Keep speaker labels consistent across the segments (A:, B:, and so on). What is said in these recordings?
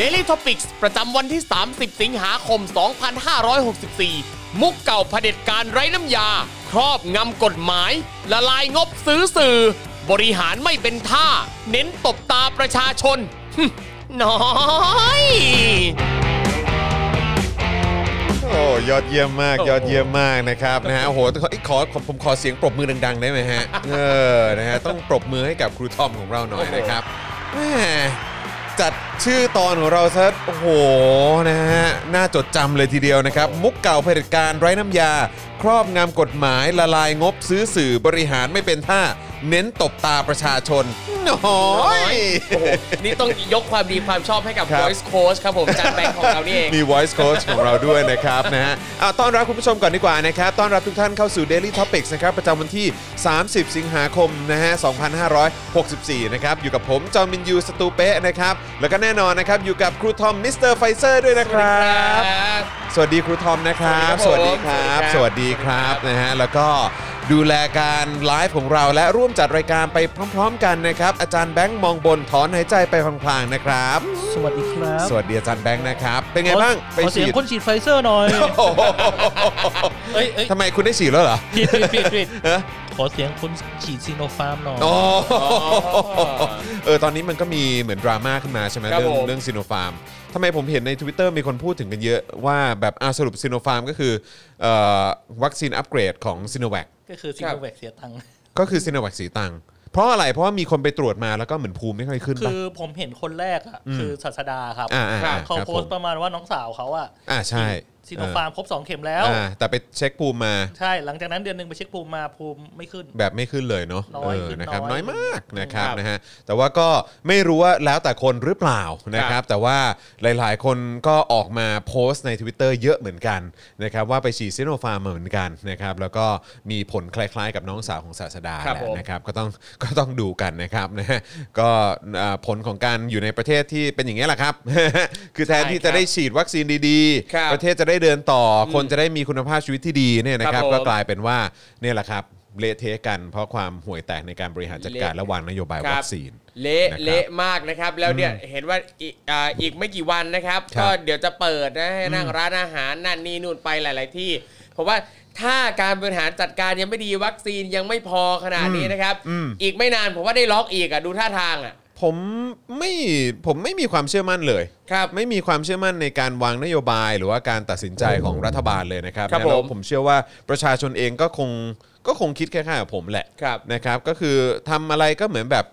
A: Daily Topics ประจำวันที่ 30 สิงหาคม 2564 มุกเก่าเผด็จการไร้น้ำยา ครอบงำกฎหมาย ละลายงบซื้อสื่อ บริหารไม่เป็นท่า เน้นตบตาประชาชนหึน้อย
B: โอ้ยอดเยี่ยมมากยอดเยี่ยมมากนะครับนะฮะโอ้โหขอขอขอผมขอเสียงปรบมือดังๆได้ไหมฮะเออนะฮะต้องปรบมือให้กับครูทอมของเราหน่อยนะครับแหม่จัดชื่อตอนของเราซะโอ้โหนะฮะน่าจดจำเลยทีเดียวนะครับ มุกเก่าเผด็จการไร้น้ำยา ครอบงำกฎหมายละลายงบซื้อสื่อบริหารไม่เป็นท่า เน้นตบตาประชาชนน้อย
A: โอ้โหนี่ต้องยกความดีความชอบให้กับ
B: ครับ
A: Voice Coach ครับผมจานแบงค์ของเรานี่เอง
B: มี voice coach ของเราด้วยนะครับนะฮะอ่ะต้อนรับคุณผู้ชมก่อนดีกว่านะครับ ต้อนรับทุกท่านเข้าสู่ daily topics นะครับ ประจำวันที่ 30 สิงหาคมนะฮะ 2564 นะครับ อยู่กับผมจอมินยูสตูเป้นะครับ แล้วก็แน่นอนนะครับ อยู่กับครูทอมมิสเตอร์ไฟเซอร์ด้วยนะครับ สวัสดีครูทอมนะครับ
A: ส
B: ส
A: วั
B: วั
A: ส
B: ส
A: ดี
B: ดี
A: ค
B: ค
A: รั
B: รับ บ สวัสดีครับนะฮะ แล้วก็ดูแลการไลฟ์ของเราและร่วมจัดรายการไปพร้อม ๆ กันนะครับ อาจารย์แบงค์มองบนถอนหายใจไปพลางๆนะครับ
C: สวัสดีครับ
B: สวัสดีอาจารย์แบงค์นะครับ เป็นไงบ้าง
C: ขอ
B: ไป
C: ขอเสี
B: ฉี
C: ยง
B: ด
C: คนฉีดไฟเซอร์หน่อย
B: โอ้โห
C: เอ้ยเอ้ย
B: ทำไมคุณได้ฉีดแล้วเหรอ
C: ผิดผิดผิดผิด
B: ฮะ
C: ขอเสียงคนฉีดซีโนฟาร์มหน่อย
B: โอ้เออตอนนี้มันก็มีเหมือนดราม่าขึ้นมาใช่ไหม
A: ครับ
B: เรื่อง
A: ผม
B: เรื่องซิโนฟาร์มทำไมผมเห็นใน Twitter มีคนพูดถึงกันเยอะว่าแบบอาสรุปซิโนฟาร์มก็คือเอ่อวัคซีนอัปเกรดของซิโนแวค
C: ก็คือซีโนแวคเสียตังค์
B: ก็คือซิโนแวคสีตังเพราะอะไรเพราะว่ามีคนไปตรวจมาแล้วก็เหมือนภูมิไม่ค่อยขึ้น
C: คื
B: ปะ
C: อผมเห็นคนแรกอ่ะ
B: อืม
C: คือศาสดาครับ
B: อ่าอ่าอ่า
C: เขา
B: ครับ
C: โพ
B: ผ
C: ส
B: ม
C: ต์ประมาณว่าน้องสาวเขาอ่ะ
B: อ่าใช่
C: ซีโนฟาร์มครบสองเข็มแล้ว
B: อ่าแต่ไปเช็คภูมิมา
C: ใช่หลังจากนั้นเดือนหนึ่งไปเช็คภูมิมาภูมิไม่ขึ้น
B: แบบไม่ขึ้นเลยเนาะ
C: น้
B: เอ
C: อย
B: อ
C: ขึ้น
B: นะครับ
C: น้อย
B: น้อยมาก มากนะครับ
A: ครับ
B: นะฮะแต่ว่าก็ไม่รู้ว่าแล้วแต่คนหรือเปล่านะค
A: ครั
B: รั
A: บบ
B: แต่ว่าหลายๆ คนก็ออกมาโพสต์ใน Twitter เยอะเหมือนกันนะครับว่าไปฉีดซิโนฟาร์มมาเหมือนกันนะครับแล้วก็มีผลคล้ายๆ กับน้องสาวของศาสดา
A: ครับ
B: แห
A: ผ
B: ละ
A: ม
B: นะครับก็ต้องก็ต้องดูกันนะครับนะฮะก็อ่าผลของการอยู่ในประเทศที่เป็นอย่างนี้ยแหละครับ คือแทนที่
A: ใช่ครับ
B: จะได้ฉีดวัคซีนดี
A: ครับ
B: ๆ ประเทศจะได้เดินต่ออคนจะได้มีคุณภาพชีวิตที่ดีเนี่ยนะค
A: ครั
B: รับบ
A: ผม
B: ก็กลายเป็นว่าเนี่ยแหละครับเละเทะกัน เพราะความห่วยแตกในการบริหารจัดการและวางนโยบาย
A: ครับ
B: วัคซีน
A: เละ
B: นะครับ
A: เละมากนะครับ แล้วเนี่ยเห็นว่าอีกอ่าอีกไม่กี่วันนะครับ
B: ครับ
A: ก็เดี๋ยวจะเปิดนะให้นั่งร้านอาหารนั่นนี่นู่นไปหลาย ๆ ที่ เพราะว่าถ้าการบริหารจัดการยังไม่ดีวัคซีนยังไม่พอขนาดนี้นะครับ
B: อืม
A: อีกไม่นานผมว่าได้ล็อกอีกอ่ะดูท่าทางอ่ะ
B: ผมไม่ผมไม่มีความเชื่อมั่นเลย
A: ครับ
B: ไม่มีความเชื่อมั่นในการวางนโยบายหรือว่าการตัดสินใจของรัฐบาลเลยนะครับ
A: ครับ
B: นะแล้ว
A: ผม
B: ผมเชื่อว่าประชาชนเองก็คงก็คงคิดคล้ายๆกับผมแหละ
A: ครับ
B: นะครับก็คือทำอะไรก็เหมือนแบบ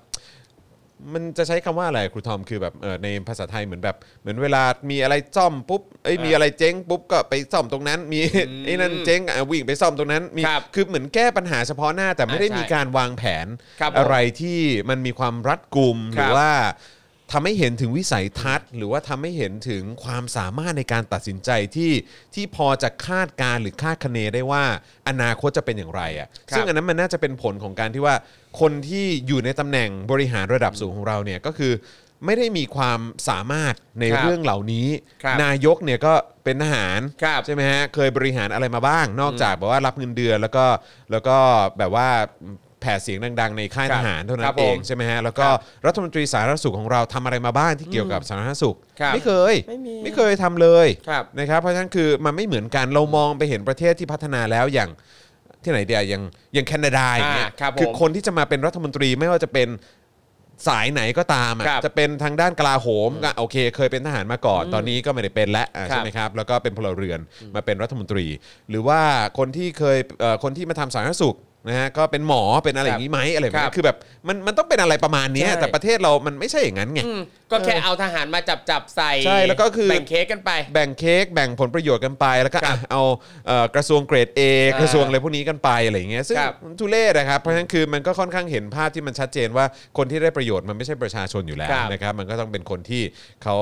B: มันจะใช้คำว่าอะไรครูทอมคือแบบเอ่อในภาษาไทยเหมือนแบบ เหมือนเวลามีอะไรซ่อมปุ๊บเอ้ยมีอะไรเจ๊งปุ๊บก็ไปซ่อมตรงนั้น มีไอ้นั่นเจ๊งอ่ะวิ่งไปซ่อมตรงนั้นมี
A: ครับ
B: คือเหมือนแก้ปัญหาเฉพาะหน้าแต่ไม่ได้
A: ใช่
B: มีการวางแผน
A: ครับผม
B: อะไรที่มันมีความรัดกุมห
A: ครั
B: รือบ ว่า ว่าทำให้เห็นถึงวิสัยทัศน์ หรือว่าทำให้เห็นถึงความสามารถในการตัดสินใจที่ที่พอจะคาดการณ์หรือคาดคะเนได้ว่าอนาคตจะเป็นอย่างไรอะ่ะ
A: ครับ
B: ซึ่งอันนั้นมันน่าจะเป็นผลของการที่ว่าคนที่อยู่ในตำแหน่งบริหารระดับสูงของเราเนี่ยก็คือ ไม่ได้มีความสามารถใน
A: ครับ
B: เรื่องเหล่านี้
A: ครับ
B: นายกเนี่ยก็เป็นทหาร
A: ครับ
B: ใช่ไหมฮะเคยบริหารอะไรมาบ้าง นอกจากแบบว่ารับเงินเดือนแล้วก็แล้วก็แบบว่าแผ่เสียงดัง ๆ ในค่าย
A: ครับ
B: ทหารเท่านั้
A: ครั
B: น
A: บ
B: เอ
A: ผ
B: ง
A: ม
B: ใช่ไหมฮะแล้วก็รัฐมนตรีสาธารณสุขของเราทำอะไรมาบ้างที่เกี่ยวกับสาธารณสุข
A: ครับ
B: ไม่เคย
A: ไม่มี
B: เคยทำเลย
A: ครับ
B: นะครับเพราะฉะนั้นคือมันไม่เหมือนกันเรามองไปเห็นประเทศที่พัฒนาแล้วอย่างที่ไหนเดียวอย่างอย่างแคนาดาอย่างเงี้ย
A: อ่าครับผม
B: อคนที่จะมาเป็นรัฐมนตรีไม่ว่าจะเป็นสายไหนก็ตามอ่ะ
A: ครับ
B: จะเป็นทางด้านกลาโหมก็โอเค เคยเป็นทหารมาก่อน ตอนนี้ก็ไม่ได้เป็นแล้วอ่ะ
A: ครับ
B: ใช่ไหมครับแล้วก็เป็นพลเรือนมาเป็นรัฐมนตรี หรือว่าคนที่เคยเอ่อคนที่มาทำสาธารณสุขนะฮะก็เป็นหมอเป็นอะไรอย่างนี้ไหมอะไรแบบ
A: ครั
B: นี้
A: บ
B: คือแบบมันมันต้องเป็นอะไรประมาณเนี้ย
A: ใช่
B: แต่ประเทศเรามันไม่ใช่อย่างนั้นไง
A: อืมก็แค่เอาทหารมาจับจับๆใส่
B: ใช่แล้วก็คือ
A: แบ่งเค้กกันไป
B: แบ่งเค้กแบ่งผลประโยชน์กันไปแล้วก็อ่ะเอาเอ่อกระทรวงเกรด A
A: อ่าก
B: ระทรวงอะไรพวกนี้กันไปอะไรอย่างเงี้ยซึ่ง
A: ครับ
B: มันทุเล่นะครับเพราะฉะนั้นคือมันก็ค่อนข้างเห็นภาพที่มันชัดเจนว่าคนที่ได้ประโยชน์มันไม่ใช่ประชาชนอยู่แล้ว
A: ครับ
B: นะครับมันก็ต้องเป็นคนที่เขา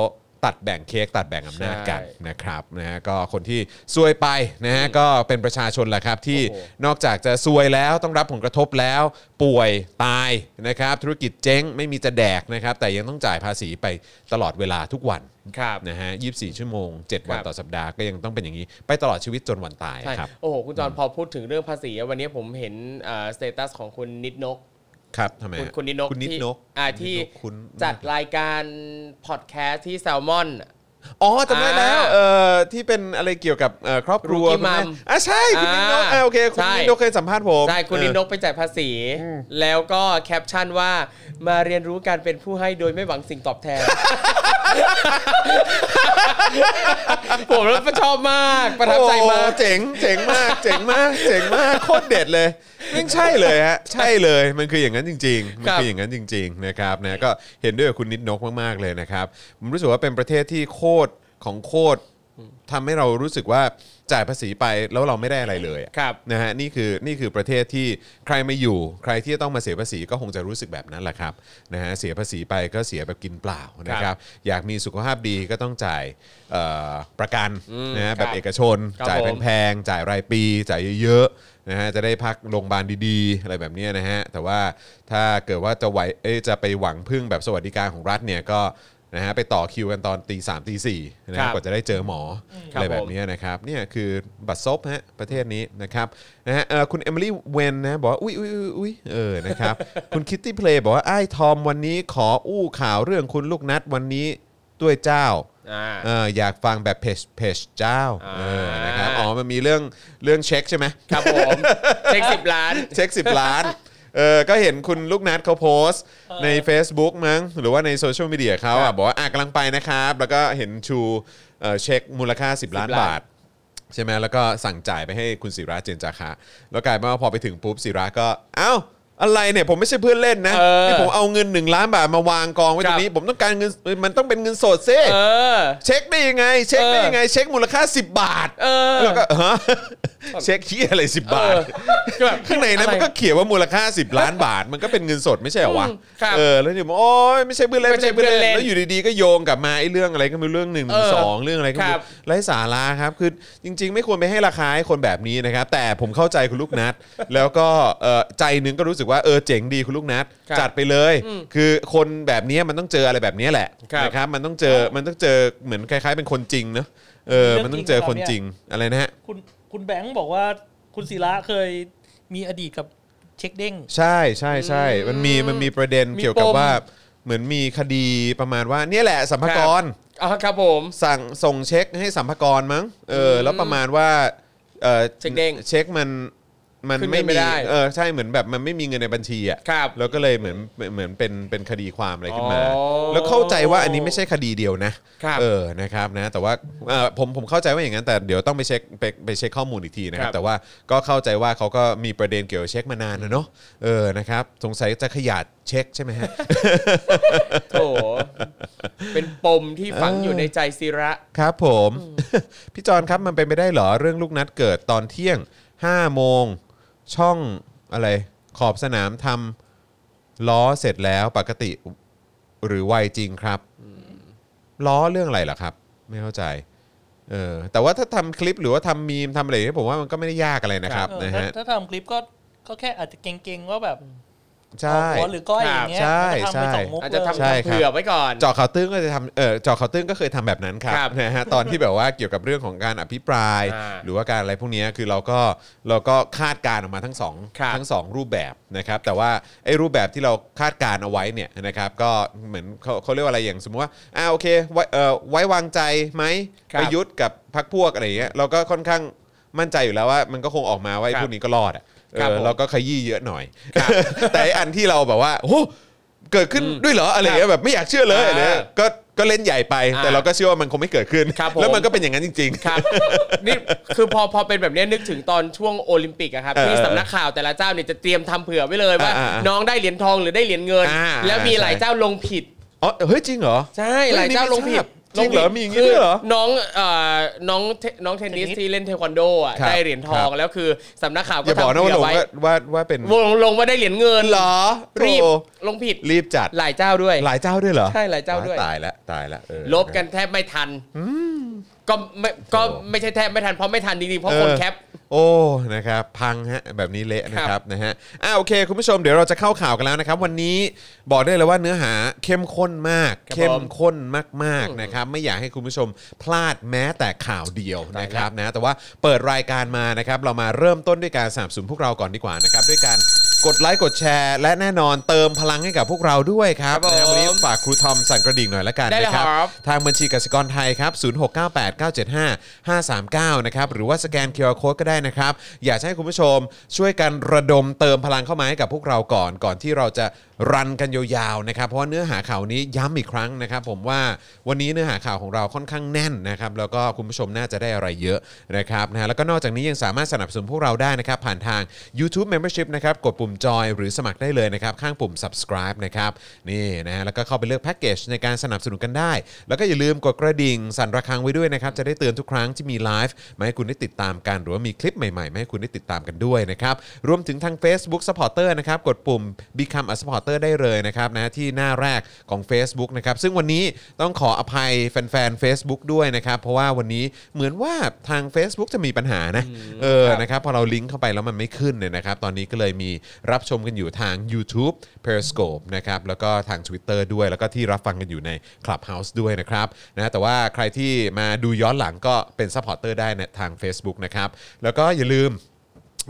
B: ตัดแบ่งเค้กตัดแบ่งอำนาจกัน
A: ใช่
B: นะครับนะฮะก็คนที่ซวยไปนะฮะก็เป็นประชาชนแหละครับที่
A: โอ้โห
B: นอกจากจะซวยแล้วต้องรับผลกระทบแล้ว ป่วยตายนะครับธุรกิจเจ๊งไม่มีจะแดกนะครับแต่ยังต้องจ่ายภาษีไปตลอดเวลาทุกวัน
A: ครับ
B: นะฮะ24 ชั่วโมง 7 วัน
A: ครับ
B: ต่อสัปดาห์ก็ยังต้องเป็นอย่างนี้ ไปตลอดชีวิตจนวันตาย
A: ใช่
B: ครับ
A: โอ้โห คุณจอนพอพูดถึงเรื่องภาษีอะวันนี้ผมเห็นสเตตัสของคุณนิดนก
B: ครับทำไม
A: คุณ
B: ฮะ
A: คุณนิดนก
B: คุณนิด
A: ที่
B: นก
A: อ่าที่
B: นิดนกคุณ
A: จัดรายการพอดแคสต์ที่แซลมอน
B: อ๋อจำได้แล้ว
A: อ่า
B: เอ่อที่เป็นอะไรเกี่ยวกับเอ่อครอบครัว
A: รูกี้
B: คุณแ
A: มัม
B: อ่ะใช่คุณนิดนกอ่ะโอเคคุณ
A: ใช่
B: นิดนกเคยสัมภาษณ์ผม
A: ใช่คุณนิดนกไปจ่ายภาษี แล้วก็แคปชั่นว่ามาเรียนรู้การเป็นผู้ให้โดยไม่หวังสิ่งตอบ แทน ผมรับผิดชอบมาก ประทับใจมาก
B: โอ้เจ๋งเจ๋ง มากเจ๋งมากเจ๋งมากโคตรเด็ดเลยไม่งใช่เลย ฮะใช่เลยมันคืออย่างนั้นจริงๆมัน
A: ครับ
B: คืออย่างนั้นจริง ๆนะครับนะก็เห็นด้วยกับคุณนิดนกมากๆเลยนะครับผมรู้สึกว่าเป็นประเทศที่โคตรของโคตรทำให้เรารู้สึกว่าจ่ายภาษีไปแล้วเราไม่ได้อะไรเลยอะ
A: ครับ
B: นะฮะนี่คือนี่คือประเทศที่ใครไม่อยู่ ใครที่จะต้องมาเสียภาษีก็คงจะรู้สึกแบบนั้นแหละครับนะฮะเสียภาษีไปก็เสียแบบกินเปล่านะครับอยากมีสุขภาพดีก็ต้องจ่ายเอ่อประกันนะ
A: ค
B: ฮะ
A: รั
B: แบบ บเอกชน
A: ครับ
B: จ่าย
A: ผม
B: แพงๆจ่ายรายปี จ่ายเยอะๆนะฮะจะได้พักโรงพยาบาลดีๆ อะไรแบบเนี้ยนะฮะแต่ว่าถ้าเกิดว่าจะไหวเอ้ยจะไปหวังพึ่งแบบสวัสดิการของรัฐเนี่ยก็นะฮะไปต่อคิวกันตอนตีสามตีสี่นะ
A: ครั
B: ฮะ
A: บ
B: กว่าจะได้เจอหมอ
A: ครั
B: อะ
A: บ
B: ไรแบ
A: ผ
B: บ
A: ม
B: นี้ เนี่ยนะครับเนี่ยคือบัตรซบฮะประเทศนี้นะครับนะฮะเอ่อคุณเอมิลี่เวนนะบอกว่าอุ้ยอุ้ยอุ๊ยอุ้ยเออนะครับ คุณคิตตี้เพลย์บอกว่าไอ้ายทอมวันนี้ขออู้ข่าวเรื่องคุณลูกนัดวันนี้ด้วยเจ้า
A: อ่า
B: เอออยากฟังแบบเพจเพจเจ้า
A: อ่า
B: เออนะครับอ๋อมันมีเรื่องเรื่องเช็คใช่ไหม
A: ครับ ผมเช็คสิบล้าน
B: เช็ค 10 ล้านเออก็เห็นคุณลูกนัดเขาโพสต์ ใน Facebook มั้งหรือว่าในโซเชียลมีเดียเขา
A: ครั
B: อ่ะ
A: บ
B: บอกว่าอ่ะกำลังไปนะครับ แล้วก็เห็นชูเอ่อเช็คมูลค่า 10 ล้าน
A: ล้าน
B: บาท ใช่ไหมแล้วก็สั่งจ่ายไปให้คุณศิระเจนจาคะแล้วกลายเป็นว่าพอไปถึงปุ๊บศิระก็ เอ้า อะไรเนี่ยผมไม่ใช่เพื่อนเล่นนะ
A: เออ
B: นี่ผมเอาเงิน 1 ล้านบาทมาวางกองไว้ตร
A: ครั
B: ง
A: บ
B: นี้ ผมต้องการเงินมันต้องเป็นเงินสดซิ
A: เออ
B: เช็คได้ยังไง เช็คได้ยังไง เช็คมูลค่า 10 บาท
A: เออ
B: แล้วก็ฮะ เช็คที่อะไร 10 บาท
A: ก็แบบ
B: ข้างในนั้นมันก็เขียนว่ามูลค่า 10 ล้านบาท มันก็เป็นเงินสดไม่ใช่เหรอวะ
A: อืมครับ
B: เออแล้วเนี่ยบอกโอ้ยไม่ใช่เพื่อนเล่น
A: ไม่
B: ไม่
A: ใช่
B: ใช่เพื่อน
A: เพื่อนเล่น
B: เล่นแล้วอยู่ดีๆก็โยงกลับมาไอ้เรื่องอะไรก็ไม่รู้เรื่องหนึ่ง
A: เออ
B: สองเรื่องอะไรก็ไม่
A: ครั
B: รู้
A: บ
B: ไร้สาระครับคือจริง ๆ ไม่ควรไปให้ราคาให้คนแบบนี้นะครับ แต่ผมเข้าใจคุณลูกนัด แล้วก็เอ่อใจหนึงก็รู้สึกว่าเออเจ๋งดีคุณลูกนัด
A: ครับ
B: จัดไปเลย คือคนแบบเนี้ยมันต้องเจออะไรแบบเนี้ยแหละ
A: ครับ
B: นะครับมันต้องเจอมันต้องเจอเหมือนคล้ายๆ เป็นคนจริงเนอะเออมันต้องเจอคนจริงอะไรนะฮะ
C: คุณคุณแบงค์บอกว่าคุณศิระเคยมีอดีตกับเช็คเด้ง
B: ใช่ใช่ใช่ มันมีมันมีประเด็น
A: มี
B: เกี่ยวกับ
A: ปม
B: ว่าเหมือนมีคดีประมาณว่าเนี่ยแหละสัมภากร
A: อ่าครับผม
B: สั่งส่งเช็คให้สัมภากรมั้งเอออแล้วประมาณว่าเออ
A: เช็คเด้ง
B: เช็คมันมัน
A: ขึ้นเงิ
B: ไม่
A: นไม่
B: มี
A: ได้
B: เออใช่เหมือนแบบมันไม่มีเงินในบัญชีอ่ะ
A: ครับ
B: แล้วก็เลยเหมือนเหมือนเป็นเป็นคดีความอะไรขึ้นมา
A: อ๋อ
B: แล้วเข้าใจว่าอันนี้ไม่ใช่คดีเดียวนะครับ เออนะครับนะแต่ว่าเอ่อผมผมเข้าใจว่าอย่างนั้นแต่เดี๋ยวต้องไปเช็คไปไปเช็คข้อมูลอีกทีนะครั
A: ครับ บ
B: แต่ว่าก็เข้าใจว่าเขาก็มีประเด็นเกี่ยวกับเช็คมานานนะเนาะเออนะครับสงสัยจะขยาดเช็คใช่ไหมฮะ
A: โถเป็นปมที่ฝังอยู่ในใจศิระ
B: ครับผม พี่จอนครับมันเป็นไปได้เหรอเรื่องลูกนัดเกิดตอนเที่ยง5โมงช่องอะไรขอบสนามทำล้อเสร็จแล้วปกติหรือไวจริงครับ ล้อเรื่องอะไรเหรอครับ ไม่เข้าใจเออแต่ว่าถ้าทำคลิปหรือว่าทำมีมทำอะไรเนี่ยผมว่ามันก็ไม่ได้ยากอะไรนะครับ
C: เออ
B: นะ
C: ถ้า
B: ฮะ
C: ถ้าทำคลิปก็ก็แค่อาจจะเก่งๆว่าแบบ
B: ใช่
C: หัวหรือก้อยอย่างเงี้ย
B: ใช่
C: แล้วก็ทำไปสองมุก
A: อาจจะ
C: เลย
A: ทำ
B: ใช่ครับ
A: เผื่อไว้ก่อน
B: เจาะข่าวตื้นก็จะทำเออเจาะข่าวตื้นก็เคยทำแบบนั้นครับ
A: ครับ
B: นะฮะตอนที่แบบว่าเกี่ยวกับเรื่องของการอภิปราย
A: อ่า
B: หรือว่าการอะไรพวกเนี้ยคือเราก็เราก็คาดการณ์ออกมาทั้งสอง
A: ครับ
B: ทั้งสองรูปแบบนะครับแต่ว่าไอ้รูปแบบที่เราคาดการณ์เอาไว้เนี่ยนะครับก็เหมือนเขาเขาเรียกว่าอะไรอย่างสมมติว่าอ่าโอเคไว้เอ่อไว้วางใจไหม
A: ครับ
B: ประยุทธ์กับพรรคพวกอะไรอย่างเงี้ยเราก็ค่อนข้างมั่นใจอยู่แล้วว่ามันก็คงออกมาว่าไอ้
A: ครับ
B: พวกนี้ก็รอดอ่ะเอ
A: ครับ
B: อ
A: ผม
B: เราก็ขยี้เยอะหน่อย แต่ไอ้อันที่เราแบบว่าโอ้เกิดขึ้นด้วยเหรออะไรอย่างเงี้ยแบบไม่อยากเชื่อเลยอะไรเงี้ย
A: อ่า
B: ก็ก็เล่นใหญ่ไป
A: อ่า
B: แต่เราก็เชื่อว่ามันคงไม่เกิดขึ้น
A: ครับผม
B: แล้วมันก็เป็นอย่างนั้นจริง
A: ครับ นี่คือพอพอเป็นแบบเนี้ยนึกถึงตอนช่วงโอลิมปิกอะครับ
B: เออ
A: ที่สำนักข่าวแต่ละเจ้าเนี่ยจะเตรียมทำเผื่อไว้เลยว่า
B: อ่าอ่า
A: น้องได้เหรียญทองหรือได้เหรียญเงิน
B: อ่า
A: แล้วมีหลาย
B: ใช่
A: เจ้าลงผิด
B: ๆอ๋อเฮ้ยจริงเหรอ
A: ใช่
B: เฮ้ย
A: หลายเจ้าลงผิด
B: นี่ไม่ทราบจริงเหรอ
A: ลผิ
B: มีอย่างนี้ด้วยเหรอ
A: คืน้องเอ่อน้องเทน้องเทนนิสที่เล่นเทควันโดอ่ะ
B: ครับ
A: ได้เหรียญทอง
B: ครับ
A: แล้วคือสำนักข่าว
B: อ
A: ก็
B: ย่าบอก
A: ทำ
B: นะว่า
A: เผื่อ
B: ล
A: ง ไว้
B: ว่าว่าว่าเป็น
A: วงลงว่าได้เหรียญเงิน
B: เหรอ
A: รีบ
B: โอ้
A: ลงผิด
B: รีบจัด
A: หลายเจ้าด้วย
B: หลายเจ้าด้วยเหรอ
A: ใช่หลายเจ้าด้วย
B: ตายละตายละเออ
A: ลบกันแทบไม่ทันก็ไม่ก็
B: โอ้
A: ไม่ใช่แทบไม่ทันเพราะไม่ทันจริงๆเพราะคนแคป
B: โอ้นะครับพังฮะแบบนี้เละนะค
A: ครั
B: รับบ นะฮะอ่าโอเค คุณผู้ชมเดี๋ยวเราจะเข้าข่าวกันแล้วนะครับ วันนี้บอกได้เลยว่าเนื้อหาเข้มข้นมาก
A: ครับ
B: เข้ม
A: ผม
B: ข้นมากๆนะครับไม่อยากให้คุณผู้ชมพลาดแม้แต่ข่าวเดียวนะครับนะแต่ว่าเปิดรายการมานะครับเรามาเริ่มต้นด้วยการสนับสนุนพวกเราก่อนดีกว่านะครับด้วยการ กดไลค์กดแชร์ และแน่นอนเติมพลังให้กับพวกเราด้วยครับ
D: ครับผม
B: นะวันนี้ฝากครูทอมสั่นกระดิ่งหน่อยละกัน
D: ได้เลย
B: นะครั
D: ครับ บ
B: ทางบัญชีกสิกรไทยครับ 0698975539 นะครับ หรือว่าสแกน QR Code ก็ได้นะครับ อยากจะให้คุณผู้ชมช่วยกันระดมเติมพลังเข้ามาให้กับพวกเราก่อน ก่อนที่เราจะรันกันยาวๆนะครับ เพราะว่าเนื้อหาข่าวนี้ย้ำอีกครั้งนะครับ ผมว่าวันนี้เนื้อหาข่าวของเราค่อนข้างแน่นนะครับ แล้วก็คุณผู้ชมน่าจะได้อะไรเยอะนะครับนะฮะแล้วก็นอกจากนี้ยังสามารถสนับสนุนพวกเราได้นะครับ ผ่านทาง YouTube Membership นะครับ กดปุ่มจอยหรือสมัครได้เลยนะครับ ข้างปุ่ม subscribe นะครับ นี่นะฮะแล้วก็เข้าไปเลือกแพ็กเกจในการสนับสนุนกันได้ แล้วก็อย่าลืมกดกระดิ่ง สั่นระฆังไว้ด้วยนะครับ จะได้เตือนทุกครั้งที่มีไลฟ์มาให้คุณได้ติดตามกัน หรือว่ามีคลิปใหม่ๆมาให้คุณได้ติดตามกันด้วยนะครับ รวมถึงทาง Facebook Supporter นะครับ กดปุ่ม Become a supporter ได้เลยนะครับนะที่หน้าแรกของ Facebook นะครับ ซึ่งวันนี้ต้องขออภัยแฟนๆ Facebook ด้วยนะครับ เพราะว่าวันนี้เหมือนว่าทาง Facebook จะมีปัญหานะเออนะครับพอเราลิงก์เข้าไปแล้วมันไม่ขึ้นเนี่ยนะครับ ตอนนี้ก็เลยมีรับชมกันอยู่ทาง YouTube Periscope นะครับแล้วก็ทาง Twitter ด้วย แล้วก็ที่รับฟังกันอยู่ใน Clubhouse ด้วยนะครับนะแต่ว่าใครที่มาดูย้อนหลังก็เป็นซัพพอร์เตอร์ได้ในทาง Facebook นะครับ แล้วก็อย่าลืม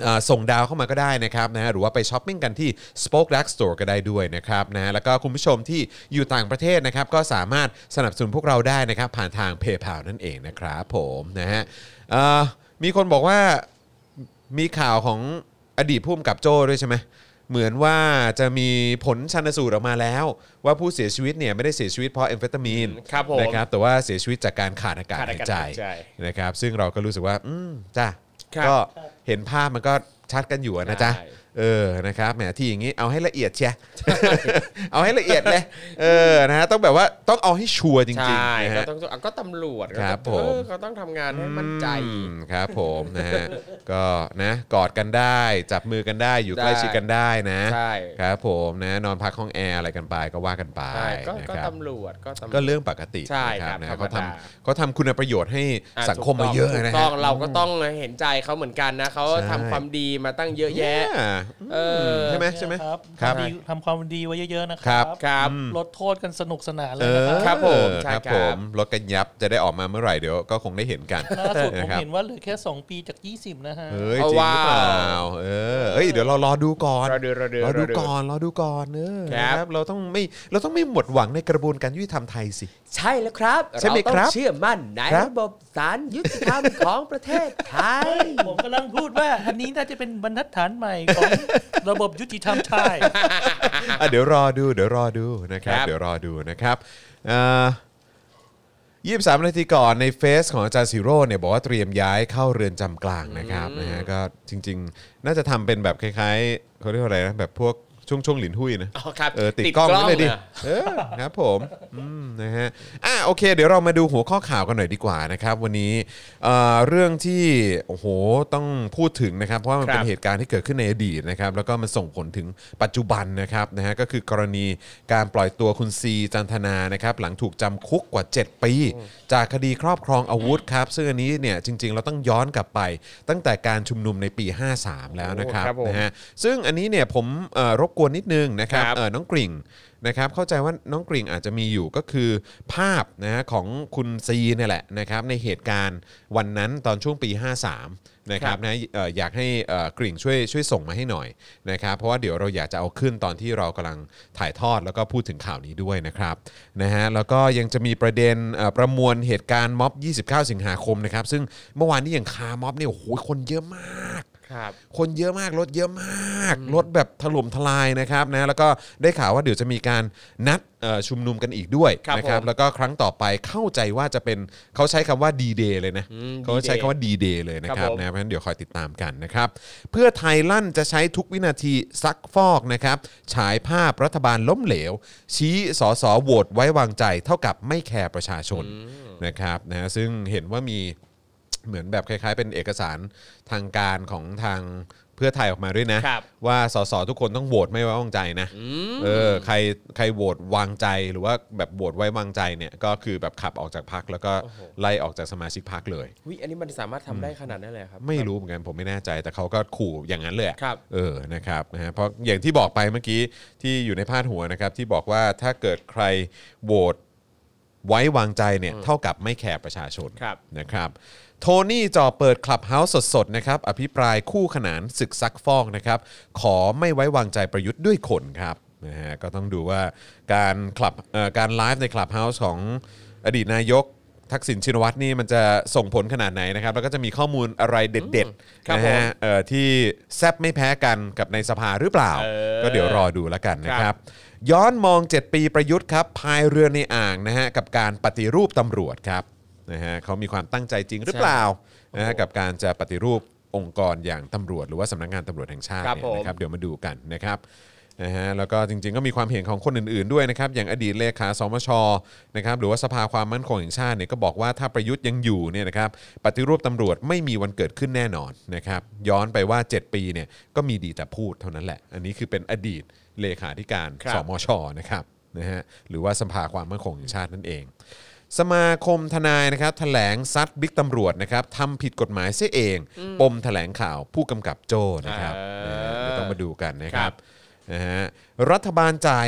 B: เอ่อส่งดาวเข้ามาก็ได้นะครับนะฮะหรือว่าไปช้อปปิ้งกันที่ Spoke Dark Store ก็ได้ด้วยนะครับนะฮะแล้วก็คุณผู้ชมที่อยู่ต่างประเทศนะครับ ก็สามารถสนับสนุนพวกเราได้นะครับ ผ่านทางเพย์ a l นั่นเองนะครับผมนะฮะเอ่อมีคนบอกว่ามีข่าวของอดีตผู้กำกับโจ้ด้วยใช่ไหมเหมือนว่าจะมีผลชันสูตรออกมาแล้ว ว่าผู้เสียชีวิตเนี่ยไม่ได้เสียชีวิตเพราะแอมเฟตามีน
D: ครับผม
B: นะครับแต่ว่าเสียชีวิตจากการขาดอากาศหายใจ
D: ขาดอากาศหายใจ
B: นะครับ ซึ่งเราก็รู้สึกว่า อืมจ้า
D: ครับ
B: ก็เห็นภาพมันก็ชัดกันอยู่อะนะจ๊ะ
D: ใช่
B: เออ นะครับ แหม ที่อย่างนี้เอาให้ละเอียดเชีย เอาให้ละเอียดเลย เออ นะฮะ ต้องแบบว่าต้องเอาให้ชัวร์จริง
D: ใช่
B: ๆ
D: ก็
B: นะฮะ
D: ต้องอ่ะก็ตำรวจ
B: ครับ
D: ก็ต้อง
B: ผม
D: เออก็ต้องทำงานให้มั่นใจ
B: อืมครับผมนะฮะ ก็นะ กอดกันได้ จับมือกันได้ อยู่ใกล้
D: ได้
B: ชิดกันได้นะ
D: ใช่
B: ครับผมนะ นอนพักห้องแอร์อะไรกันไปก็ว่ากันไป
D: ใช่ก็ก็
B: นะครับ
D: ตำรวจก็ตำรวจ
B: ก็เรื่องปกติ
D: ใช่
B: นะครับ นะ
D: ธร
B: เขา
D: รมดา
B: ทำเขาทำคุณประโยชน์ให้
D: อ่ะ
B: สังคม
D: ถู
B: มาก
D: ต้
B: เยอะนะ
D: ถูกต้
B: ฮะ
D: องเราก็ต้องเห็นใจเขาเหมือนกันนะเขา
B: ใช่
D: ทำความดีมาตั้งเยอะแยะ
B: เนี่ย
D: เออ
B: ใช่ไหมใช่ไหม
C: ครับ
B: ครับ
C: ทำดีทำความดีไว้เยอะ ๆ นะค
B: ครั
C: รับ
D: ครับ
C: ลดโทษกันสนุกสนานเล
B: เอย
C: นะ
B: อ
C: ค
D: ครั
C: รับบ
D: ผมใช่
B: ครับ
D: ครับ
B: ผมรถกันยับจะได้ออกมาเมื่อไหร่เดี๋ยวก็คงได้เห็นกัน
C: ล่าสุดผม
B: นะครับ
C: เห็นว่าเหลือแค่ 2 ปีจาก 20 นะฮะ
B: เฮ้ยจ
D: เอา
B: ริงหรือเปล่า
D: ว้าว
B: เออเอ้ยเดี๋ยวเรารอดูก่อน
D: เราเดือเราเดือ
B: รอดูก่อนรอดูก่อนเออ
D: ครับ
B: นะครับเราต้องไม่เราต้องไม่หมดหวังในกระบวนการยุติธรรมไทยสิ
D: ใช่แล้วครับ
B: ใช่ไหม
D: เราต้อ
B: ค
D: ง
B: รับ
D: เชื่อมั่นใน
B: ครับ
D: ระบบสารยุติธรรมของประเทศไทย
C: ผมกำลังพูดว่า อันนี้น่าจะเป็นบรรทัดฐานใหม่ของระบบยุติธรรมไท ย
B: อ่ะเดี๋ยวรอดูเดี๋ยวรอดูนะครับ
D: ครับ
B: เดี๋ยวรอดูนะครับยี่สิบสามนาทีก่อนในเฟซของอาจารย์ซิโร่เนี่ยบอกว่าเตรียมย้ายเข้าเรือนจำกลางนะครับนะฮะก็จริง ๆ น่าจะทำเป็นแบบคล้ายๆเขาเรียกว่าอะไรนะแบบพวกช่วงช่วงๆหลินหุ้ยนะ
D: อ๋อครับ
B: เออติด
D: ติด
B: กล้อง
D: กล้
B: ไว้
D: อง
B: เลยดิ
D: น่ะ
B: เออครับผมอืมนะฮะอ่ะโอเค เดี๋ยวเรามาดูหัวข้อข่าวกันหน่อยดีกว่านะครับวันนี้เอ่อเรื่องที่โอ้โหต้องพูดถึงนะครับเพราะว่ามันเป็น
D: ครับ
B: เหตุ เหตุการณ์ที่เกิดขึ้นในอดีตนะครับแล้วก็มันส่งผลถึงปัจจุบันนะครับนะฮะก็คือกรณีการปล่อยตัวคุณซีจันทนานะครับหลังถูกจำคุกกว่า 7 ปี จากคดีครอบครองอาวุธครับซึ่งอันนี้เนี่ยจริง ๆ เราต้องย้อนกลับไป ตั้งแต่การชุมนุมในปี 53 แล้วนะครับ
D: โอ้ครับผม
B: นะฮะซึ่งอันนี้เนี่ยผมเอ่อรบกวนนิดนึงนะครับ
D: ครับ
B: เอ่อน้องกริ่งนะครับเข้าใจว่าน้องกริ่งอาจจะมีอยู่ก็คือภาพนะฮะของคุณซีเนี่ยแหละนะครับในเหตุการณ์วันนั้นตอนช่วงปี 53นะค
D: ครั
B: รับ
D: บ
B: นะเอ่ออยากให้เอ่อกริ่งช่วยช่วยส่งมาให้หน่อยนะครับเพราะว่าเดี๋ยวเราอยากจะเอาขึ้นตอนที่เรากำลังถ่ายทอดแล้วก็พูดถึงข่าวนี้ด้วยนะครับนะฮะแล้วก็ยังจะมีประเด็นเอ่อประมวลเหตุการณ์ม็อบ 29 สิงหาคมนะครับซึ่งเมื่อวานนี้อย่างคาม็อบเนี่ยโอ้โหคนเยอะมาก
D: ครับ
B: คนเยอะมากรถเยอะมาก รถแบบถล่มทลายนะครับนะแล้วก็ได้ข่าวว่าเดี๋ยวจะมีการนัดเอ่อชุมนุมกันอีกด้วย
D: ครับ
B: นะครับ
D: ผม
B: แล้วก็ครั้งต่อไปเข้าใจว่าจะเป็นเขาใช้คำว่า D-Day เลยนะ
D: อืม
B: เขาใช้คำว่า D-Day เลยนะค
D: ค
B: รั
D: รั
B: บ
D: ผ
B: บ
D: ม
B: นะเพราะฉะนั้นเดี๋ยวคอยติดตามกันนะครับ เพื่อไทยลั่นจะใช้ทุกวินาทีซักฟอกนะครับฉายภาพรัฐบาลล้มเหลว ชี้สสโหวตไว้วางใจ เท่ากับไม่แคร์ประชาชนนะครับนะซึ่งเห็นว่ามี เหมือนแบบคล้าย ๆ เป็นเอกสารทางการของทางเพื่อไทยออกมาด้วยนะ
D: ครับ
B: ว่าสสทุกคนต้องโหวตไม่ไว้วางใจนะเออใครใครโหวตวางใจหรือว่าแบบโหวตไว้วางใจเนี่ยก็คือแบบขับออกจากพักแล้วก็
D: โอ้โห
B: ไล่ออกจากสมาชิกพักเลย
D: วิอันนี้มันสามารถทำได้ขนาดนั้นเลยเหรอครับ
B: ไม่รู้เหมือนกันผมไม่แน่ใจแต่เขาก็ขู่อย่างนั้นเลยอะ
D: ครับ
B: เออนะครับนะฮะเพราะอย่างที่บอกไปเมื่อกี้ที่อยู่ในพาดหัวนะครับ ที่บอกว่าถ้าเกิดใครโหวตไว้วางใจเนี่ยเท่ากับไม่แคร์ประชาชน
D: ครับ
B: นะครับ โทนี่จ่อเปิดคลับเฮาส์สดๆนะครับอภิปรายคู่ขนานศึกซักฟอกนะครับ ขอไม่ไว้วางใจประยุทธ์ด้วยคนครับนะฮะก็ต้องดูว่าการคลับเอ่อการไลฟ์ในคลับเฮาส์ของอดีตนายก ทักษิณชินวัตรนี่มันจะส่งผลขนาดไหนนะครับ แล้วก็จะมีข้อมูลอะไรเด็ด
D: ครับ
B: ๆนะฮะเอ่อที่แซบไม่แพ้กันกับในสภาหรือเปล่า
D: เออ
B: ก็เดี๋ยวรอดูแล้วกันนะครับ ย้อนมอง 7 ปีประยุทธ์ครับพายเรือในอ่างนะฮะกับการปฏิรูปตำรวจครับนะฮะเขามีความตั้งใจจริงหรือเปล่านะฮะกับการจะปฏิรูปองค์กรอย่างตำรวจ หรือว่าสำนักงานตำรวจแห่งชาติ
D: ครับ
B: เนี่ย
D: ผม
B: นะครับเดี๋ยวมาดูกันนะครับนะฮะแล้วก็จริงๆ ก็มีความเห็นของคนอื่นๆด้วยนะครับอย่างอดีตเลขาสมชนะครับหรือว่าสภาความมั่นคงแห่งชาติเนี่ยก็บอกว่าถ้าประยุทธ์ยังอยู่เนี่ยนะครับปฏิรูปตำรวจไม่มีวันเกิดขึ้นแน่นอนนะครับย้อนไปว่า 7 ปีเนี่ยก็มีดีแต่พูดเท่านั้นแหละ อันนี้คือเป็นอดีตเลขาธิการ
D: ครับ
B: สมชนะครับนะฮะหรือว่าสภาความมั่นคงแห่งชาตินั่นเอง สมาคมทนายนะครับแถลงซัดบิ๊กตำรวจนะครับทำผิดกฎหมายเสียเอง ปมแถลงข่าวผู้กำกับโจ้นะครับ
D: เออ
B: นะฮะเดี๋ยวต้องมาดูกันนะค
D: ครั
B: รับบ นะฮะรัฐบาลจ่าย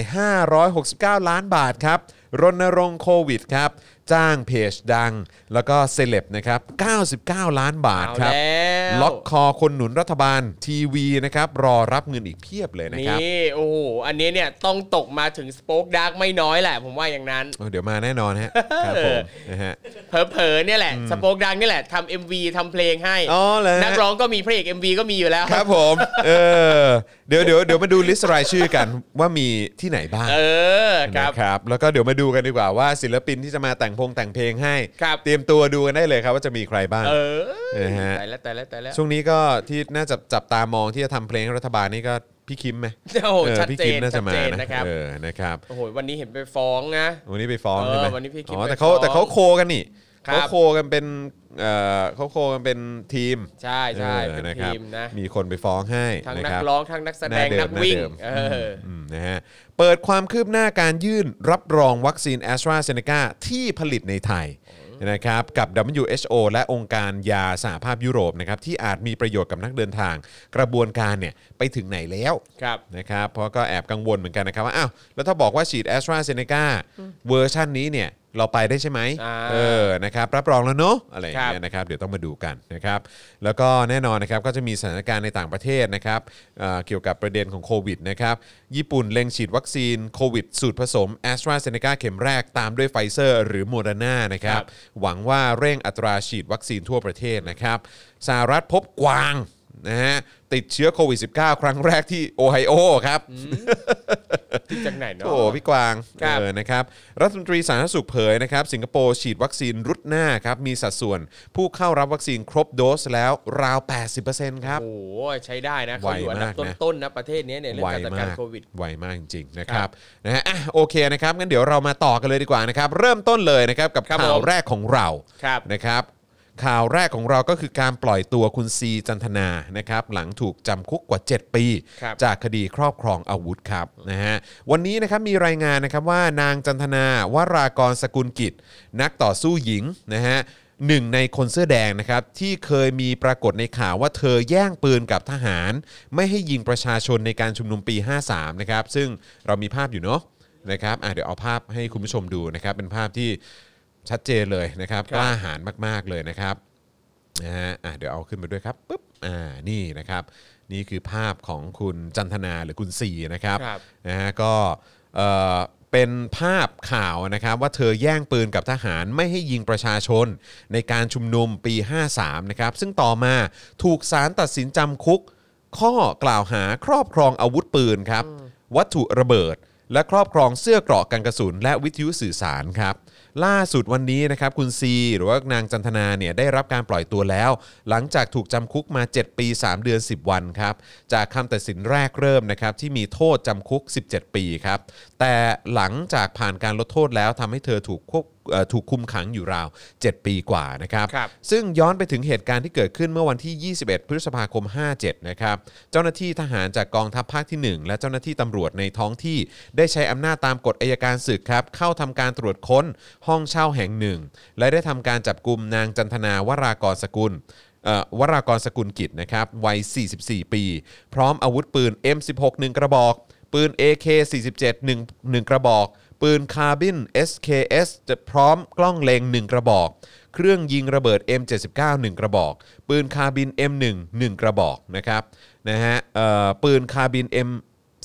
B: 569 ล้านบาทครับรณรงค์โควิดครับจ้างเพจดัง แล้วก็เซเลบนะครับ99 ล้านบาท
D: เอา
B: ครับ
D: แล้ว
B: ล็อกคอคนหนุนรัฐบาลทีวีนะครับรอรับเงินอีกเพียบเลยนะครับ
D: นี่โอ้โหอันนี้เนี่ยต้องตกมาถึงสป o อ e ดาร์กไม่น้อยแหละ ผมว่าอย่างนั้น
B: โอ้เดี๋ยวมาแน่นอนฮะ ครับผมนะฮะ
D: เผลอๆเนี่ยแหละสป o อ e ดาร์กนี่แหละทำเอ็มวีทำเพลงให้
B: อ๋อเหรอฮะ
D: นักร้องก็มีพระเอก MV ก็มีอยู่แล้ว
B: ครับผมเออเดี๋ยวเดี๋ยวเดี๋ยวมาดูลิสต์รายชื่อกันว่ามีที่ไหนบ้าง
D: เออครับ
B: นะครับแล้วก็เดี๋ยวมาดูกันดีกว่าว่าศิลปินที่จะมาแต่งพงแต่งเพลงให้
D: ครับ
B: เตรียมตัวดูกันได้เลยครับว่าจะมีใครบ้าง
D: เออ
B: เออฮะ
D: ตายแล้วตายแล้วตายแล้ว
B: ช่วงนี้ก็ที่น่าจะจับตามองที่จะทำเพลงให้รัฐบาลนี่ก็พี่คิมไหม
D: โอ้โห
B: เออ
D: ชัด
B: พี่
D: เจ
B: คิม
D: น
B: น่า
D: ชั
B: จะ
D: ด
B: มา
D: เจน
B: นะ
D: นะครับ
B: เออนะครับ
D: โอ้โหวันนี้เห็นไปฟ้องนะ
B: วันนี้ไปฟ้อง
D: เออ
B: ใช่ไหม
D: วันนี้พี่คิม
B: อ๋อ
D: ไป
B: แต่เขา
D: ฟ้อง
B: แต่เขาโคกันนี่
D: ครับ
B: เขาโคกันเป็นเออเขาโคกันเป็นทีม
D: ใช่ใช่
B: ออ
D: เป็น
B: นะครับ
D: ทีมนะ
B: มีคนไปฟ้องให้
D: ทั้ง
B: ะ
D: นั
B: ค
D: ก
B: บ
D: ร้อง ทั้งนักแสดง นักวิ่ง
B: ห
D: เอ
B: น้าเดิมหน้าเดิ
D: อ
B: มมนะฮะเปิดความคืบหน้าการยื่นรับรองวัคซีนแอสตราเซเนกาที่ผลิตในไทยนะครับกับ WHO และองค์การยาสหภาพยุโรปนะครับที่อาจมีประโยชน์กับนักเดินทาง กระบวนการเนี่ยไปถึงไหนแล้ว
D: ครับ
B: นะครับเพราะก็แอบกังวลเหมือนกันนะครับว่าอ้าวแล้วถ้าบอกว่าฉีดแอสตราเซเนกาเวอร์ชันนี้เนี่ยเราไปได้ใช่ไหม
D: อ่า
B: เออนะครับรับรองแล้วเนอะอะไรอย่างเงี้ย เนี่ยนะครับเดี๋ยวต้องมาดูกันนะครับแล้วก็แน่นอนนะครับก็จะมีสถานการณ์ในต่างประเทศนะครับเอ่อเกี่ยวกับประเด็นของโควิดนะครับญี่ปุ่นเล็งฉีดวัคซีนโควิด สูตรผสมแอสตราเซเนกาเข็มแรกตามด้วยไฟเซอร์หรือโมเดอร์นานะครั
D: ค
B: บ
D: รับ
B: หวังว่าเร่งอัตราฉีดวัคซีนทั่วประเทศนะครับสหรัฐพบกวางนะฮะติดเชื้อโควิด -19 ครั้งแรกที่โอไฮโอครับ
D: ที่จากไหนเนาะ
B: โอ้โหพี่กวาง
D: ครับ
B: เออนะครับรัฐมนตรีสาธารณสุขเผยนะครับสิงคโปร์ฉีดวัคซีนรุดหน้าครับมีสัดส่วนผู้เข้ารับวัคซีนครบโดสแล้วราว 80%ครับ
D: โอ้โหใช้ได้นะเขาอยู่อันดับ
B: ไวมากนะ
D: ต้นๆนะประเทศเนี้ยเนี่ยเรื่องการจัดการโควิด
B: ไวมากจริงๆนะครับนะฮะอ่ะโอเคนะครับงั้นเดี๋ยวเรามาต่อกันเลยดีกว่านะครับเริ่มต้นเลยนะครับกับ
D: ครับ
B: ข่าว
D: ผม
B: แรกของเรา
D: ครับ
B: นะครับ ข่าวแรกของเราก็คือการปล่อยตัวคุณซีจันทนานะครับหลังถูกจำคุกกว่า 7 ปี
D: ครับ
B: จากคดีครอบครองอาวุธครับนะฮะวันนี้นะครับมีรายงานนะครับว่านางจันทนาวรากรสกุลกิจ นักต่อสู้หญิงนะฮะหนึ่งในคนเสื้อแดงนะครับที่เคยมีปรากฏในข่าวว่าเธอแย่งปืนกับทหาร ไม่ให้ยิงประชาชนในการชุมนุมปี 53นะครับซึ่งเรามีภาพอยู่เนาะนะครับอ่ะเดี๋ยวเอาภาพให้คุณผู้ชมดูนะครับเป็นภาพที่ชัดเจนเลยนะครับ
D: ครับ
B: กล้าหาญมากๆเลยนะครับ นะฮะอ่ะเดี๋ยวเอาขึ้นมาด้วยครับปุ๊บอ่านี่นะครับ นี่คือภาพของคุณจันทนาหรือคุณสีนะครับ
D: ครับ
B: นะฮะก็เอ่อเป็นภาพข่าวนะครับว่าเธอแย่งปืนกับทหารไม่ให้ยิงประชาชน ในการชุมนุมปี 53นะครับซึ่งต่อมาถูกศาลตัดสินจำคุก ข้อกล่าวหาครอบครองอาวุธปืนครับ วัตถุระเบิด และครอบครองเสื้อเกราะกันกระสุน และวิทยุสื่อสารครับ ล่าสุดวันนี้นะครับคุณซีหรือว่านางจันทนาเนี่ยได้รับการปล่อยตัวแล้ว หลังจากถูกจำคุกมา 7 ปี 3 เดือน 10 วันครับ จากคำตัดสินแรกเริ่มนะครับ ที่มีโทษจำคุก 17 ปีครับ แต่หลังจากผ่านการลดโทษแล้วทำให้เธอถูกควบเอ่อถูกคุมขังอยู่ราว 7 ปีกว่านะครับ
D: ครับ
B: ซึ่งย้อนไปถึงเหตุการณ์ที่เกิดขึ้นเมื่อวันที่ 21 พฤษภาคม 57 นะครับ เจ้าหน้าที่ทหารจากกองทัพภาคที่ 1 และเจ้าหน้าที่ตำรวจในท้องที่ ได้ใช้อำนาจตามกฎอัยการศึกครับ เข้าทำการตรวจค้นห้องเช่าแห่งหนึ่ง และได้ทำการจับกลุ่มนางจันทนาวรากรสกุลเอ่อวรากรสกุลกิจนะครับวัย 44 ปี พร้อมอาวุธปืน M16 หนึ่งกระบอก ปืน AK47 1 1กระบอก ปืนคาร์บิน SKS จะพร้อมกล้องเลง1 กระบอก เครื่องยิงระเบิด M79 1 กระบอก ปืนคาร์บิน M1 1 กระบอกนะครับนะฮะเอ่อปืนคาร์บิน M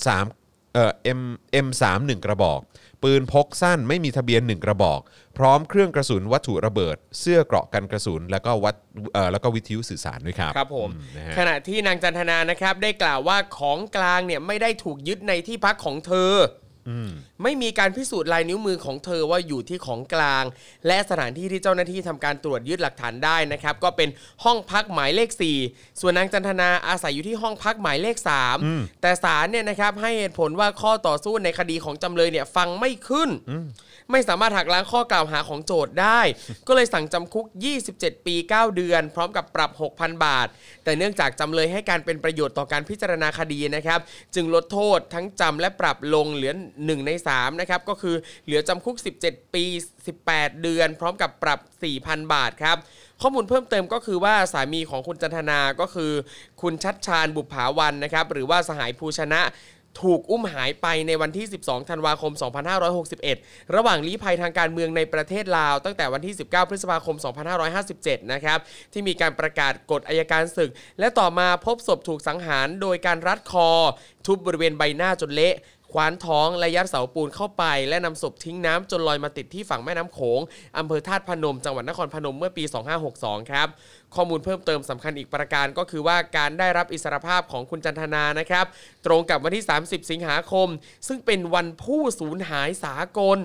B: 3เอ่อ M M3 1 กระบอก ปืนพกสั้นไม่มีทะเบียน 1 กระบอก พร้อมเครื่องกระสุนวัตถุระเบิด เสื้อเกราะกันกระสุน แล้วก็วัดเอ่อแล้วก็วิทยุสื่อสารด้วยครับ
A: ครับผม
B: อืนะฮะ
A: ขณะที่นางจันทนานะครับ ได้กล่าวว่าของกลางเนี่ยไม่ได้ถูกยึดในที่พักของเธออไม่มีการพิสูจน์ลายนิ้วมือของเธอว่าอยู่ที่ของกลาง และสถานที่ที่เจ้าหน้าที่ทำการตรวจยึดหลักฐานได้นะครับ ก็เป็นห้องพักหมายเลข 4 ส่วนนางจันทนาอาศัยอยู่ที่ห้องพักหมายเลข 3 แต่ศาลเนี่ยนะครับให้เหตุผลว่าข้อต่อสู้ในคดีของจำเลยเนี่ยฟังไม่ขึ้น ไม่สามารถหักล้างข้อกล่าวหาของโจทย์ได้ ก็เลยสั่งจำคุก 27 ปี 9 เดือน พร้อมกับปรับ 6,000 บาท แต่เนื่องจากจำเลยให้การเป็นประโยชน์ต่อการพิจารณาคดีนะครับ จึงลดโทษทั้งจำและปรับลงเหลือ 1 ใน 3 นะครับ ก็คือเหลือจำคุก 17 ปี 18 เดือน พร้อมกับปรับ 4,000 บาทครับ ข้อมูลเพิ่มเติมก็คือว่าสามีของคุณจันทนาก็คือ คุณชัดชาญบุภาวันนะครับ หรือว่าสหายภูชนะ ถูกอุ้มหายไปในวันที่ 12 ธันวาคม 2561 ระหว่างลี้ภัยทางการเมืองในประเทศลาว ตั้งแต่วันที่ 19 พฤษภาคม 2557 นะครับ ที่มีการประกาศกฎอายการศึก และต่อมาพบศพถูกสังหารโดยการรัดคอ ทุบบริเวณใบหน้าจนเละ คว้านท้องและยัดเสาปูนเข้าไป และนำศพทิ้งน้ำจนลอยมาติดที่ฝั่งแม่น้ำโขงอำเภอธาตุพนม จังหวัดนครพนมเมื่อปี 2562 ครับ ข้อมูลเพิ่มเติมสำคัญอีกประการก็คือว่าการได้รับอิสรภาพของคุณจันทนานะครับ ตรงกับวันที่ 30 สิงหาคม ซึ่งเป็นวันผู้สูญหายสากล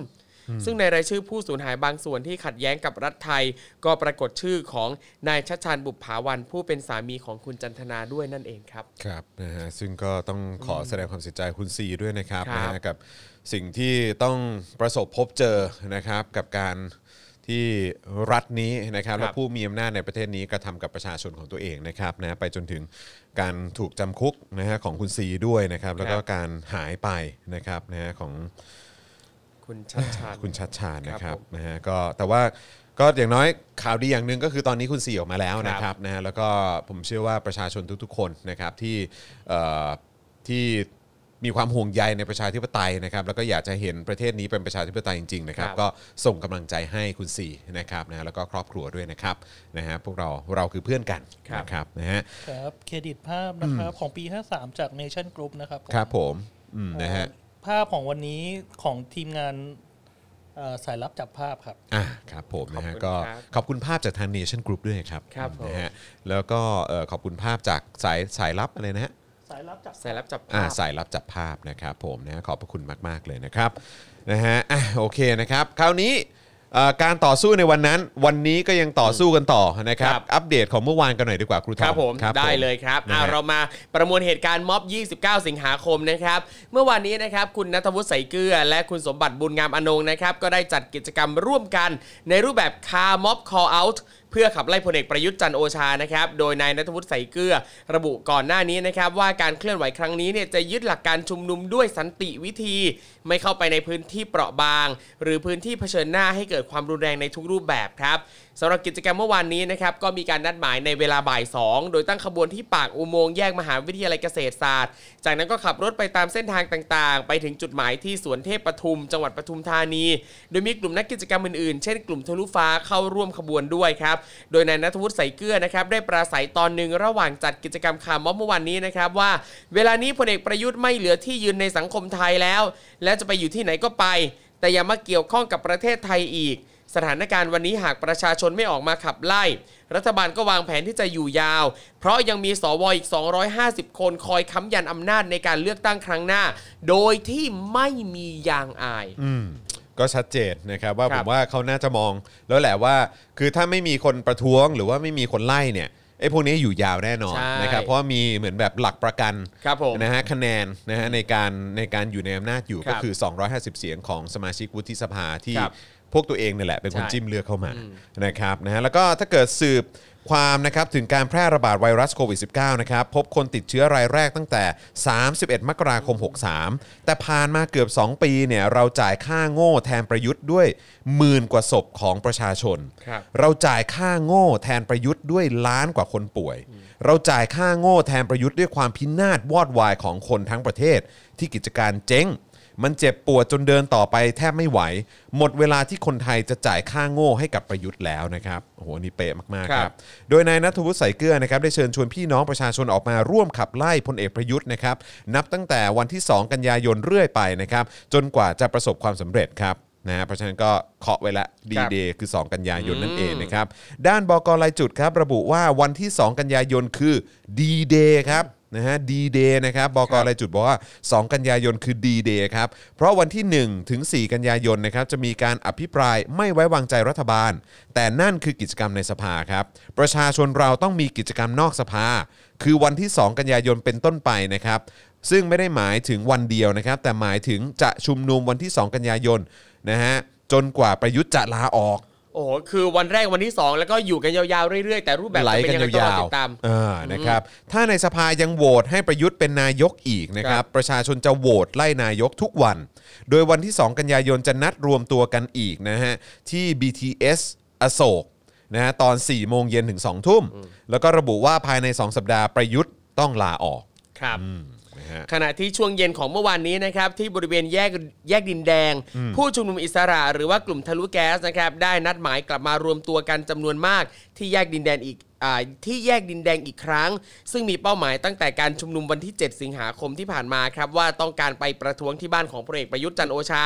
A: ซึ่งในรายชื่อผู้สูญหายบางส่วนที่ขัดแย้งกับรัฐไทย ก็ปรากฏชื่อของนายชัดชานบุภาวันผู้เป็นสามีของคุณจันทนาด้วยนั่นเองครับ
B: ครับนะฮะซึ่งก็ต้องขอแสดงความเสียใจคุณซีด้วยนะครับ
A: ครับ
B: นะฮะกับสิ่งที่ต้องประสบพบเจอนะครับ กับการที่รัฐนี้นะครับ
A: ครับ
B: และผู้มีอำนาจในประเทศนี้กระทำกับประชาชนของตัวเองนะครับนะไปจนถึงการถูกจำคุกนะฮะของคุณซีด้วยนะครับ แล้วก็
A: ครับ
B: การหายไปนะครับนะฮะของ
A: คุณชัดชาน
B: คุณชัดชาญนะค
A: ครั
B: รับบ
A: ผม
B: นะฮะก็แต่ว่าก็อย่างน้อยข่าวดีอย่างหนึ่งก็คือตอนนี้คุณสีออกมาแล้วนะค
A: ครั
B: รับบ นะฮะแล้วก็ผมเชื่อว่าประชาชนทุกๆคนนะครับที่เอ่อที่มีความห่วงใยในประชาธิปไตยนะครับแล้วก็อยากจะเห็นประเทศนี้เป็นประชาธิปไตยจริงๆนะครับ
A: ครับ
B: ก็ส่งกำลังใจให้คุณสีนะครับนะแล้วก็ครอบครัวด้วยนะครับนะฮะพวกเราเราคือเพื่อนกันนะครับนะฮะ
C: ครับเครดิตภาพนะครับของปี 53 จาก Nation Group นะครับผม
B: ครับผมอืม
C: เอ่อ
B: นะฮะ
C: ภาพของวันนี้ของทีมงานเอ่อสายลับจับภาพครับ
B: อ่ะครับผมนะ
A: ขอบ
B: ฮะ
A: คุณ
B: ก็
A: ครับ
B: ขอบคุณภาพจากทาง Nation Group ด้วยครับ
A: ครับผม
B: นะฮะ แล้วก็เอ่อขอบคุณภาพจากสายสายลับอะไรนะฮะ
C: สายลับจับ
A: สายรับจับ
B: อ่า
A: ภาพ
B: สายลับจับภาพนะครับผมนะฮะขอบพระคุณมาก ๆ เลยนะครับนะฮะอ่ะโอเคนะครับ คราวนี้เอ่อการต่อสู้ในวันนั้น วันนี้ก็ยังต่อสู้กันต่อนะครับ
A: ครับ
B: อัปเดตของเมื่อวานกันหน่อยดีกว่าครูทอม
A: ครับผมได้เลยครับอ่ะ
B: นะฮะ
A: เรามาประมวลเหตุการณ์ม็อบ 29 สิงหาคมนะครับ เมื่อวานนี้นะครับ คุณนัทวุฒิใสเกลือ และคุณสมบัติบุญงามอนงค์นะครับ ก็ได้จัดกิจกรรมร่วมกันในรูปแบบคาม็อบคอเอาท์เพื่อขับไล่พลเอกประยุทธ์จันทร์โอชานะครับ โดยนายนัทวุฒิใสเกลือ ระบุก่อนหน้านี้นะครับ ว่าการเคลื่อนไหวครั้งนี้เนี่ยจะยึดหลักการชุมนุมด้วยสันติวิธี ไม่เข้าไปในพื้นที่เปราะบาง หรือพื้นที่เผชิญหน้าให้เกิดความรุนแรงในทุกรูปแบบครับ สำหรับกิจกรรมเมื่อวานนี้นะครับก็มีการนัดหมายในเวลาบ่าย 2 โดยตั้งขบวนที่ปากอุโมงค์แยกมหาวิทยาลัยเกษตรศาสตร์ จากนั้นก็ขับรถไปตามเส้นทางต่างๆ ไปถึงจุดหมายที่สวนเทพปทุม จังหวัดปทุมธานี โดยมีกลุ่มนักกิจกรรมอื่นๆ เช่นกลุ่มทะลุฟ้าเข้าร่วมขบวนด้วยครับ โดยนายนัทวุฒิใสเกลือนะครับได้ปราศัยตอนหนึ่งระหว่างจัดกิจกรรมคาร์ม็อบเมื่อวานนี้นะครับว่า เวลานี้พลเอกประยุทธ์ไม่เหลือที่ยืนในสังคมไทยแล้ว และจะไปอยู่ที่ไหนก็ไป แต่อย่ามาเกี่ยวข้องกับประเทศไทยอีก สถานการณ์วันนี้หากประชาชนไม่ออกมาขับไล่ รัฐบาลก็วางแผนที่จะอยู่ยาว เพราะยังมีสวอีก 250 คนคอยค้ำยันอำนาจในการเลือกตั้งครั้งหน้า โดยที่ไม่มียางอาย
B: อืมก็ชัดเจนนะครับว่า
A: ค
B: ผ
A: รับ
B: มว่าเขาน่าจะมองแล้วแหละว่า คือถ้าไม่มีคนประท้วงหรือว่าไม่มีคนไล่เนี่ยไอ้พวกนี้อยู่ยาวแน่นอน
A: ใช่
B: นะครับเพราะว่ามีเหมือนแบบหลักประกัน
A: ครับผม
B: นะฮะคะแนนนะฮะในการในการอยู่ในอำนาจอยู่
A: ครับ
B: ก็คือ 250 เสียงของสมาชิกวุฒิสภาที่
A: ครับ
B: พวกตัวเองเนี่ยแหละเป็นคน
A: ใช่
B: จิ้มเลือกเข้ามานะครับนะฮะแล้วก็ถ้าเกิดสืบความนะครับถึงการแพร่ระบาดไวรัสโควิด -19 นะครับพบคนติดเชื้อรายแรกตั้งแต่ 31 มกราคม 63 แต่ผ่านมาเกือบ 2 ปีเนี่ยเราจ่ายค่าโง่แทนประยุทธ์ด้วยหมื่นกว่าศพของประชาชน
A: ครับ
B: เราจ่ายค่าโง่แทนประยุทธ์ด้วยล้านกว่าคนป่วย เราจ่ายค่าโง่แทนประยุทธ์ด้วยความพินาศวอดวายของคนทั้งประเทศที่กิจการเจ๊ง มันเจ็บปวดจนเดินต่อไปแทบไม่ไหว หมดเวลาที่คนไทยจะจ่ายค่าโง่ให้กับประยุทธ์แล้วนะครับโอ้โหนี่เป๊ะมากๆค
A: ครั
B: รับ
A: บ
B: โดยนายนัทวุฒิใสเกลือนะครับได้เชิญชวนพี่น้องประชาชนออกมาร่วมขับไล่พลเอกประยุทธ์นะครับนับตั้งแต่วันที่ 2 กันยายนเรื่อยไปนะครับจนกว่าจะประสบความสำเร็จครับนะฮะเพราะฉะนั้นก็เคาะไว้ละดีเดย์คือ 2 กันยายนนั่นเองนะครับด้านบกลายจุดครับระบุว่าวันที่ 2 กันยายนคือดีเดย์ครับนะฮะดีเดย์นะครับบกรายจุดบอกว่า 2 กันยายนคือดีเดย์ครับเพราะวันที่ 1 ถึง 4 กันยายนนะครับจะมีการอภิปรายไม่ไว้วางใจรัฐบาล แต่นั่นคือกิจกรรมในสภาครับ ประชาชนเราต้องมีกิจกรรมนอกสภา คือวันที่ 2 กันยายนเป็นต้นไปนะครับ ซึ่งไม่ได้หมายถึงวันเดียวนะครับ แต่หมายถึงจะชุมนุมวันที่ 2 กันยายนนะฮะจนกว่าประยุทธ์จะลาออก
A: โอ้โหคือวันแรกวันที่ 2 แล้วก็อยู่กันยาวๆเรื่อยๆ แต่รูปแบบ
B: ไหล
A: จะเป็
B: กัน
A: นยังไงต้องรอ
B: ยาว
A: ติดตาม
B: ๆเออนะครับถ้าในสภายังโหวตให้ประยุทธ์เป็นนายกอีกนะค
A: ค
B: รั
A: รับ บ
B: ประชาชนจะโหวตไล่นายกทุกวัน โดยวันที่ 2 กันยายนจะนัดรวมตัวกันอีกนะฮะที่ BTS อโศกนะฮะตอน 4 โมงเย็นถึง 2 ทุ่ม แล้วก็ระบุว่าภายใน 2 สัปดาห์ประยุทธ์ต้องลาออก
A: ครับ
B: นะฮะ
A: ขณะที่ช่วงเย็นของเมื่อวานนี้นะครับ ที่บริเวณแยกแยกดินแดง ผู้ชุมนุมอิสระหรือว่ากลุ่มทะลุแก๊สนะครับ ได้นัดหมายกลับมารวมตัวกันจำนวนมาก ที่แยกดินแดงอีกอ่าที่แยกดินแดงอีกครั้ง ซึ่งมีเป้าหมายตั้งแต่การชุมนุมวันที่ 7 สิงหาคมที่ผ่านมาครับว่าต้องการไปประท้วงที่บ้านของพลเอกประยุทธ์จันทร์โอชา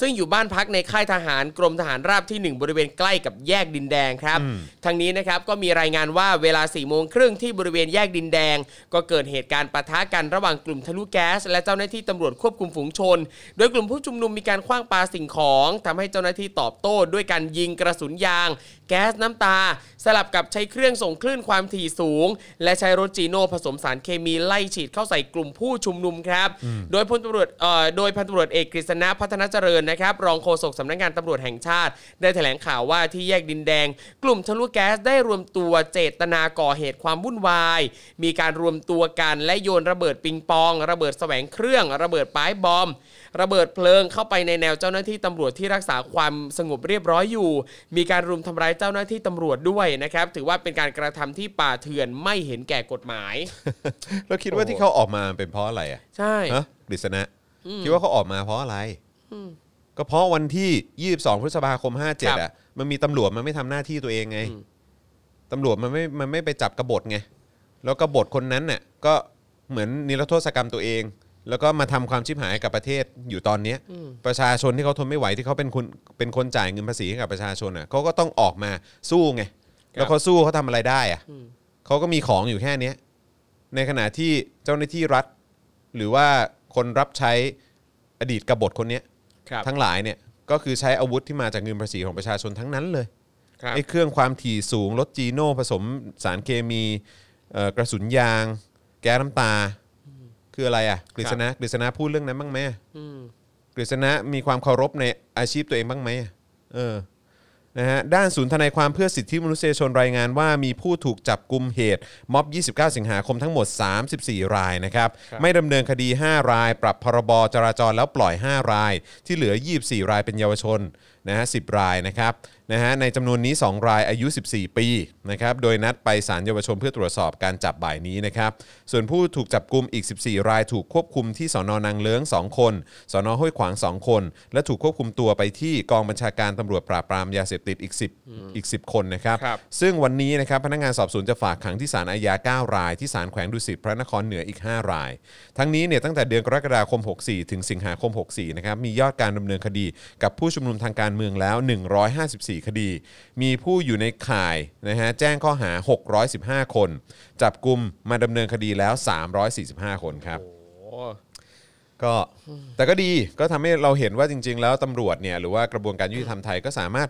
A: ซึ่งอยู่บ้านพักในค่ายทหารกรมทหารราบทีหนึ่1 บริเวณใกล้กับแยกดินแดงครับ ทางนี้นะครับก็มีรายงานว่าเวลา4ี่โมงครึ่งที่บริเวณแยกดินแดง ก็เกิดเหตุการณ์ปะทะกันระหว่างกลุ่มทะลุแก๊ส และเจ้าหน้าที่ตำรวจควบคุมฝูงชน โดยกลุ่มผู้ชุมนุมมีการคว้างปาสิ่งของทำให้เจ้าหน้าที่ตอบโต้ ด้วยการยิงกระสุนยาง แก๊สน้ำตา สลับกับใช้เครื่องส่งคลื่นความถี่สูง และใช้รถจีโน่ผสมสารเคมีไล่ฉีดเข้าใส่กลุ่มผู้ชุมนุมครับ โดยพลตำรวจเอ่อโดยพันตำรวจเอกกฤษณะพัฒนาเจริญนะครับ รองโฆษกสำนักงานตำรวจแห่งชาติ ได้แถลงข่าวว่าที่แยกดินแดง กลุ่มทะลุแก๊สได้รวมตัวเจตนาก่อเหตุความวุ่นวาย มีการรวมตัวกันและโยนระเบิดปิงปอง ระเบิดแสวงเครื่อง ระเบิดป้ายบอม ระเบิดเพลิงเข้าไปในแนวเจ้าหน้าที่ตำรวจที่รักษาความสงบเรียบร้อยอยู่ มีการรุมทำร้ายเจ้าหน้าที่ตำรวจด้วยนะครับ ถือว่าเป็นการกระทำที่ป่าเถื่อนไม่เห็นแก่กฎหมาย
B: แล้วคิดว่าที่เขาออกมาเป็นเพราะอะไรอ่ะ
A: ใช่
B: ฮะกฤษณะคิดว่าเขาออกมาเพราะอะไรก็เพราะวันที่ 22 พฤษภาคม 57 อ่ะ มันมีตำรวจมันไม่ทำหน้าที่ตัวเองไงตำรวจมันไม่มันไม่ไปจับกบฏไง แล้วกบฏคนนั้นน่ะก็เหมือนนิรโทษกรรมตัวเอง แล้วก็มาทำความชิบหายกับประเทศอยู่ตอนเนี้ยประชาชนที่เขาทนไม่ไหวที่เขาเป็นคนเป็นคนจ่ายเงินภาษีให้กับประชาชนอ่ะเขาก็ต้องออกมาสู้ไง แล้วเขาสู้เขาทำอะไรได้อ่ะเขาก็มีของอยู่แค่เนี้ย ในขณะที่เจ้าหน้าที่รัฐ หรือว่าคนรับใช้อดีตกบฏคนเนี้ย
A: ครับ
B: ทั้งหลายเนี่ยก็คือใช้อาวุธที่มาจากเงินภาษีของประชาชนทั้งนั้นเลย
A: ครับ
B: ไอ้เครื่องความถี่สูงรถจีโน่ผสมสารเคมีเอ่อกระสุนยาง แก๊สน้ำตา คืออะไรอ่ะกฤษณะกฤษณะพูดเรื่องนั้นบ้างไหมอะ
A: อืม
B: กฤษณะมีความเคารพในอาชีพตัวเองบ้างไหมอะเออ นะฮะ ด้านศูนย์ทนายความเพื่อสิทธิมนุษยชนรายงานว่ามีผู้ถูกจับกลุ่มเหตุ ม็อบ 29 สิงหาคมทั้งหมด 34 รายนะครับ ไม่ดำเนินคดี 5 ราย ปรับพรบจราจรแล้วปล่อย 5 ราย ที่เหลือ 24 รายเป็นเยาวชน นะฮะ 10 รายนะครับ นะฮะ ในจำนวนนี้ 2 รายอายุ 14 ปี นะครับ โดยนัดไปศาลเยาวชนเพื่อตรวจสอบการจับบ่ายนี้นะครับ ส่วนผู้ถูกจับกลุ่มอีก 14 รายถูกควบคุมที่สอนอนางเลิ้ง 2 คน สอนอห้วยขวาง 2 คน และถูกควบคุมตัวไปที่กองบัญชาการตำรวจปราบปรามยาเสพติดอีก 10 อีก 10 คนนะครับ
A: ครับ
B: ซึ่งวันนี้นะครับพนักงานสอบสวนจะฝากขังที่ศาลอาญา 9 ราย ที่ศาลแขวงดุสิตพระนครเหนืออีก 5 ราย ทั้งนี้เนี่ยตั้งแต่เดือนกรกฎาคม 64 ถึงสิงหาคม 64 นะครับมียอดการดำเนินคดีกับผู้ชุมนุมทางการเมืองแล้ว 154 คดี มีผู้อยู่ในข่ายนะฮะแจ้งข้อหา 615 คน จับกลุ่มมาดำเนินคดีแล้ว 345 คนครับ
A: โอ้
B: ก็แต่ก็ดีก็ทำให้เราเห็นว่าจริง ๆ แล้วตำรวจเนี่ยหรือว่ากระบวนการยุติธรรมไทยก็สามารถ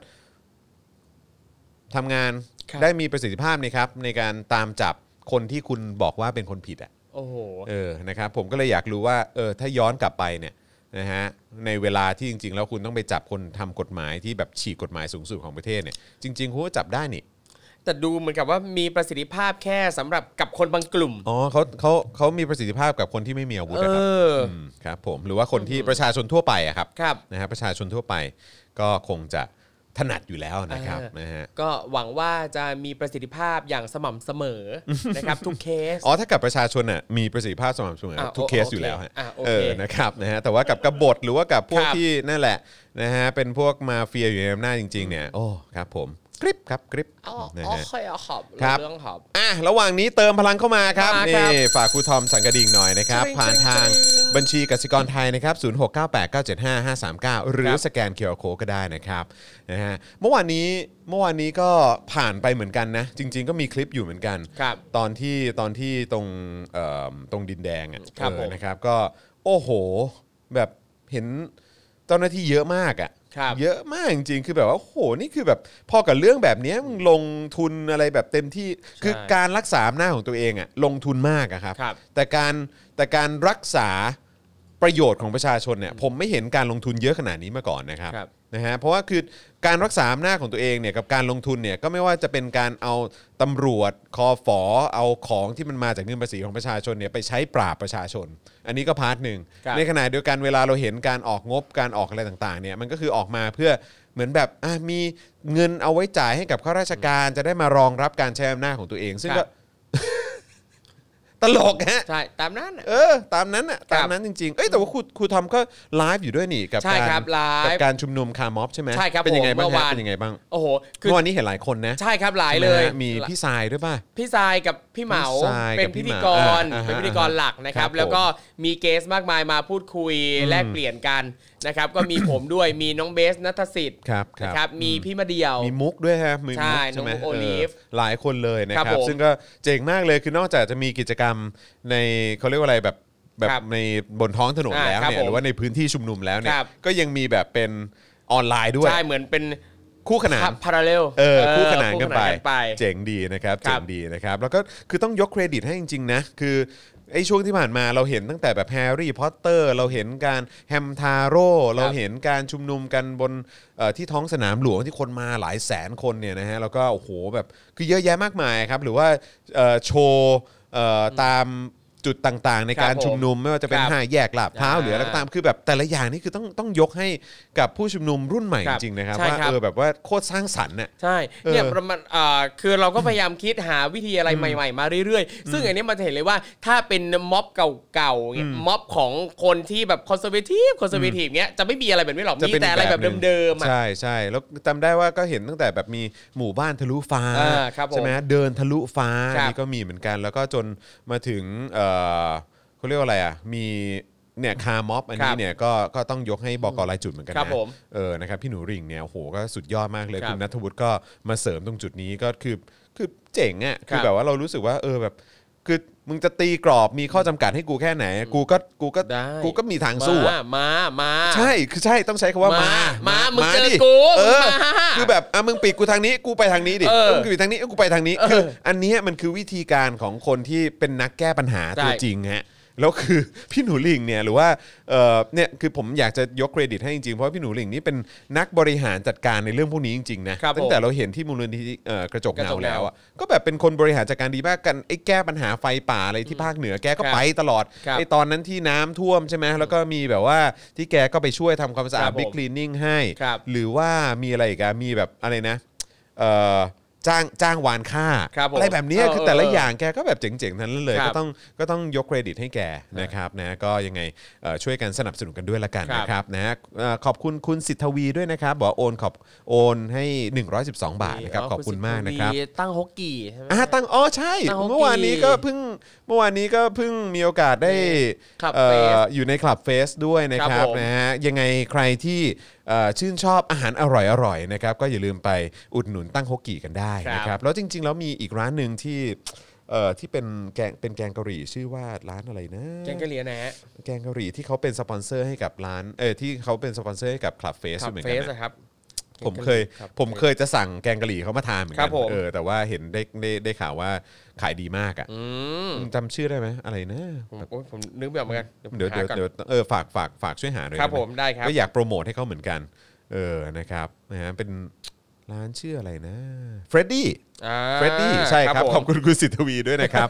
B: ทำงาน
A: ครับ
B: ได้มีประสิทธิภาพนะครับ ในการตามจับคนที่คุณบอกว่าเป็นคนผิดอ่ะ
A: โอ้โห
B: เออนะครับผมก็เลยอยากรู้ว่าเออถ้าย้อนกลับไปเนี่ยนะฮะในเวลาที่จริง ๆ แล้วคุณต้องไปจับคนทำกฎหมายที่แบบฉีกกฎหมายสูงสุดของประเทศเนี่ยจริงๆคุณก็จับได้นี่
A: แต่ดูเหมือนกับว่ามีประสิทธิภาพแค่สำหรับกับคนบางกลุ่ม
B: อ๋อเขาเขาเขามีประสิทธิภาพกับคนที่ไม่มีอาวุธ
A: เอ
B: นะครับ
A: อ
B: มครับผมหรือว่าคนที่ประชาชนทั่วไปอะครับ
A: ครับ
B: นะฮะประชาชนทั่วไปก็คงจะ ถนัดอยู่แล้วนะครับนะฮะ
A: ก็หวังว่าจะมีประสิทธิภาพอย่างสม่ำเสมอ นะครับ ทุกเคส
B: อ๋อถ้ากับประชาชนน่ะมีประสิทธิภาพสม่ำเสมอ
A: อ่ะ
B: ทุก
A: โอ
B: เคสอยู่แล้วฮะ
A: อ่ะโอเค
B: เออนะครับนะฮะแต่ว่ากับกบฏหรือว่ากับพวก
A: ครับ
B: ที่นั่นแหละนะฮะเป็นพวกมาเฟียอยู่ในอำนาจจริงๆเนี่ยโอ้ครับผมกริบครับกริบ
A: อ๋อ
B: นะ
A: อ๋อ
B: ฮะ
A: ค่อยเอาขอบ
B: ครับ
A: เรื่องขอบ
B: อ่ะระหว่างนี้เติมพลังเข้ามาครับ
A: มาครั
B: นี่
A: บ
B: ฝากครูทอมสังกะดิ่งหน่อยนะครับ
A: จริงๆ
B: ผ่านทาง
A: จริงๆ
B: บัญชีกสิกรไทยนะครับ0698975539 หรื
A: ค
B: อ
A: รับ
B: สแกนเคอร์โคก็ได้นะครับนะฮะเมื่อวานนี้เมื่อวานนี้ก็ผ่านไปเหมือนกันนะ จริง ๆ ก็มีคลิปอยู่เหมือนกัน
A: ครับ
B: ตอนที่ตอนที่ตรงเอ่อตรงดินแดงอ่ะ
A: ครับ
B: เออ
A: ผม
B: นะครับก็โอ้โหแบบเห็นเจ้าหน้าที่เยอะมากอ่ะ
A: ครับ
B: เยอะมากจริงๆคือแบบว่าโอ้โหนี่คือแบบพอกับเรื่องแบบเนี้ยมึงลงทุนอะไรแบบเต็มที่คือ การรักษาอำนาจของตัวเองอะลงทุนมากอะครับ
A: ครับ
B: แต่การแต่การรักษาประโยชน์ของประชาชนเนี่ยผมไม่เห็นการลงทุนเยอะขนาดนี้มาก่อนนะครับ
A: ครับ
B: นะฮะเพราะว่าคือการรักษาอำนาจของตัวเองเนี่ยกับการลงทุนเนี่ยก็ไม่ว่าจะเป็นการเอาตำรวจคอฝอเอาของที่มันมาจากเงินภาษีของประชาชนเนี่ยไปใช้ปราบประชาชน อันนี้ก็พาร์ทหนึ่ง
A: ครับ
B: ในขณะเดียวกันเวลาเราเห็นการออกงบการออกอะไรต่างๆเนี่ยมันก็คือออกมาเพื่อเหมือนแบบอ่ะมีเงินเอาไว้จ่ายให้กับข้าราชการจะได้มารองรับการใช้อำนาจของตัวเอง ซึ่งก็ ตลกฮะ
A: ใช่ ตามนั้นน่ะ
B: เออ ตามนั้นน่ะ
A: ครับ
B: ตามนั้นจริง ๆ เอ้ยแต่ว่าครูครูทอมก็ไลฟ์อยู่ด้วยนี่กับ
A: ใช่
B: การ
A: ครับไลฟ์
B: กับการชุมนุมคาร์ม็อบใช่ไหม
A: ใช่ครับ
B: เป็นยังไงบ้าง
A: ผมเมื่อวาน
B: ฮะเป็นยังไงบ้าง
A: โอ้โห คือ
B: เมื่อวานนี้เห็นหลายคนนะ
A: ใช่ครับหลายเลย
B: ใช่ไหมฮะมีพี่สายด้วยป่ะ
A: พี่ทรายกับพี่เหมา
B: พี่ทรายกับ
A: เป็นพิธีกร
B: พี่เหมาอ่า
A: เป็นพิธีกรหลักนะครับ
B: ครับ
A: แล้วก็มีเกสมากมายมาพูดคุยแลกเปลี่ยนกันนะครับ ก็มี ผมด้วยมีน้องเบสนัทสิทธิ์
B: ครับครับ
A: นะครับ มีพี่มาเดียว
B: มีมุกด้วยฮะมี
A: ใช่
B: มุก
A: น้องมุก
B: เ
A: โอลิฟ
B: หลายคนเลยนะ
A: ค
B: ค
A: รั
B: รั
A: บบ ผม
B: ซึ่งก็เจ๋งมากเลยคือนอกจากจะมีกิจกรรมในเขาเรียกว่าอะไรแบบแบบ
A: ครับ
B: ในบนท้องถนน
A: อ่า
B: แล้ว
A: ครับ
B: เนี่ย
A: ผม
B: หรือว่าในพื้นที่ชุมนุมแล้วเนี่
A: ค
B: ย
A: รับ
B: ก็ยังมีแบบเป็นออนไลน์ด้วย
A: ใช่เหมือนเป็น
B: คู่ขนาน
A: พาราเลล
B: เออคู่ขนานกันไป
A: ไป
B: เจ๋งดีนะครับ
A: ครั
B: เจ๋
A: บ
B: งดีนะครับ แล้วก็คือต้องยกเครดิตให้จริงๆนะ คือไอ้ช่วงที่ผ่านมาเราเห็นตั้งแต่แบบแฮร์รี่พอตเตอร์ เราเห็นการแฮมทาโร่เราเห็นการชุมนุมกันบนเอ่อที่ท้องสนามหลวงที่คนมาหลายแสนคนเนี่ยนะฮะแล้วก็โอ้โหแบบคือเยอะแยะมากมายครับ หรือว่าเอ่อโชว์เอ่อตามจุดต่างๆ ในการ
A: ครับผม
B: ชุมนุมไม่ว่าจะเป็น
A: ครับ
B: ห้าแยกลาดพร้าวหรืออะไร
A: อ่า
B: ตามคือแบบแต่ละอย่างนี่คือต้องต้องยกให้กับผู้ชุมนุมรุ่นใหม่
A: ค
B: จ
A: รับ
B: ริงๆนะครับ
A: ใช่
B: ว่า
A: ครับ
B: เออแบบว่าโคตรสร้างสรรค์น่ะ
A: ใช่เนี่ย
B: เออ
A: ประมาณอ่าคือเราก็พยายามคิดหาวิธีอะไรใหม่ ๆ มาเรื่อยๆ ซึ่งอันนี้มันจะเห็นเลยว่าถ้าเป็นม็อบเก่าๆเนี่ยม็อบของคนที่แบบคอนเซอร์เวทีฟคอนเซอร์เวทีฟเนี้ยจะไม่มีอะไรแบบนี้หรอกมี
B: เป็น
A: แต่อะไรแบบ
B: หนึ่ง
A: เดิมๆอ่ะ
B: ใช่ใช่แล้วจำได้ว่าก็เห็นตั้งแต่แบบมีหมู่บ้านทะลุฟ้า
A: อ่าครับผม
B: ใช่ไหมเดินทะลุฟ้า
A: ครับ
B: นี่ก็มีเหมือนกัน แล้วก็จนมาถึงเอ่อเขาเรียกว่าอะไรอ่ะมีเนี่ยคาม็อบอัน
A: ครั
B: นี้
A: บ
B: เนี่ยก็ก็ต้องยกให้บกรายจุดเหมือนกัน
A: ครั
B: นะ
A: บผม
B: เออนะครับพี่หนูริ่งเนี่ยโอ้โหก็สุดยอดมากเลย
A: ครับ
B: คุณนัทวุฒิก็มาเสริมตรงจุดนี้ก็คือคือเจ๋งอ่ะ
A: ค
B: คือ
A: รับ
B: แบบว่าเรารู้สึกว่าเออแบบคือมึงจะตีกรอบมีข้อจำกัดให้กูแค่ไหน กูก็กูก็
A: ได้
B: กูก็มีทางสู้อะ
A: มา มา
B: ใช่คือใช่ต้องใช้คำว่ามา
A: าม
B: มาม
A: งเจอ
B: ดิ
A: กู
B: เออ
A: มึงมา
B: คือแบบอ่ะมึงปิดกูทางนี้กูไปทางนี้ดิ
A: เออ
B: มึงปิดทางนี้กูไปทางนี้
A: เออ
B: คืออันเนี้ยมันคือวิธีการของคนที่เป็นนักแก้ปัญหา
A: ใช่
B: ตัวจริงฮะแล้วคือ พี่หนูหลิงเนี่ยหรือว่าเออเนี่ยคือผมอยากจะยกเครดิตให้จริงๆเพราะว่าพี่หนูหลิงนี่เป็นนักบริหารจัดการในเรื่องพวกนี้จริงๆนะครับ
A: ผม
B: ตั้งแต่เราเห็นที่มูลนิธิเอ่อกระจก
A: กระจ
B: เงาก
A: เงา
B: แล้วอะก็แบบเป็นคนบริหารจัดการดีมากกันไอ้แก้ปัญหาไฟป่าอะไรที่ภาคเหนือแกก็ไปตลอด
A: ครับ
B: ไอ้ ตอนนั้นที่น้ำท่วมใช่ไหมแล้วก็มีแบบว่าที่แกก็ไปช่วยทำความสะอา
A: ค
B: ด
A: รับผม
B: บิ๊กคลีนนิ่งให้
A: ครับ
B: หรือว่ามีอะไรอีกอะมีแบบอะไรนะเอ่อจ้างจ้างวานค่า
A: ครับผม
B: อะไรแบบเนี้ย
A: เออ
B: คือแต่ละ
A: เออ
B: อย่างแกก็แบบเจ๋งๆทั้งนั้นเลย
A: ครับ
B: ก็ต้องก็ต้องยกเครดิตให้แกนะครับนะก็ยังไงเอ่อช่วยกันสนับสนุนกันด้วยละกัน
A: ครับ
B: นะครับนะฮะเอ่อขอบคุณคุณสิทธวีด้วยนะครับบอกว่าโอนขอบโอนให้ 112 บาทนะครับขอบคุณมากนะครับ
A: ดีตั้งฮกกี้ใช่ไหม
B: อ่ะตั้งอ๋อใช่
A: ตั้งฮอกกี้
B: เมื่อวานนี้ก็เพิ่งเมื่อวานนี้ก็เพิ่งมีโอกาสได้
A: คลับ
B: เอ่อ
A: เฟส
B: อยู่ในคลับเฟสด้วยนะค
A: ครั
B: รั
A: บบ ผม
B: นะฮะยังไงใครที่เอ่อชื่นชอบอาหารอร่อยๆนะครับ ก็อย่าลืมไปอุดหนุนตั้งฮกกี้กันได้นะค
A: ครั
B: รั
A: บบ
B: แล้วจริง ๆ แล้วมีอีกร้านหนึ่งที่เอ่อที่เป็นแกงเป็นแกงกะหรี่ชื่อว่าร้านอะไรนะ
A: แกงกะหรี่นะฮะ
B: แกงกะหรี่ที่เขาเป็นสปอนเซอร์ให้กับร้านเออที่เขาเป็นสปอนเซอร์ให้กับคลับเฟส
A: ขับ
B: เหมือน
A: เฟ
B: กัน
A: ส
B: นะ
A: อะครับ
B: ผมเคย
A: ครับ
B: ผมเคยจะสั่งแกงกะหรี่เขามาทานเหมือน
A: ครั
B: กับ
A: ผม
B: เออแต่ว่าเห็นได้ได้ได้ข่าวว่าขายดีมากอ่ะ
A: อืม
B: จำชื่อได้ไหมอะไรนะ
A: ผมโอ้ยผมนึกแบบเหมือนกัน
B: เดี๋ยว
A: ผม
B: เดี๋ยว
A: หาก่อน
B: เดี๋ยวเออฝากฝากฝากช่วยหาหน่อย
A: ครับ
B: ได้ไห
A: ผมได้ครับ
B: ก็อยากโปรโมทให้เขาเหมือนกัน เออนะครับนะฮะเป็น ร้านชื่ออะไรนะเฟรดดี้
A: อ่า
B: เฟรดดี้ใช่ครับ
A: ผม
B: ขอบคุณคุณสิทธวีด้วยนะครับ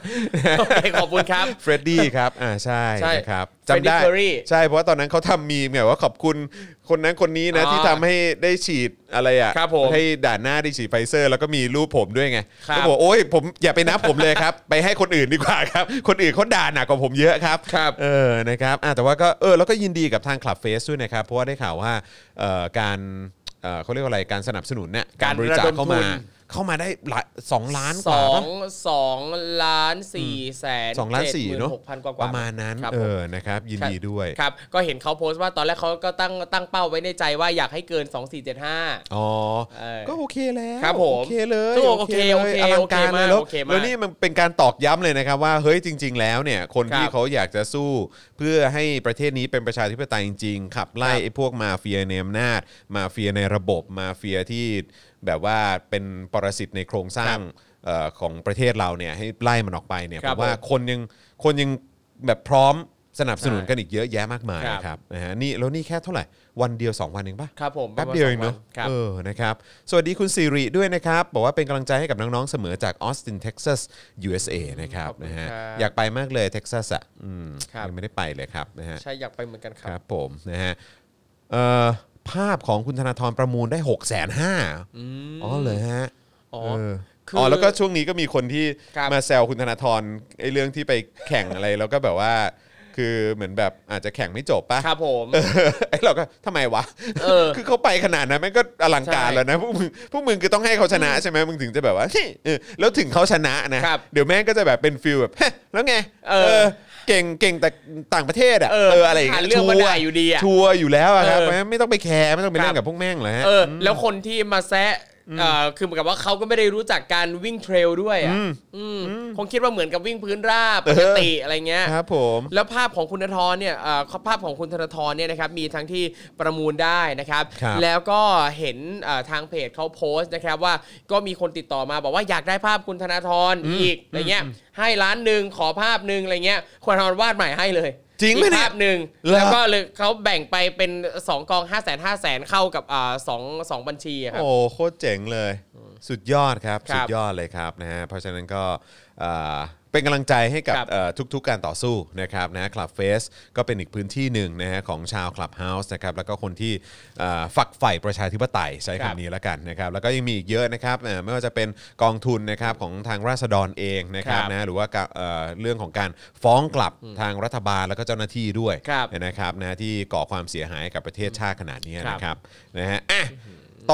A: โอเคขอบคุณครับ
B: เฟรดดี้ครับอ่าใช่
A: ใช่
B: นะครับ
A: Freddie
B: จำได้
A: Mercury
B: ใช่เพราะว่าตอนนั้นเขาทำมีมไงว่าขอบคุณคนนั้นคนนี้นะ
A: อ๋อ
B: ที่ทำให้ได้ฉีดอะไรอ่ะ
A: ครับผม
B: ให้ด่านหน้าได้ฉีดไฟเซอร์ แล้วก็มีรูปผมด้วยไง
A: ครับ
B: ก็บอกโอ้ยผมอย่าไปนับผมเลยครับ ไปให้คนอื่นดีกว่าครับ คนอื่นเขาด่าหนักกว่าผมเยอะครับ
A: ครับ
B: เออนะครับอ่ะแต่ว่าก็เออแล้วก็ยินดีกับทางคลับเฟสด้วยนะครับ เพราะว่าได้ข่าวว่าเอ่อการเอ่อเขาเรียกว่าอะไรการสนับสนุนเนี่ยการบริจาคเข้า
A: การ
B: มา
A: ระดมทุน
B: เข้ามาได้หลายสองล้านก
A: ส
B: ว่า
A: อ
B: ปะ
A: งสองล้านสี่แสน
B: สองล้านสี่เนอะ
A: หกพันกว่า
B: ประมาณนั้น
A: ครับ
B: เอ
A: ผม
B: อนะครับยินดีด้วย
A: ครับ ก็เห็นเขาโพสต์ว่าตอนแรกเขาก็ตั้งตั้งเป้าไว้ในใจว่าอยากให้เกิน 2475
B: อ๋อ
A: เออ
B: ก็โอเคแล้ว
A: ครับผม
B: โอเคเลย
A: ถูกโอเค
B: อ
A: โอเค
B: ลังการเลยแล้ว
A: โอเคมาก
B: แล้วนี่มันเป็นการตอกย้ำเลยนะครับว่าเฮ้ยจริง ๆ แล้วเนี่ยคนที่
A: ครับ
B: เขาอยากจะสู้เพื่อให้ประเทศนี้เป็นประชาธิปไตยจริง ๆ ขับไล่
A: ครับ
B: ไอ้พวกมาเฟียในอำนาจ มาเฟียในระบบมาเฟียที่แบบว่าเป็นปรสิตในโครงสร้างเอ่อของประเทศเราเนี่ยให้ไล่มันออกไปเนี่ย
A: ค
B: ผ
A: รับ
B: มว่า
A: ผม
B: คนยังคนยังแบบพร้อมสนับสนุน
A: ใช่
B: กันอีกเยอะแยะมากมาย
A: ครับ
B: นะครับนะฮะนี่แล้วนี่แค่เท่าไหร่วันเดียวสองวันเองปะ
A: ครับผม
B: แป๊บเดียวเองเนอะ
A: ครับ
B: เออนะครับ สวัสดีคุณสิริด้วยนะครับ บอกว่าเป็นกำลังใจให้กับน้อง ๆ เสมอจากออสตินเท็กซัส USA นะครับ
A: ขอบคุณ
B: นะฮะ
A: ครับ
B: อยากไปมากเลยเท็กซัสอ่ะอืม
A: ครับ
B: ยังไม่ได้ไปเลยครับนะฮะ
A: ใช่อยากไปเหมือนกันค
B: ค
A: รั
B: รับ บผมนะฮะเอ่อภาพของคุณธนาธรประมูลได้ 6 5 0 0 0 0อ๋อเลยฮะ
A: อ๋อ
B: เออ
A: คืออ๋
B: อ๋อแล้วก็ช่วงนี้ก็มีคนที่
A: ครับ
B: มาแซวคุณธนาธรไอ้เรื่องที่ไปแข่งอะไรแล้วก็แบบว่า คือเหมือนแบบอาจจะแข่งไม่จบปะ
A: ครับผม
B: เออ ไอ้เราก็ทำไมวะ
A: เออ
B: คือเขาไปขนาดนั้นแม่งก็อลังการ
A: ใช่
B: แล้วนะพวกมึงพวกมึงคือต้องให้เขาชนะใช่ไหมมึงถึงจะแบบว่า เออแล้วถึงเขาชนะนะครับ เดี๋ยวแม่งก็จะแบบเป็นฟิลแบบ แล้วไง
A: เออ
B: เก่งเก่งแต่ต่างประเทศอ่ะ
A: เออ
B: อะไรอย่างเงี้ย
A: หาเรื่องมา
B: ชัว
A: ด่าอยู่ดีอะ
B: ชัวร์อยู่แล้วอะครับ
A: เออ
B: เพราะฉะนั้นไม่ต้องไปแคร์ไม่ต้องไปเล่
A: ครั
B: น
A: บ
B: กับพวกแม่งเลยฮะ
A: เออ แล้วคนที่มาแซะเอ่อคือเหมือนกับว่าเขาก็ไม่ได้รู้จักการวิ่งเทรลด้วยอ่ะอืมคงคิดว่าเหมือนกับวิ่งพื้นราบปกติอะไรเงี้ย
B: ครับผม
A: แล้วภาพของคุณธนทรเนี่ยเอ่อภาพของคุณธนทรเนี่ยนะครับ มีทั้งที่ประมูลได้นะครับ
B: ครับ
A: แล้วก็เห็นเอ่อทางเพจเขาโพสต์นะครับว่าก็มีคนติดต่อมาบอกว่าอยากได้ภาพคุณธนาธรอีกอะไรเงี้ย ให้ล้านหนึ่งขอภาพหนึ่งอะไรเงี้ยคุณธนาธรวาดใหม่ให้เลย
B: จริงไหม
A: อีก
B: เนี่ย
A: ภาพหนึ่ง
B: เหรอ
A: แล้วก็เลยเขาแบ่งไปเป็น 2 กอง 5 0 0 0 0 0 0 เข้ากับอ่าสองสองบัญชีอะครับ
B: โอ้โคตรเจ๋งเลย สุดยอดครับ
A: ครับ
B: สุดยอดเลยครับนะฮะเพราะฉะนั้นก็เอ่อเป็นกำลังใจให้กับ
A: ครับ
B: เอ่อทุกๆการต่อสู้นะครับนะคลับเฟสก็เป็นอีกพื้นที่หนึ่งนะฮะของชาวคลับเฮาส์นะครับแล้วก็คนที่เอ่อฝักใฝ่ประชาธิปไตยใช้
A: ครับ
B: คำนี้แล้วกันนะครับแล้วก็ยังมีอีกเยอะนะครับเอ่อไม่ว่าจะเป็นกองทุนนะครับของทางราษฎรเองนะครับ
A: ครับ
B: นะหรือว่าการเอ่อเรื่องของการฟ้องกลับทางรัฐบาลแล้วก็เจ้าหน้าที่ด้วย
A: ครับ
B: นะครับนะที่ก่อความเสียหายกับประเทศชาติขนาดนี้
A: ครับ
B: นะครับนะฮะอ่ะ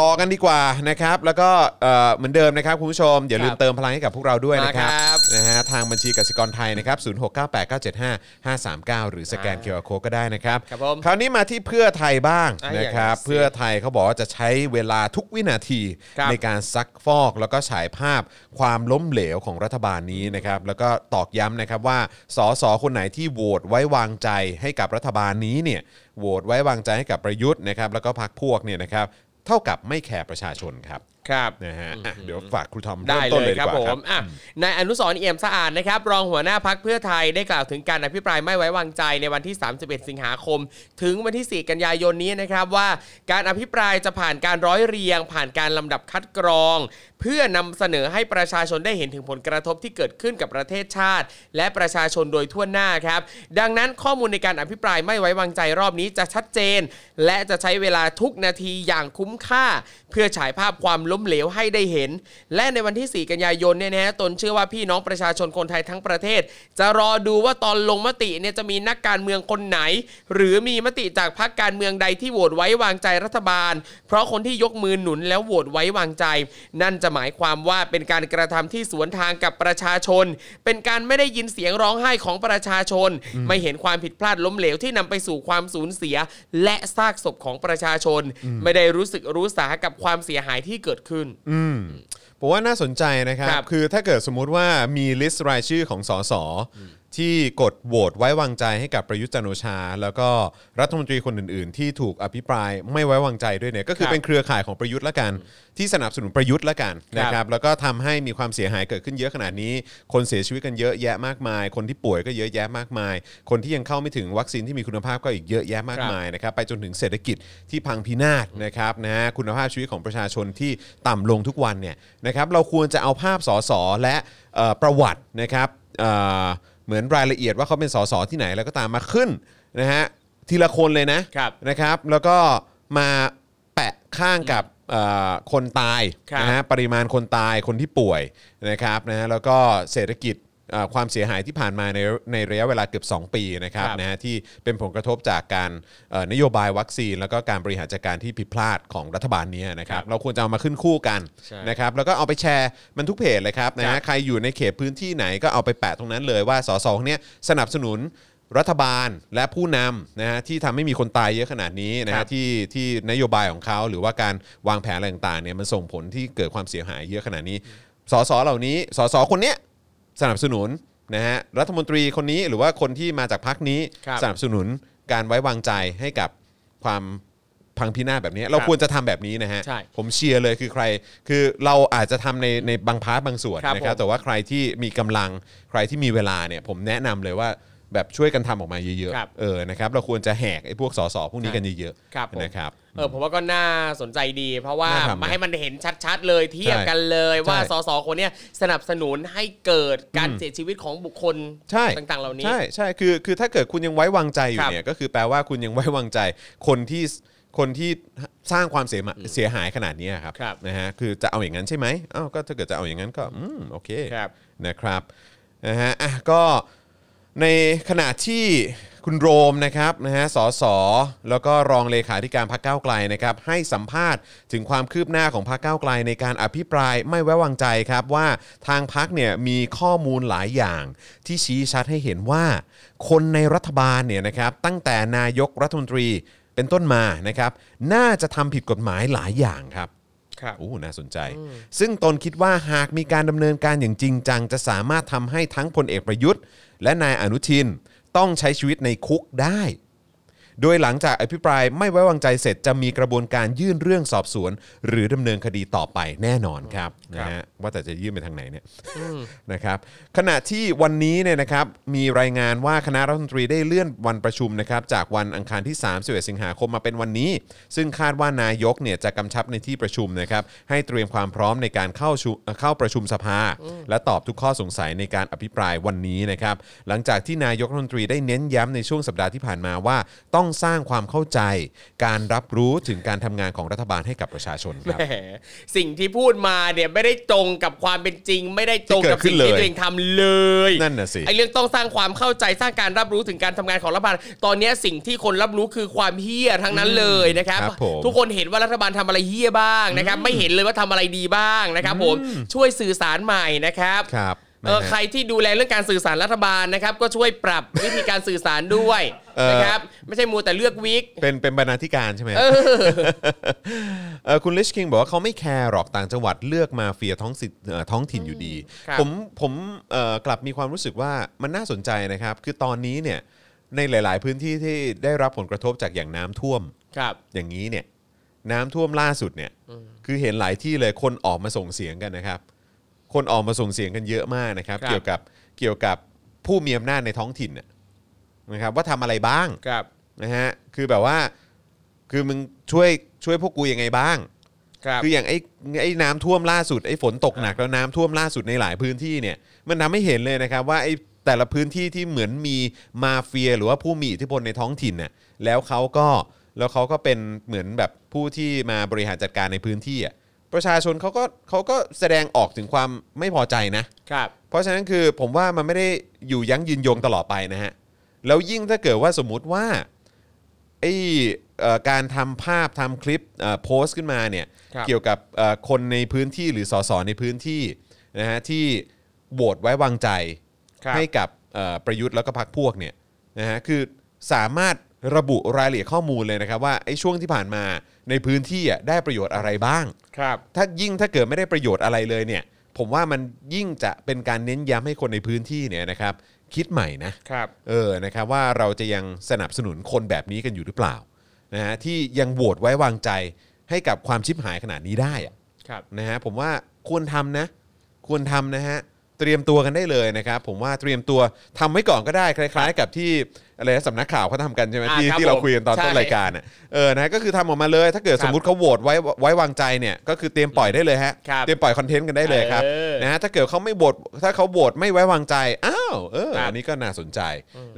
B: ต่อกันดีกว่านะครับแล้วก็เอ่อเหมือนเดิมนะครับคุณผู้ชม อย่าลืม
A: ครับ
B: เติมพลังให้กับพวกเราด้วยนะครับ
A: มาครับ
B: นะฮะทางบัญชีกสิกรไทยนะครับ0698975539 หรือสแกนเคอร์โคก็ได้นะครับ
A: ครับผม
B: คราวนี้มาที่เพื่อไทยบ้าง
A: อ่ะ
B: นะ
A: อย่าง
B: ครั
A: นั้
B: บ
A: นสิ
B: เพื่อไทยเขาบอกว่าจะใช้เวลาทุกวินาที
A: ครับ
B: ในการซักฟอกแล้วก็ฉายภาพความล้มเหลวของรัฐบาลนี้นะครับแล้วก็ตอกย้ำนะครับว่าสสคนไหนที่โหวตไว้วางใจให้กับรัฐบาลนี้เนี่ยโหวตไว้วางใจให้กับประยุทธ์นะครับแล้วก็พรรคพวกเนี่ยนะครับเท่ากับไม่แคร์ประชาชนครับ
A: ครับ
B: นะฮะอ่ะเดี๋ยวฝากครูทอม
A: ได้
B: เริ่ม
A: เล
B: ต้นเลย ยดี
A: ครับ
B: กว่า
A: ผ
B: ครั
A: ม
B: บ
A: อ่ะนายอนุสรณ์เอี่ยมสะอาดนะครับ รองหัวหน้าพักเพื่อไทยได้กล่าวถึงการอภิปรายไม่ไว้วางใจในวันที่ 31 สิงหาคม ถึงวันที่ 4 กันยายนนี้นะครับว่าการอภิปรายจะผ่านการร้อยเรียง ผ่านการลำดับคัดกรอง เพื่อนำเสนอให้ประชาชนได้เห็นถึงผลกระทบที่เกิดขึ้นกับประเทศชาติ และประชาชนโดยทั่วหน้าครับ ดังนั้นข้อมูลในการอภิปรายไม่ไว้วางใจรอบนี้จะชัดเจน และจะใช้เวลาทุกนาทีอย่างคุ้มค่า เพื่อฉายภาพความล้มเหลวให้ได้เห็น และในวันที่ 4 กันยายนเนี่ยนะฮะตนเชื่อว่าพี่น้องประชาชนคนไทยทั้งประเทศ จะรอดูว่าตอนลงมติเนี่ยจะมีนักการเมืองคนไหน หรือมีมติจากพรรคการเมืองใดที่โหวตไว้วางใจรัฐบาล เพราะคนที่ยกมือหนุนแล้วโหวตไว้วางใจ นั่นจะหมายความว่าเป็นการกระทำที่สวนทางกับประชาชน เป็นการไม่ได้ยินเสียงร้องไห้ของประชาชน ไม่เห็นความผิดพลาดล้มเหลวที่นำไปสู่ความสูญเสีย และซากศพของประชาชน ไม่ได้รู้สึกรู้สากับความเสียหายที่เกิดขึ้น
B: ผมว่าน่าสนใจนะครับ
A: ครับ
B: คือถ้าเกิดสมมุติว่ามีลิสต์รายชื่อของสส ที่กดโหวตไว้วางใจให้กับประยุทธ์จันทร์โอชา แล้วก็รัฐมนตรีคนอื่น ๆ ที่ถูกอภิปรายไม่ไว้วางใจด้วยเนี่ยก็คือ
D: ครับ
B: เป็นเครือข่ายของประยุทธ์ละกัน ที่สนับสนุนประยุทธ์ละกันนะค
D: ครั
B: รับบ แล้วก็ทำให้มีความเสียหายเกิดขึ้นเยอะขนาดนี้ คนเสียชีวิตกันเยอะแยะมากมาย คนที่ป่วยก็เยอะแยะมากมาย คนที่ยังเข้าไม่ถึงวัคซีนที่มีคุณภาพก็อีกเยอะแยะมากมาย ไปนะครับไปจนถึงเศรษฐกิจที่พังพินาศนะครับนะฮะคุณภาพชีวิตของประชาชนที่ต่ำลงทุกวันเนี่ยนะครับเราควรจะเอาภาพสสและเอ่อประวัตินะครับเอ่อเหมือนรายละเอียดว่าเขาเป็นสสที่ไหนแล้วก็ตามมาขึ้นนะฮะทีละคนเลยนะครับ นะครับแล้วก็มาแปะข้างกับเอ่อคนตาย
D: ครับ
B: นะฮะ นะปริมาณคนตายคนที่ป่วยนะครับนะฮะแล้วก็เศรษฐกิจเอ่อความเสียหายที่ผ่านมาในในระยะเวลาเกือบ 2 ปีนะครับ
D: ครับ
B: นะฮะที่เป็นผลกระทบจากการเอ่อนโยบายวัคซีน แล้วก็การบริหารจัดการที่ผิดพลาดของรัฐบาลเนี้ยนะครับ
D: ครับ
B: เราควรจะเอามาขึ้นคู่กัน
D: ใช่
B: นะครับแล้วก็เอาไปแชร์มันทุกเพจเลยครับนะ
D: ครับ
B: ฮะใครอยู่ในเขตพื้นที่ไหนก็เอาไปแปะตรงนั้นเลยว่าสสคนเนี้ยสนับสนุนรัฐบาลและผู้นำนะฮะที่ทำให้มีคนตายเยอะขนาดนี้นะ
D: ครั
B: ฮะ
D: บ
B: ที่ที่นโยบายของเขาหรือว่าการวางแผนอะไรต่างๆเนี่ยมันส่งผลที่เกิดความเสียหายเยอะขนาดนี้สสเหล่านี้สสคนเนี้ยสนับสนุนนะฮะรัฐมนตรีคนนี้หรือว่าคนที่มาจากพรรคนี้
D: ครับ
B: สนับสนุนการไว้วางใจให้กับความพังพินาศแบบนี้ เราควรจะทำแบบนี้นะฮะ
D: ใช่
B: ผมเชียร์เลยคือใคร คือเราอาจจะทำในในบางพาร์ทบางส่วน
D: ครับ
B: นะครับ
D: ผม
B: แต่ว่าใครที่มีกำลังใครที่มีเวลาเนี่ยผมแนะนำเลยว่าแบบช่วยกันทำออกมาเยอะ
D: ครับ
B: ๆเออนะครับเราควรจะแหกไอ้พวกสสพวกนี้กันเยอะ
D: ครับผม
B: ๆนะครับ
D: เออผมว่าก็น่าสนใจดี เพราะว่า
B: น่าทำนะ
D: มาให้มันเห็นชัด ๆ เลยเทียบกันเลยว่า
B: ใช่
D: สสคนเนี้ยสนับสนุนให้เกิดการ
B: อืม
D: เสียชีวิตของบุคคล
B: ใช่
D: ต่างๆ เหล่านี้
B: ใช่ใช่คือคือถ้าเกิดคุณยังไว้วางใจอ
D: ค
B: ยู่
D: รับ
B: เนี่ยก็คือแปลว่าคุณยังไว้วางใจคนที่คนที่สร้างความเสียหายเสียหายขนาดนี้ครับ
D: ครับ
B: นะฮะคือจะเอาอย่างนั้นใช่ไหมอ้าวก็ถ้าเกิดจะเอาอย่างนั้นก็อืมโอเค
D: ครับ
B: นะครับนะฮะอ่ะก็ในขณะที่คุณโรมนะครับนะฮะสสแล้วก็รองเลขาธิการพรรคก้าวไกลนะครับให้สัมภาษณ์ถึงความคืบหน้าของพรรคก้าวไกลในการอภิปรายไม่ไว้วางใจครับว่าทางพรรคเนี่ยมีข้อมูลหลายอย่าง ที่ชี้ชัดให้เห็นว่า คนในรัฐบาลเนี่ยนะครับตั้งแต่นายกรัฐมนตรีเป็นต้นมานะครับน่าจะทำผิดกฎหมายหลายอย่างครับ โอ้น่าสนใจ ซึ่งตนคิดว่าหากมีการดำเนินการอย่างจริงจัง จะสามารถทำให้ทั้งพลเอกประยุทธ์ และนายอนุทินต้องใช้ชีวิตในคุกได้ โดยหลังจากอภิปรายไม่ไว้วางใจเสร็จจะมีกระบวนการยื่นเรื่องสอบสวน หรือดำเนินคดีต่อไปแน่นอนครับ
D: ครั
B: นะ
D: บ
B: ฮะว่าแต่จะยื่นไปทางไหนเนี่ย นะครับขณะที่วันนี้เนี่ยนะครับมีรายงานว่าคณะรัฐมนตรีได้เลื่อนวันประชุมนะครับจากวันอังคารที่3 1สิงหาคมมาเป็นวันนี้ ซึ่งคาดว่านายกเนี่ยจะกำชับในที่ประชุมนะครับให้เตรียมความพร้อมในการเข้าชุเข้าประชุมสภา และตอบทุกข้อสงสัยในการอภิปรายวันนี้นะครับหลังจากที่นายกรัฐมนตรีได้เน้นย้ำในช่วงสัปดาห์ที่ผ่านมาว่า ต้องสร้างความเข้าใจ การรับรู้ถึงการทำงานของรัฐบาลให้กับประชาชนครับ
D: แหมสิ่งที่พูดมาเนี่ยไม่ได้ตรงกับความเป็นจริง ไม่ได้ตรงกับสิ่ง
B: ที่เกิดขึ้นเลย
D: ที่ตัวเองทำเลย
B: นั่นน่ะสิ
D: ไอเรื่องต้องสร้างความเข้าใจสร้างการรับรู้ถึงการทำงานของรัฐบาล ตอนเนี้ยสิ่งที่คนรับรู้คือความเฮี้ยทั้งนั้นเลยนะครับ
B: ครับผม
D: ทุกคนเห็นว่ารัฐบาลทำอะไรเฮี้ยบ้างนะครับ ไม่เห็นเลยว่าทำอะไรดีบ้างนะครับผมช่วยสื่อสารใหม่นะครับ
B: ครับ
D: เออ
B: นะฮะ
D: ใครที่ดูแลเรื่องการสื่อสารรัฐบาลนะครับ ก็ช่วยปรับวิธีการสื่อสารด้วย
B: เอ่อ
D: นะครับไม่ใช่มัวแต่เลือกวิก
B: เป็น เป็นบรรณาธิการใช่ไหมฮะเอ่อคุณลิชคิงบอกว่าเขาไม่แคร์หรอกต่างจังหวัดเลือกมาเฟียท้องสิเอ่อท้องถิ่นอยู่ดี
D: ครับ
B: ผมผมเอ่อกลับมีความรู้สึกว่ามันน่าสนใจนะครับ คือตอนนี้เนี่ยในหลาย ๆ พื้นที่ที่ได้รับผลกระทบจากอย่างน้ำท่วม
D: ครับ
B: อย่างนี้เนี่ยน้ำท่วมล่าสุดเนี่ยคือเห็นหลายที่เลยคนออกมาส่งเสียงกันนะครับ คนออกมาส่งเสียงกันเยอะมากนะครับ
D: ครับ
B: เกี่ยวกับเกี่ยวกับผู้มีอำนาจในท้องถิ่นน่ะนะครับว่าทำอะไรบ้าง
D: ครับ
B: นะฮะ คือแบบว่า คือมึงช่วยช่วยพวกกูยังไงบ้าง
D: ครับ
B: คืออย่างไอ้ไอ้น้ำท่วมล่าสุดไอ้ฝนตกหนักแล้วน้ำท่วมล่าสุดในหลายพื้นที่เนี่ย มันทำให้เห็นเลยนะครับว่าไอ้แต่ละพื้นที่ที่เหมือนมีมาเฟีย หรือว่าผู้มีอิทธิพลในท้องถิ่นเนี่ยแล้วเขาก็แล้วเขาก็เป็นเหมือนแบบผู้ที่มาบริหารจัดการในพื้นที่อ่ะประชาชนเขาก็เขาก็แสดงออกถึงความไม่พอใจนะ
D: ครับ
B: เพราะฉะนั้นคือผมว่ามันไม่ได้อยู่ยั้งยืนยงตลอดไปนะฮะ แล้วยิ่งถ้าเกิดว่าสมมุติว่าไอเอ่อการทำภาพทำคลิปเอ่อโพสต์ขึ้นมาเนี่ย
D: ครับ
B: เกี่ยวกับเอ่อคนในพื้นที่หรือสสในพื้นที่นะฮะที่โหวตไว้วางใจ
D: ครับ
B: ให้กับเอ่อประยุทธ์แล้วก็พรรคพวกเนี่ยนะฮะคือสามารถระบุรายละเอียดข้อมูลเลยนะครับว่าไอ้ช่วงที่ผ่านมาในพื้นที่อ่ะได้ประโยชน์อะไรบ้าง
D: ครับ
B: ถ้ายิ่งถ้าเกิดไม่ได้ประโยชน์อะไรเลยเนี่ย ผมว่ามันยิ่งจะเป็นการเน้นย้ำให้คนในพื้นที่เนี่ยนะครับ คิดใหม่นะ
D: ครับ
B: เออ นะครับว่าเราจะยังสนับสนุนคนแบบนี้กันอยู่หรือเปล่านะฮะที่ยังโหวตไว้วางใจให้กับความชิบหายขนาดนี้ได้อะ
D: ครับ
B: นะฮะผมว่าควรทำนะ ควรทำนะฮะเตรียมตัวกันได้เลยนะครับ ผมว่าเตรียมตัวทำไว้ก่อนก็ได้คล้าย ๆ กับที่อะไรนะสำนักข่าวเขาทำกันใช่ไหม
D: อ่า
B: ที่
D: ครับ
B: ที่เรา
D: ผม
B: คุยกันตอน
D: ใช่
B: ต้นรายการน่ะเออนะฮะก็คือทำออกมาเลย ถ้าเกิด
D: ครับ
B: สมมติเขาโหวตไว้ไว้วางใจเนี่ยก็คือเตรียมปล่อยได้เลยฮะ
D: ครับ
B: เตรียมปล่อยคอนเทนต์กันได้เลยครับ
D: เออ
B: นะฮะถ้าเกิดเขาไม่โหวตถ้าเขาโหวตไม่ไว้วางใจอ้าวเออ
D: ครับ
B: อันนี้ก็น่าสนใจ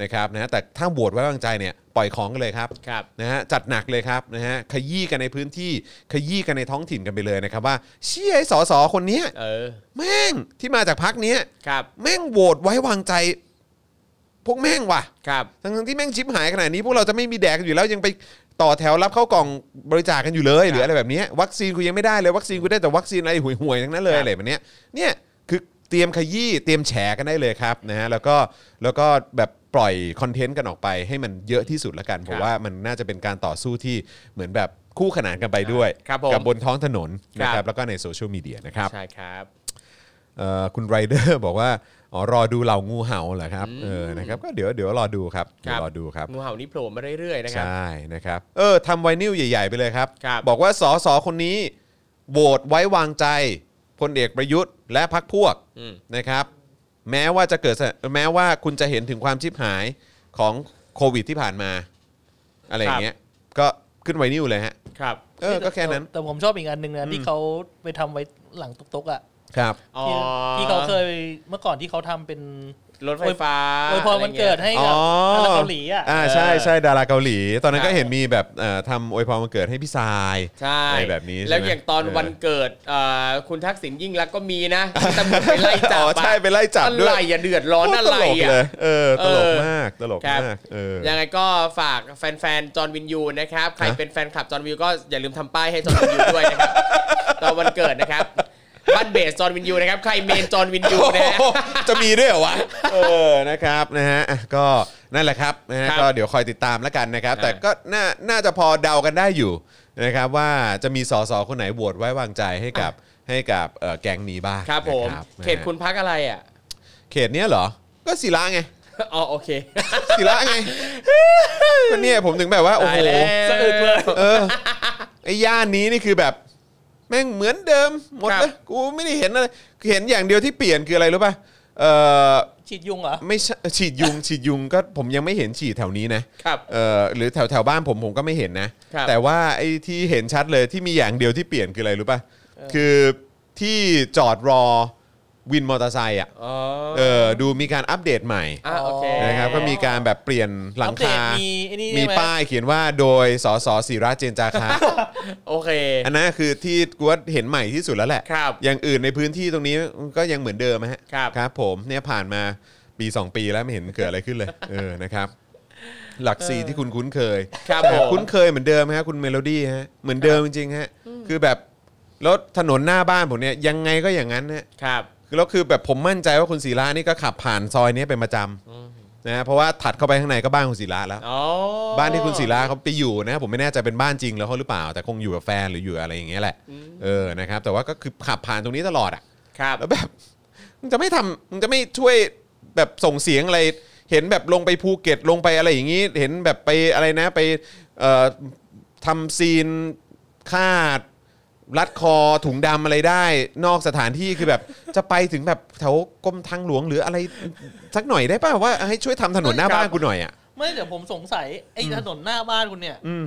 B: นะครับนะฮะแต่ถ้าโหวตไว้วางใจเนี่ยปล่อยของกันเลยครับ
D: ครับ
B: นะฮะจัดหนักเลยครับนะฮะขยี้กันในพื้นที่ขยี้กันในท้องถิ่นกันไปเลยนะครับว่าเชี่ยไอ้สอสอคนเนี้ย
D: เออ
B: แม่งที่มาจากพักเนี้ย
D: ครับ
B: แม่งโหวตไว้วางใจ พวกแม่งว่ะ
D: ครับ
B: ทั้งๆที่แม่งชิบหายขนาดนี้ พวกเราจะไม่มีแดกกันอยู่แล้วยังไปต่อแถวรับเข้ากล่องบริจาคกันอยู่เลยหรืออะไรแบบเนี้ยวัคซีนกูยังไม่ได้เลยวัคซีนกูได้แต่วัคซีนอะไรห่วยๆทั้งนั้นเลย
D: ครับ
B: อะไรแบบเนี้ยเนี่ยคือเตรียมขยี้เตรียมแฉกันได้เลยครับนะฮะแล้วก็แล้วก็แบบปล่อยคอนเทนต์กันออกไปให้มันเยอะที่สุดละกันผมว่า ว่ามันน่าจะเป็นการต่อสู้ที่เหมือนแบบคู่ขนานกันไปด้วย
D: ครับผม
B: กับบนท้องถนนนะค
D: ครั
B: รับบ แล้วก็ในโซเชียลมีเดียนะครับ
D: ใช่ครับ
B: เอ่อคุณไรเดอร์ บอกว่าอ๋อรอดูเหล่างูเห่าเหรอครับเออนะครับก็เดี๋ยวเดี๋ยวรอดูครับ
D: ครับ
B: เดี๋ยวรอดูครับ
D: งูเห่านี่โผล่มาเรื่อยๆนะครับ
B: ใช่นะครับเออทำไวนิลใหญ่ ๆ ไปเลยครับ
D: ครับ
B: บอกว่าสอสอคนนี้โหวตไว้วางใจพลเอกประยุทธ์และพักพวก
D: อืม
B: นะครับแม้ว่าจะเกิดสแม้ว่าคุณจะเห็นถึงความชิบหายของโควิดที่ผ่านมา อะไรอย่างเงี้ยก็ขึ้นไวนิวเลยฮะ
D: ครับ
B: เออ ก็แค่นั้น
C: แต่ผมชอบอีกอันหนึ่งนะที่เขาไปทำไว้หลังตุ๊กๆอ่ะ
B: ครับ
D: อ๋อ
C: ที่ที่เขาเคยเมื่อก่อนที่เขาทำเป็น
D: รถไฟฟ้า
C: อวยพรวันเกิดให้
B: อ๋อ
C: กับดาราเกาหลีอ่ะ
B: อ่าใช่ใช่ดาราเกาหลี ตอนนั้นก็เห็นมีแบบเอ่อทำอวยพรวันเกิดให้พี่ทราย
D: ใช่
B: อะไรแบบนี้ใช่ไหม
D: แล้วอย่างตอน
B: เออ
D: วันเกิดเอ่อคุณทักษิณยิ่งรักษณ์ก็มีนะที่ตำรวจไปไล่จับ
B: อ๋อ
D: อะ
B: ใช่ไปไล่จับด้
D: อะไร
B: วย
D: อย่าเดือดร้อน
B: โคต
D: อะไร
B: ตลก
D: อ่ะ
B: เลยเออตลก
D: เออ
B: มากตลก
D: ครับ
B: มากเออ
D: ยังไงก็ฝากแฟนๆ จอห์นวินยูนะครับ ใคร
B: ฮะ
D: เป็นแฟนคลับจอห์นวินยูก็อย่าลืมทำป้ายให้จอห์นวินยูด้วย นะครับ ตอนวันเกิดนะครับบ้านเบสจอห์นวินยูนะครับ ใครเมนจอห์นวินยูนะฮะ
B: โอ้โห จะมีด้วยเหรอวะ เออ นะครับ นะฮะอ่ะก็นั่นแหละครับ นะฮะ
D: ครับ
B: ก็เดี๋ยวคอยติดตามแล้วกันนะครับ
D: อ่า
B: แต่ก็น่า น่าจะพอเดากันได้อยู่นะครับว่าจะมีสสคนไหนโหวตไว้วางใจให้กับให้กับเอ่อแก๊งนี้บ้าง
D: ครับผม
B: นะ
D: เขตคุณพักอะไรอ่ะ
B: เขตเนี้ยเหรอ ก็ศิลา ไง
D: อ๋อโอเค
B: ศิลา ไง ก็เนี่ยผมถึงแบบว่า โอ้
D: ตาย
B: โห
D: แล้ว
C: สะอึกเลย
B: เออ ไอ้ย่านนี้นี่คือแบบ แม่งเหมือนเดิมหมดเลยกูไม่ได้เห็นอะไรเห็นอย่างเดียวที่เปลี่ยนคืออะไรรู้ป่ะเอ่อ
C: ฉีดยุงเหรอ
B: ไม่ใช่ฉีดยุง ฉีดยุงก็ผมยังไม่เห็นฉีดแถวนี้นะครับ เออหรือแถวแถวบ้านผมผมก็ไม่เห็นนะ
D: ครับ
B: แต่ว่าไอ้ที่เห็นชัดเลยที่มีอย่างเดียวที่เปลี่ยนคืออะไรรู้ป่ะคือที่จอดรอวินมอเตอร์ไซค์อ่ะ
D: อ๋อ
B: เออดูมีการอัปเดตใหม่
D: อ่ะโอเค
C: อ
B: นะครับก็มีการแบบเปลี่ยนหลังคา
C: อัปเดตมีไอ้นี่
B: มี
C: ใช่ไหม
B: ป้ายเขียนว่าโดยสสศิระเจนจาคะ
D: โอเค
B: อันนั้นคือที่กูว่าเห็นใหม่ที่สุดแล้วแหละ
D: ครับ
B: อย่างอื่นในพื้นที่ตรงนี้ก็ยังเหมือนเดิมฮะ
D: ครับ
B: ครับ ผมเนี่ยผ่านมาปี 2 ปีแล้วไม่เห็นเกิดอะไร ขึ้นเลย เออนะครับ หลักสีที่คุณคุ้นเคย
D: ครับ
B: แต่
D: ผม
B: คุ้นเคยเหมือนเดิมฮะคุณเมโลดี้ฮะเหมือนเดิมจริงๆฮะคือแบบรถถนนหน้าบ้านผมเนี่ยยังไงก็อย่างนั้นฮะ
D: ครับ
B: แล้วคือแบบผมมั่นใจว่าคุณศิระนี่ก็ขับผ่านซอยนี้เป็นประจำนะฮะเพราะว่าถัดเข้าไปข้างในก็บ้านคุณศิระแล้ว
D: อ๋อ
B: บ้านที่คุณศิระเขาไปอยู่นะผมไม่แน่ใจเป็นบ้านจริงแล้วเขาหรือเปล่า แต่คงอยู่กับแฟนหรืออยู่อะไรอย่างเงี้ยแหละเออนะครับ แต่ว่าก็คือขับผ่านตรงนี้ตลอดอ่ะ
D: ครับ
B: แล้วแบบ มึงจะไม่ทำมึงจะไม่ช่วยแบบส่งเสียงอะไร เห็นแบบลงไปภูเก็ตลงไปอะไรอย่างงี้ เห็นแบบไปอะไรนะ ไปเอ่อทำซีนคาด รัดคอถุงดำอะไรได้ นอกสถานที่คือแบบ จะไปถึงแบบแถวกรมทางหลวงหรืออะไรสักหน่อยได้ป่ะว่าให้ช่วยทำถนนหน้าบ้านกูหน่อยอ่ะ
C: ไม่เดี๋ยวผมสงสัยไอ้ถนนหน้าบ้านคุณเนี่ย
B: อืม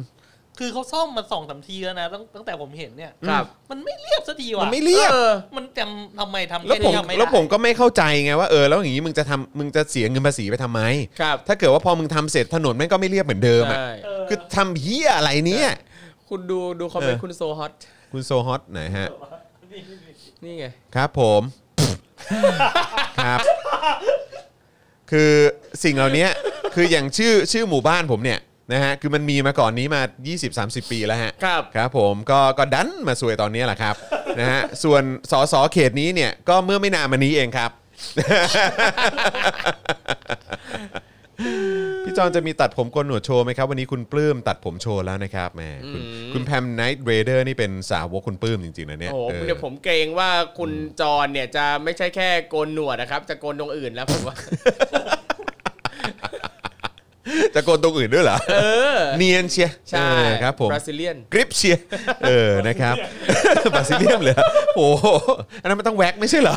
C: คือเขาซ่อมมาสองสามทีแล้วนะตั้งตั้งแต่ผมเห็นเนี่ย
D: ครับ
C: มันไม่เรียบสักทีว่ะ
B: มันไม่เรียบ
D: เออ
C: มันจำทำไมทำ
B: แล้ว
C: แค่
B: ผม
C: นี้ทำไได้
B: แล้วผมก็ไม่เข้าใจไงว่าเออแล้วอย่างนี้มึงจะทำมึงจะเสียเงินภาษีไปทำไม
D: ครับ
B: ถ้าเกิดว่าพอมึงทำเสร็จถนนแม่งก็ไม่เรียบเหมือนเดิมอ่ะ
D: ใช่
C: เออ
B: คือทำเฮียอะไรเนี่ย
D: คุณดูดูคอมเมน
B: เอ
D: ต์
B: อ
D: คุณโซฮอต
B: คุณโซฮอตไหนอยฮะ
D: นี่ไง
B: ครับผม ครับ คือสิ่งเหล่านี้คืออย่างชื่อชื่อหมู่บ้านผมเนี่ยนะฮะคือมันมีมาก่อนนี้มา 20-30 ปีแล้วฮะ
D: ครับ
B: ครับผมก็ก็ดันมาสวยตอนนี้แหละครับ นะฮะส่วนสสเขตนี้เนี่ยก็เมื่อไม่นานมานี้เองครับ พี่จอนจะมีตัดผมโกนหนวดโชว์ไหมครับ วันนี้คุณปลื้มตัดผมโชว์แล้วนะครับแหมคุณคุณแพมไนท์เรเดอร์นี่เป็นสาวกคุณปลื้มจริงๆนะเนี่ย
D: โอ้โห
B: ออ
D: เดี๋ยวผมเกรงว่าคุณจรเนี่ยจะไม่ใช่แค่โกนหนวดนะครับ จะโกนตรงอื่นแล้วผมว่า
B: ะโกนตรงอื่นด้วยเหรอ
A: เออ
B: เนียนเชีย
A: ใช่
B: เออครับผม
A: บราซิเลียน
B: กริปเชียเออนะครับ บราซิเลียมเลยโอ้โหอันนั้นมันต้องแว็กไม่ใช่เหรอ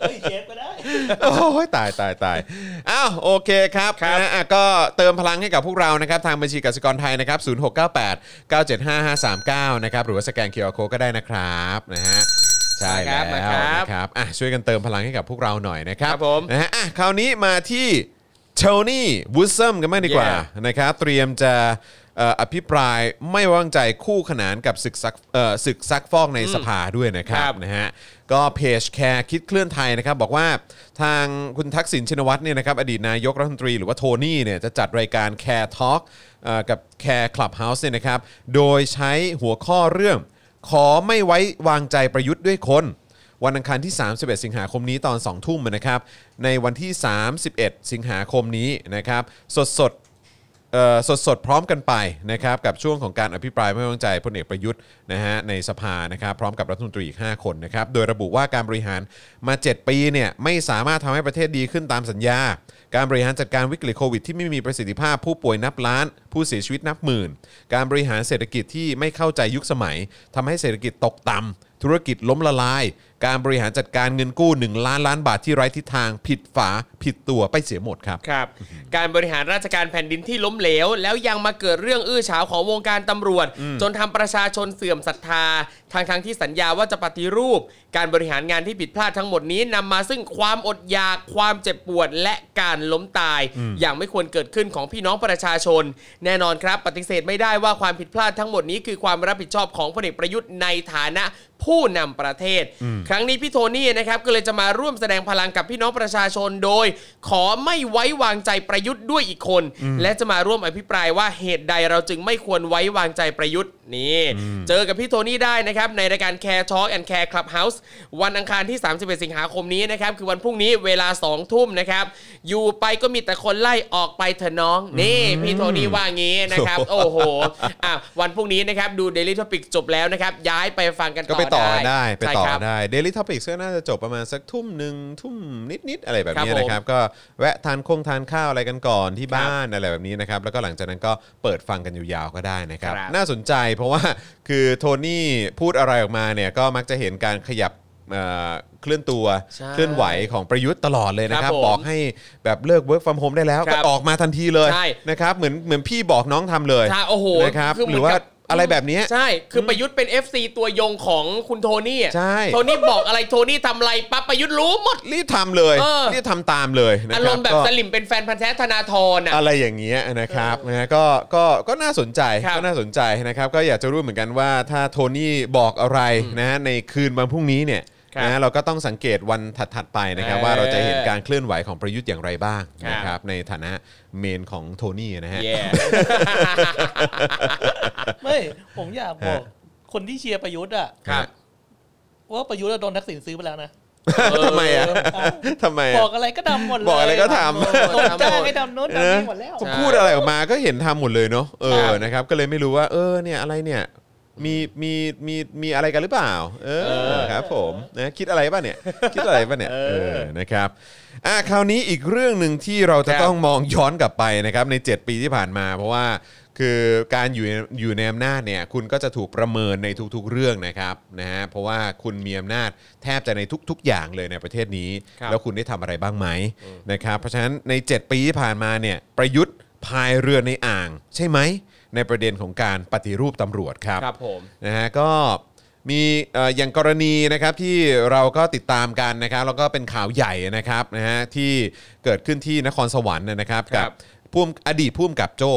C: เฮ้ยเชฟก็ได้
B: โอ้ยตายตายตายอ้าวโอเคครับ
A: ครับ
B: นะอ่ะก็เติมพลังให้กับพวกเรานะครับ ทางบัญชีกสิกรไทยนะครับ 0698 975539 นะครับ หรือว่าสแกน QR Code ก็ได้นะครับนะฮะใช่แล้ว
A: มา
B: นะครั
A: มาค
B: บ
A: รับ
B: ครับอ่ะช่วยกันเติมพลังให้กับพวกเราหน่อยนะครับ
A: ครับผม
B: นะฮะอ่ะคราวนี้มาที่โทนี่วูดซัมกันบ้างดีกว่า
A: Yeah
B: นะครับ เตรียมจะเอ่ออภิปรายไม่ไว้วางใจคู่ขนานกับศึกซักเอ่อศึกซักฟอกในสภาด้วยนะครั
A: ครับ บ
B: นะฮะก็เพจแคร์คิดเคลื่อนไทยนะครับ บอกว่าทางคุณทักษิณชินวัตรเนี่ยนะครับอดีตนายกรัฐมนตรีหรือว่าโทนี่เนี่ยจะจัดรายการแคร์ทอล์กกับแคร์คลับเฮาส์เนี่ยนะครับ โดยใช้หัวข้อเรื่อง ขอไม่ไว้วางใจประยุทธ์ด้วยคน วันอังคารที่ 31 สิงหาคมนี้ตอน 2 ทุ่มนะครับ ในวันที่ 31 สิงหาคมนี้นะครับ สดสดๆ สดสดๆพร้อมกันไปนะครับกับช่วงของการอภิปรายไม่ไว้วางใจพลเอกประยุทธ์นะฮะในสภานะครับพร้อมกับรัฐมนตรีอีก5คนนะครับโดยระบุว่าการบริหารมา 7 ปีเนี่ยไม่สามารถทำให้ประเทศดีขึ้นตามสัญญา การบริหารจัดการวิกฤตโควิดที่ไม่มีประสิทธิภาพผู้ป่วยนับล้าน ผู้เสียชีวิตนับหมื่น การบริหารเศรษฐกิจที่ไม่เข้าใจยุคสมัยทำให้เศรษฐกิจตกต่ำธุรกิจล้มละลาย การบริหารจัดการเงินกู้ 1 ล้านล้านบาทที่ไร้ทิศทาง ผิดฝาผิดตัวไปเสียหมดครับ
A: ครับ การบริหารราชการแผ่นดินที่ล้มเหลว แล้วยังมาเกิดเรื่องอื้อฉาวของวงการตำรวจ จนทำประชาชนเสื่อมศรัทธาทางทางๆที่สัญญาว่าจะปฏิรูป การบริหารงานที่ผิดพลาดทั้งหมดนี้นำมาซึ่งความอดอยาก ความเจ็บปวดและการล้มตาย อย่างไม่ควรเกิดขึ้นของพี่น้องประชาชน แน่นอนครับ ปฏิเสธไม่ได้ว่าความผิดพลาดทั้งหมดนี้คือความรับผิดชอบของพลเอกประยุทธ์ในฐานะ ผู้นำประเทศ ครั้งนี้พี่โทนี่นะครับก็เลยจะมาร่วมแสดงพลังกับพี่น้องประชาชนโดย ขอไม่ไว้วางใจประยุทธ์ด้วยอีกคน และจะมาร่วมอภิปรายว่าเหตุใดเราจึงไม่ควรไว้วางใจประยุทธ์นี่เจอกับพี่โทนี่ได้นะครับในรายการ Care Talk and Care Clubhouse วันอังคารที่ 31 สิงหาคมนี้นะครับคือวันพรุ่งนี้เวลา 2 ทุ่มนะครับอยู่ไปก็มีแต่คนไล่ออกไปเถอะน้องนี่พี่โทนี่ว่างี้นะครับโอ้โหอ่ะวันพรุ่งนี้นะครับดู Daily Topic จบแล้วนะครับย้ายไปฟังกัน
B: ก็ไปต่อได้ไปต่อ
A: ใช่ครับ
B: ได้ Daily Topics ก็น่าจะจบประมาณสักทุ่มหนึ่งทุ่มนิด ๆ อะไรแบบนี้
A: ครับผม
B: นะครับ ก็แวะทานคงทานข้าวอะไรกันก่อนที่บ้านอะไรแบบนี้นะครับ แล้วก็หลังจากนั้นก็เปิดฟังกันยาวๆก็ได้นะครับ
A: ครับ
B: น่าสนใจเพราะว่า คือโทนี่พูดอะไรออกมาเนี่ยก็มักจะเห็นการขยับเอ่อเคลื่อนตัว
A: ใช่
B: เคลื่อนไหวของประยุทธ์ตลอดเลยนะครับ
A: ครับผม
B: บอกให้แบบเลิก work from home ได้แล้ว
A: ครั
B: ก็
A: บ
B: ออกมาทันทีเลย
A: ใช่
B: นะครับเหมือนเหมือนพี่บอกน้องทำเลย
A: ใช่โอ้โห
B: นะครับ
A: เห
B: ห
A: มื
B: รื
A: น
B: อว่า
A: กั
B: อะไรแบบเนี้ย
A: ใช่ คือประยุทธ์เป็น FC ตัวยงของคุณโทนี่อะ
B: ใช่
A: โทนี่บอกอะไรโทนี่ทำอะไรปั๊บประยุทธ์รู้หมด
B: รีบทำเลย
A: เออ
B: รีบทำตามเลยนะค
A: อา
B: รั
A: ร
B: บ
A: มณ์แบบ
B: ก็
A: สลิมเป็นแฟนพันธ์แท้ธนาธรอ่ะ
B: อะไรอย่างเงี้ยนะครับนะฮะก็ก็ก็น่าสนใจ
A: ครับ
B: ก็น่าสนใจนะครับ ก็อยากจะรู้เหมือนกันว่าถ้าโทนี่บอกอะไรนะฮะในคืนวันพรุ่งนี้เนี่ย
A: ครับ
B: นะฮะเราก็ต้องสังเกตวันถัด ๆ ไปนะครับ
A: เออ
B: ว่าเราจะเห็นการเคลื่อนไหวของประยุทธ์อย่างไรบ้าง
A: ครับ
B: นะครับในฐานะเมนของโทนี่นะฮะ
A: แย่
C: ไม่ผมอยากบอก
B: ฮะ
C: คนที่เชียร์ประยุทธ์อะ
A: ครับ
C: ว่าประยุทธ์อะโดนทักษิณซื้อไปแล้วนะ
B: ทำไมอ่ะ
C: เออ
B: ทำไม
C: บ
B: อ่ะ
C: อกอะไรก็ดำหมดเลย
B: บอกอะไรก็ท
A: ำ
C: โดนจ้างให้ดำโน้นดำนี่หมดแล้ว
B: ผมพูดอะไรออกมาก็เห็นทำหมดเลยเนาะเอ
A: ค
B: อ
A: รับ
B: นะครับก็เลยไม่รู้ว่า เออเนี่ยอะไรเนี่ยมีมีมีมีอะไรกันหรือเปล่า เออครับผมนะคิดอะไรป่ะเนี่ย คิดอะไรป่ะเนี่ยเออนะครับอ่ะคราวนี้อีกเรื่องหนึ่งที่เราจะ
A: ครับ
B: ต้องมองย้อนกลับไปนะครับใน 7 ปีที่ผ่านมา เพราะว่าคือการอยู่ในอยู่ในอำนาจเนี่ยคุณก็จะถูกประเมินในทุกๆเรื่องนะครับนะฮะเพราะว่าคุณมีอำนาจแทบจะในทุก ๆ อย่างเลยในประเทศนี้
A: ครับ
B: แล้วคุณได้ทำอะไรบ้างไหมนะครับเพราะฉะนั้นใน 7 ปีที่ผ่านมาเนี่ยประยุทธ์พายเรือในอ่าง ใช่ไหม ในประเด็นของการปฏิรูปตำรวจครับ
A: ครับผม
B: นะฮะก็มีเอ่ออย่างกรณีนะครับที่เราก็ติดตามกันนะครับแล้วก็เป็นข่าวใหญ่นะครับนะฮะที่เกิดขึ้นที่นครสวรรค์นะครับ
A: ครั
B: กับ บผู้อดีตผู้กำกับโจ้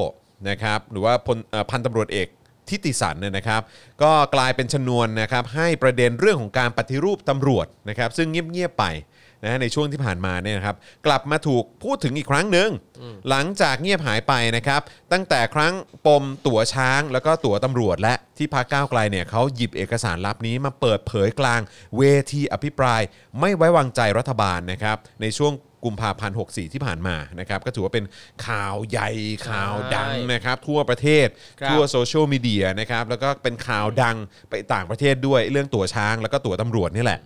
B: นะครับหรือว่าพลเอ่อพันตำรวจเอกทิติสันเนี่ยนะครับ ก็กลายเป็นชนวนนะครับให้ประเด็นเรื่องของการปฏิรูปตำรวจนะครับซึ่งเงียบๆไปนะฮะในช่วงที่ผ่านมาเนี่ยนะครับกลับมาถูกพูดถึงอีกครั้งหนึ่งหลังจากเงียบหายไปนะครับ ตั้งแต่ครั้งปมตั๋วช้างแล้วก็ตั๋วตำรวจและที่พักก้าวไกลเนี่ยเขาหยิบเอกสารลับนี้มาเปิดเผยกลางเวทีอภิปราย ไม่ไว้วางใจรัฐบาลนะครับในช่วง กุมภาพันธ์64 ที่ผ่านมานะครับก็ถือว่าเป็นข่าวใหญ่ข่าวดัง
A: ใช่
B: นะครับทั่วประเทศ
E: ครับ
B: ทั่วโซเชียลมีเดียนะครับแล้วก็เป็นข่าวดังไปต่างประเทศด้วยเรื่องตั๋วช้างแล้วก็ตั๋วตำรวจนี่แหละ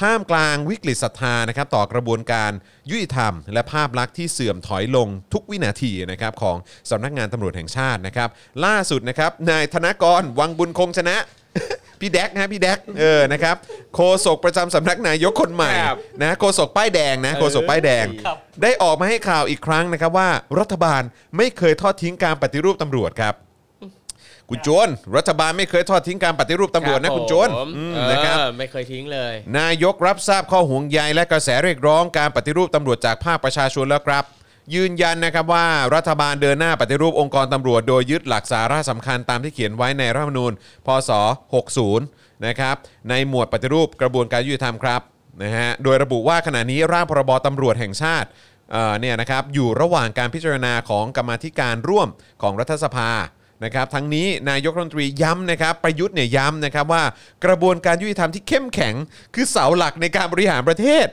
B: ท่ามกลางวิกฤตศรัทธานะครับต่อกระบวนการยุติธรรม และภาพลักษณ์ที่เสื่อมถอยลงทุกวินาทีนะครับของสำนักงานตำรวจแห่งชาตินะครับ ล่าสุดนะครับนายธนกรวังบุญคงชนะ พี่แดกนะฮะพี่แดกเออนะครับโฆษกประจำสำนักนายกคนใหม่
E: ครับ
B: นะโฆษกป้ายแดงนะโฆษกป้ายแดง
C: ครับ
B: ได้ออกมาให้ข่าวอีกครั้งนะครับว่ารัฐบาลไม่เคยทอดทิ้งการปฏิรูปตำรวจครับคุณโจนรัฐบาลไม่เคยทอดทิ้งการปฏิรูปตำรวจนะคุณโจน
A: ผม
B: อืม
A: เออ
B: นะครับ
A: ไม่เคยทิ้งเลย
B: นายกรับทราบข้อห่วงใยและกระแสเรียกร้องการปฏิรูปตำรวจจากภาคประชาชนแล้วครับ ยืนยันนะครับว่ารัฐบาลเดินหน้าปฏิรูปองค์กรตำรวจโดยยึดหลักสาระสำคัญตามที่เขียนไว้ในรัฐธรรมนูญ พศ 60 นะครับในหมวดปฏิรูปกระบวนการยุติธรรมครับนะฮะโดยระบุว่าขณะนี้ร่างพรบตำรวจแห่งชาติเอ่อเนี่ยนะครับอยู่ระหว่างการพิจารณาของกรรมาธิการร่วมของรัฐสภา นะครับทั้งนี้นายกรัฐมนตรีย้ำนะครับประยุทธ์เนี่ยย้ำนะครับว่ากระบวนการยุติธรรมที่เข้มแข็ง คือเสาหลักในการบริหารประเทศ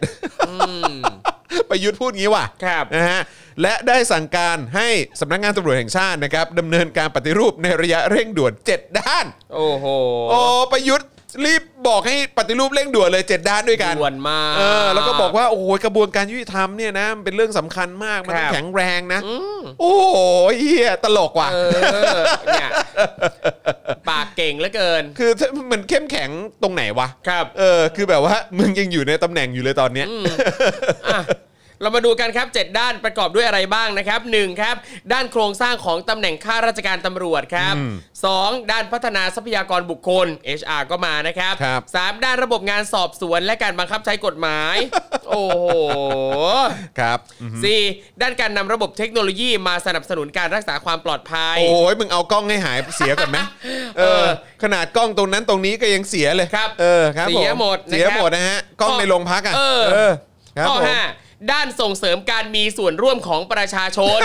B: ประยุทธ์พูดงี้ว่ะ
E: ครับ
B: นะฮะและได้สั่งการให้สำนักงานตำรวจแห่งชาตินะครับดำเนินการปฏิรูปในระยะเร่งด่วน 7 ด้าน
A: โอ้โห
B: โอ้ประยุทธ์รีบบอกให้ปฏิรูปเร่งด่วนเลย 7 ด้านด้วยกัน
A: ด่วนมาก
B: เออแล้วก็บอกว่าโอ้โหกระบวนการยุติธรรมเนี่ยนะมันเป็นเรื่องสำคัญมากมันต้อ
E: ค
B: ง
E: รับ
B: แข็งแรงนะโอ้โหเฮียตลกว่ะ
A: เออ เนี่ยปากเก่งเหลือเกิน
B: คือถ้ามันเข้มแข็งตรงไหนวะ
A: ครับ
B: เออ คือแบบว่ามึงยังอยู่ในตำแหน่งอยู่เลยตอนเนี้ย
A: อ่ะเรามาดูกันครับ 7 ด้านประกอบด้วยอะไรบ้างนะครับ 1. ครับ ด้านโครงสร้างของตำแหน่งข้าราชการตำรวจครับ 2. ด้านพัฒนาทรัพยากรบุคคล HR ก็มานะครับ
B: ครับ
A: 3. ด้านระบบงานสอบสวนและการบังคับใช้กฎหมาย โอ้โห
B: ครับ
A: 4. ด้านการนำระบบเทคโนโลยีมาสนับสนุนการรักษาความปลอดภัย
B: โอ้ยมึงเอากล้องให้หายเสียก่อนไหมเอ
A: เอ
B: อ
A: อ
B: ขนาดกล้องตรงนั้นตรงนี้ก็ยังเสียเลย
A: ครับ
B: เออครับผ
A: เสียหมดนะครับ
B: เสียหมดนะฮะ กล้อง
A: ข้อ
B: ในโรงพักอ่ะ
A: เออ
B: ครับ
A: ข้อ
B: ผม
A: ห้าด้านส่งเสริมการมีส่วนร่วมของประชาช น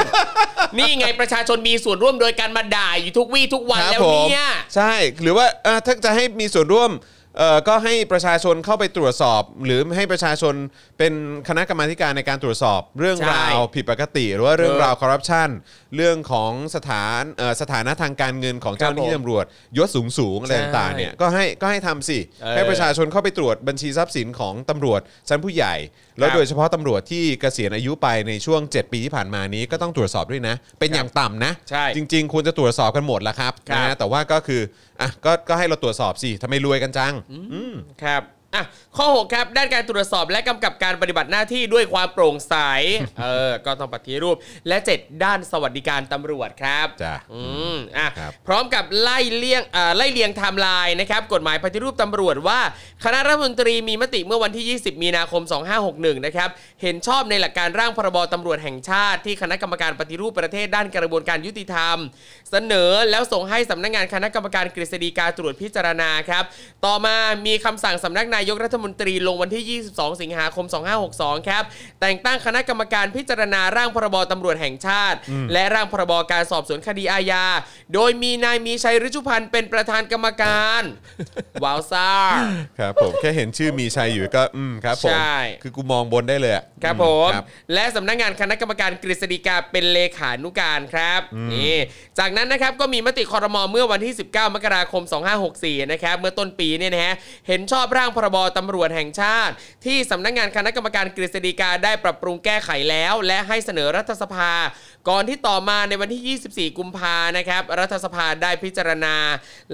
A: นี่ไงประชาชนมีส่วนร่วมโดยการมาด่าอยู่ทุกวี่ทุกวัน
B: ครับ
A: แล้ว
B: ผม
A: เนี่ย
B: ใช่หรือว่าเอ่อถ้าจะให้มีส่วนร่วมเอ่อก็ให้ประชาชนเข้าไปตรวจสอบ หรือให้ประชาชนเป็นคณะกรรมาธิการในการตรวจสอบเรื่อง
A: ใช่
B: ราวผิดปกติ หรือว่าเรื่อง
A: เออ
B: ราวคอร์รัปชันเรื่องของสถานเอ่อสถานะทางการเงินของเจ้าหน้าที่
A: ครับผม
B: ตำรวจยศสูงสูงๆอะไร
A: ใช่
B: ต่างๆเนี่ยก็ให้ก็ให้ทำสิ
A: เออ
B: ให้ประชาชนเข้าไปตรวจบัญชีทรัพย์สินของตำรวจชั้นผู้ใหญ่ แล้ว
A: ครับ
B: โดยเฉพาะตำรวจที่เกษียณอายุไปในช่วง 7 ปีที่ผ่านมานี้ก็ต้องตรวจสอบด้วยนะ เป็นอย่างต่ำนะ
A: ใช่
B: จริงๆควรจะตรวจสอบกันหมดแล้วครับ
A: ครับ
B: นะแต่ว่าก็คืออ่ะก็ก็ให้เราตรวจสอบสิทำไมรวยกันจังอืม
A: ครับอ่ะข้อ 6 ครับ ด้านการตรวจสอบและกำกับการปฏิบัติหน้าที่ด้วยความโปร่งใส เออ ก็ต้องปฏิรูป และ 7 ด้านสวัสดิการตำรวจครับ
B: จ้ะ
A: อืมอ่ะ
B: ครับ
A: พร้อมกับไล่เลี่ยงอ่าไล่เลียงไทม์ไลน์นะครับ กฎหมายปฏิรูปตำรวจว่า คณะรัฐมนตรีมีมติเมื่อวันที่ 20 มีนาคม 2561 นะครับ เห็นชอบในหลักการร่างพรบตำรวจแห่งชาติ ที่คณะกรรมการปฏิรูปประเทศด้านกระบวนการยุติธรรม เสนอแล้วส่งให้สำนักงานคณะกรรมการกฤษฎีกาตรวจพิจารณาครับ ต่อมามีคำสั่งสำนักนายกรัฐมนตรีลงวันที่ 22 สิงหาคม 2562 ครับ แต่งตั้งคณะกรรมการพิจารณาร่างพรบตำรวจแห่งชาติ และร่างพรบการสอบสวนคดีอาญา โดยมีนายมีชัยฤชุพันธ์เป็นประธานกรรมการว้าวซ่า
B: ครับผม แค่เห็นชื่อมีชัยอยู่ก็อืมครับผม
A: ใช่
B: คือกูมองบนได้เลยอะ
A: ครับ
B: อื
A: ผม
B: ครับ
A: และสำนักงานคณะกรรมการกฤษฎีกาเป็นเลขานุการครับนี่จากนั้นนะครับก็มีมติคอรมอเมื่อวันที่ 19 มกราคม 2564 นะครับเมื่อต้นปีเนี่ยนะฮะเห็นชอบร่างพรบตำรวจแห่งชาติ ที่สำนักงานคณะกรรมการกฤษฎีกาได้ปรับปรุงแก้ไขแล้ว และให้เสนอรัฐสภา ก่อนที่ต่อมาในวันที่ 24 กุมภานะครับรัฐสภาได้พิจารณา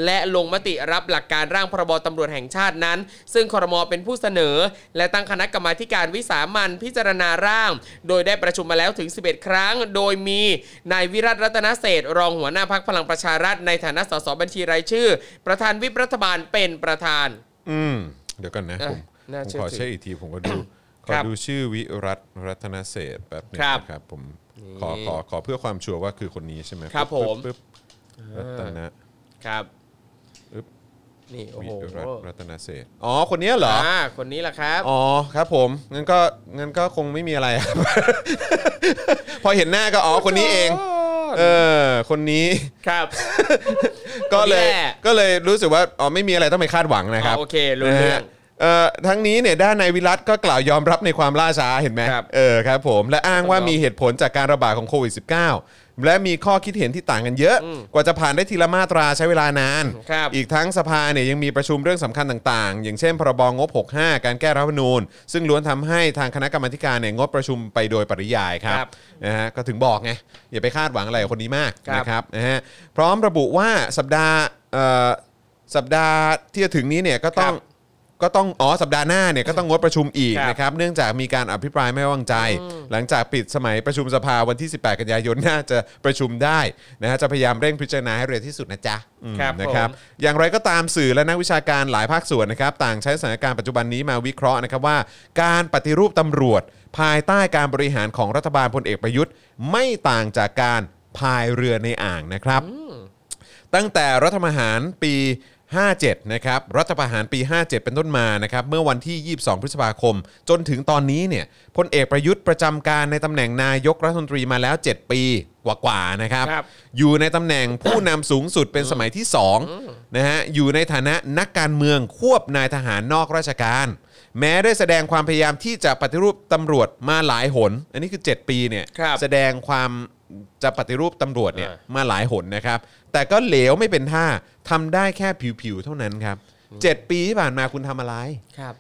A: และลงมติรับหลักการร่างพรบตำรวจแห่งชาตินั้น ซึ่งคอรมอเป็นผู้เสนอ และตั้งคณะกรรมาธิการวิสามันพิจารณาร่าง โดยได้ประชุมมาแล้วถึง 11 ครั้ง โดยมีนายวิรัตรัตนเศรษฐ์รองหัวหน้าพักพลังประชารัฐในฐานะสสบัญชีรายชื่อ ประธานวิปรัฐบาลเป็นประธาน
B: อืมเดี๋ยวกันนะผม
A: เออน่า
B: ผม
A: เชื่อ
B: ขอ
A: ถือ
B: เช็คอีกทีผมก็ดู ขอ
A: ครับ
B: ดูชื่อวิรัตรัตนเศรษฐ์แป๊บหนึง
A: ครับ
B: นะครับผมขอขอขอเพื่อความชัวร์ว่าคือคนนี้ใช่ไหม
A: ครับผ
B: ปึ๊
A: ม
B: ปึ๊บรัตนะครับ อึ๊บ
A: นี่โอ้
B: วิ
A: โห
B: รัตรัตนเศรษฐ์อ๋อคนเนี้ยเหรอ
A: อ่าคนนี้แหละครับ
B: อ๋อครับผมงั้นก็งั้นก็คงไม่มีอะไร ครับ พอเห็นหน้าก็อ๋อคนนี้เอง เออคนนี้
A: ครับ
B: ก็เลย
A: คนนี้แหละ
B: ก็เลยรู้สึกว่าอ๋อไม่มีอะไรต้องไปคาดหวังนะครับ
A: อ๋อโอเครู้เรื่อง
B: นะฮะ เอ่อทั้งนี้เนี่ยด้านนายวิรัตก็กล่าวยอมรับในความล่าช้าเห็นไหม
A: ครับ
B: เออครับผมและอ้างว่ามีเหตุผลจากการระบาดของโควิด -19 และมีข้อคิดเห็นที่ต่างกันเยอะ กว่าจะผ่านได้ทีละมาตราใช้เวลานาน
A: ครับ
B: อีกทั้งสภาเนี่ยยังมีประชุมเรื่องสำคัญต่างๆ อย่างเช่น พรบงบ 65 การแก้รัฐธรรมนูญ ซึ่งล้วนทำให้ทางคณะกรรมาธิการเนี่ยงดประชุมไปโดยปริยายครับ
A: ครับ
B: นะฮะก็ถึงบอกไงอย่าไปคาดหวังอะไรกับคนนี้มาก
A: ครับ
B: นะครับนะฮะพร้อมระบุว่าสัปดาห์เอ่อสัปดาห์ที่จะถึงนี้เนี่ยก็ต้อง ก็ต้องอ๋อสัปดาห์หน้าเนี่ยก็ต้องงดประชุมอีก
A: ครับ
B: นะครับเนื่องจากมีการอภิปรายไม่ไว้วางใจ หลังจากปิดสมัยประชุมสภาวันที่ 18 กันยายนน่าจะประชุมได้นะฮะจะพยายามเร่งพิจารณาให้เร็วที่สุดนะจ๊ะอืม
A: ครับผม
B: นะครับ อย่างไรก็ตามสื่อและนักวิชาการหลายภาคส่วนนะครับ ต่างใช้สถานการณ์ปัจจุบันนี้มาวิเคราะห์นะครับว่า การปฏิรูปตำรวจ ภายใต้การบริหารของรัฐบาลพลเอกประยุทธ์ ไม่ต่างจากการพายเรือในอ่างนะครับ ตั้งแต่รัฐประหารปี 57 นะครับ รัฐประหารปี 57 เป็นต้นมานะครับ เมื่อวันที่ 22 พฤษภาคม จนถึงตอนนี้เนี่ย พลเอกประยุทธ์ประจำการในตำแหน่งนายกรัฐมนตรีมาแล้ว 7 ปีกว่าๆ นะครับ
A: ครับ
B: อยู่ในตำแหน่งผู้นำสูงสุดเป็นสมัยที่ 2 นะฮะ อยู่ในฐานะนักการเมืองควบนายทหารนอกราชการ แม้ได้แสดงความพยายามที่จะปฏิรูปตำรวจมาหลายหน อันนี้คือ 7 ปีเนี่ย
A: ครับ
B: แสดงความจะปฏิรูปตำรวจเนี่ยมาหลายหนนะครับ แต่ก็เหลวไม่เป็นท่าทำได้แค่ผิวๆเท่านั้นครับเจ็ดปีที่ผ่านมาคุณทำอะไร
A: ครับ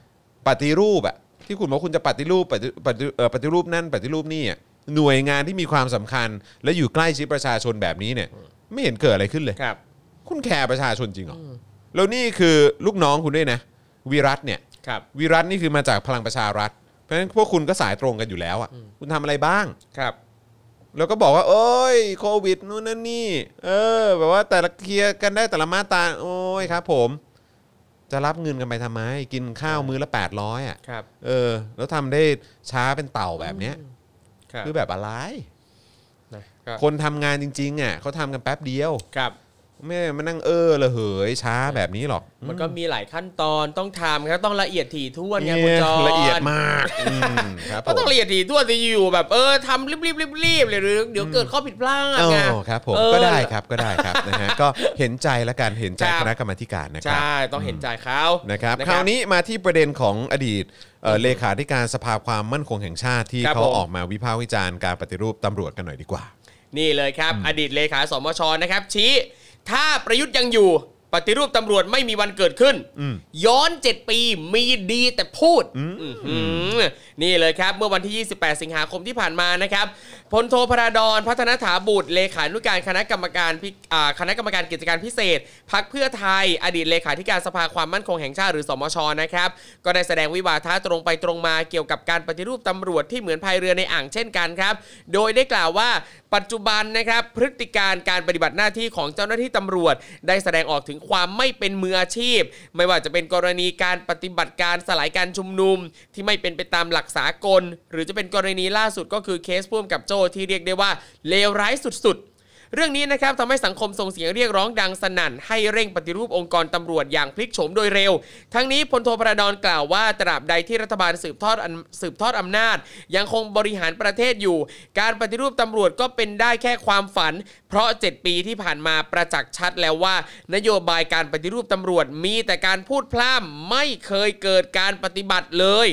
B: ปฏิรูปอะที่คุณบอกว่าคุณจะปฏิรูปปฏิปฏิเอ่อปฏิรูปนั่นปฏิรูปนี่อะหน่วยงานที่มีความสำคัญ และอยู่ใกล้ชิดประชาชนแบบนี้เนี่ย ไม่เห็นเกิดอะไรขึ้นเลย
A: ครับ
B: คุณแคร์ประชาชนจริงเหรออแล้วนี่คือลูกน้องคุณด้วยนะ วิรัตเนี่ย
A: ครับ
B: วิรัตนี่คือมาจากพลังประชารัฐ เพราะฉะนั้นพวกคุณก็สายตรงกันอยู่แล้วอะคุณทำอะไรบ้าง
A: ครับ
B: แล้วก็บอกว่า โอ้ยโควิดนู่นนั่นนี่ เออ แบบว่าแต่ละเคลียร์กันได้แต่ละมาตราโอ้ยครับ ผม จะรับเงินกันไปทำไม กินข้าวมื้อละ 800อ่ะ
A: ครับ
B: เออ แล้วทำได้ช้าเป็นเต่าแบบเนี้ย
A: ครับ
B: คือแบบอะไร
A: นะก็
B: คนทำงานจริง ๆ อ่ะเขาทำกันแป๊บเดียว
A: ครับ
B: ไม่มานั่งเออละเหยช้าแบบนี้หรอก
A: มันก็มีหลายขั้นตอนต้องทำครับต้องละเอียดถี่ถ้วนไง
B: เนี่
A: คุณ
B: ย
A: จอน
B: ละเอียดมากอืมครับผ
A: ก็
B: ม
A: ต้องละเอียดถี่ถ้วนจะอยู่แบบเออทำรีบรีบรีบรีบเลยหรือเดี๋ยวเกิดข้อผิดพลาดไง
B: อ๋อครับผม
A: เออ
B: ก็ได้ครับก็ได้ครับ นะฮะก็เห็นใจและกันเห็นใจ
A: ครับ
B: คณะกรรมาธิการนะครับ
A: ใช่ต้องเห็นใจเขาน
B: นะครับคราวนี้มาที่ประเด็นของอดีตเอ่อเลขาธิการสภาความมั่นคงแห่งชาติที่
A: ครับ
B: เขา
A: ผม
B: ออกมาวิพากษ์วิจารณ์การปฏิรูปตำรวจกันหน่อยดีกว่า
A: นี่เลยครับ อดีตเลขาสมชนะครับ ชี้ ถ้าประยุทธ์ยังอยู่ ปฏิรูปตำรวจไม่มีวันเกิดขึ้น
B: อืม
A: ย้อน 7 ปีมีดีแต่พูดอื้อหือนี่เลยครับ เมื่อวันที่ 28 สิงหาคมที่ผ่านมานะครับพลโทพราดอนพัฒนถาบุตรเลขานุการคณะกรรมการพิอ่าคณะกรรมการกิจการพิเศษ พักเพื่อไทย อดีตเลขาธิการสภาความมั่นคงแห่งชาติหรือสมชนะครับ ก็ได้แสดงวิวาทะตรงไปตรงมาเกี่ยวกับการปฏิรูปตำรวจที่เหมือนพายเรือในอ่างเช่นกันครับ โดยได้กล่าวว่าปัจจุบันนะครับพฤติการการปฏิบัติหน้าที่ของเจ้าหน้าที่ตำรวจ ได้แสดงออกถึงความไม่เป็นมืออาชีพ ไม่ว่าจะเป็นกรณีการปฏิบัติการสลายการชุมนุม ที่ไม่เป็นไปตามหลักสากล หรือจะเป็นกรณีล่าสุดก็คือเคสพ่วมกับโจที่เรียกได้ว่าเลวร้ายสุดๆ เรื่องนี้นะครับทำให้สังคมส่งเสียงเรียกร้องดังสนั่น ให้เร่งปฏิรูปองค์กรตำรวจอย่างพลิกโฉมโดยเร็ว ทั้งนี้พลโทพระดอนกล่าวว่าตราบใดที่รัฐบาลสืบทอดอำสืบทอดอำนาจ ยังคงบริหารประเทศอยู่ การปฏิรูปตำรวจก็เป็นได้แค่ความฝัน เพราะ 7 ปีที่ผ่านมาประจักษ์ชัดแล้วว่า นโยบายการปฏิรูปตำรวจมีแต่การพูดพร่ำไม่เคยเกิดการปฏิบัติเลย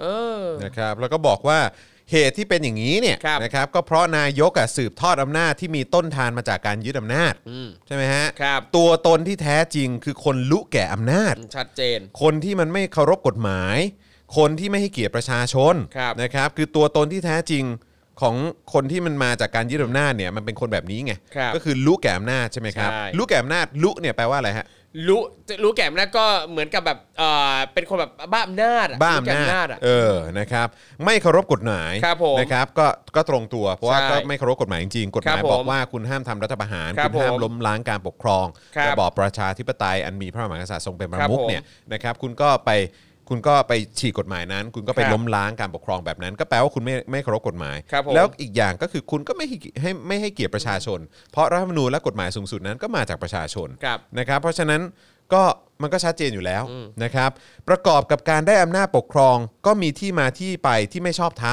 A: เออ
B: นะครับแล้วก็บอกว่าเหตุที่เป็นอย่างนี้เนี่ย
A: ครับ
B: นะครับก็เพราะนายกอะสืบทอดอำนาจที่มีต้นทานมาจากการยึดอำนาจ
A: อืม
B: ใช่ไหมฮะ
A: ครับ
B: ตัวตนที่แท้จริงคือคนลุแก่อำนาจ
A: ชัดเจน
B: คนที่มันไม่เคารพกฎหมาย คนที่ไม่ให้เกียรติประชาชน
A: ครับ
B: นะครับ คือตัวตนที่แท้จริงของคนที่มันมาจากการยึดอำนาจเนี่ยมันเป็นคนแบบนี้ไง
A: ครับ
B: ก็คือรู้แก่อำนาจใช่ไหมครับ
A: ใช่
B: รู้แก่อำนาจรู้เนี่ยแปลว่าอะไรฮะ
A: รู้รู้แก่มนะก็เหมือนกับแบบเออเป็นคนแบบบ้าอำนาจอะ
B: บ้า
A: รู้แก่
B: อำนาจ
A: อะ
B: เออนะครับ ไม่เคารพกฎหมาย
A: ครับผม
B: นะครับก็ก็ตรงตัว เพราะว่า
A: ใช่
B: ก็ไม่เคารพกฎหมายจริงๆกฎห
A: ครั
B: มา
A: บ
B: ย
A: ผม
B: บอกว่าคุณห้ามทำรัฐประหาร
A: ครั
B: คุ
A: บ
B: ณห้าม
A: ผม
B: ล้มล้างการปกครอง
A: ครับ
B: ระบอบประชาธิปไตยอันมีพระมหากษัตริย์ทรงเป็นประมุข
A: ครับผม
B: เนี่ยนะครับ คุณก็ไปคุณก็ไปฉีกกฎหมายนั้น คุณก็ไป
A: ครับ
B: ล้มล้างการปกครองแบบนั้น ก็แปลว่าคุณไม่ไม่เคารพกฎหมาย
A: ครับผม
B: แล้วอีกอย่างก็คือคุณก็ไม่ให้ให้ไม่ให้เกียรติประชาชน เพราะรัฐธรรมนูญและกฎหมายสูงสุดนั้นก็มาจากประชาชน
A: ครับ
B: นะครับเพราะฉะนั้นก็มันก็ชัดเจนอยู่แล้วนะครับประกอบกับการได้อำนาจปกครองก็มีที่มาที่ไปที่ไม่ชอบท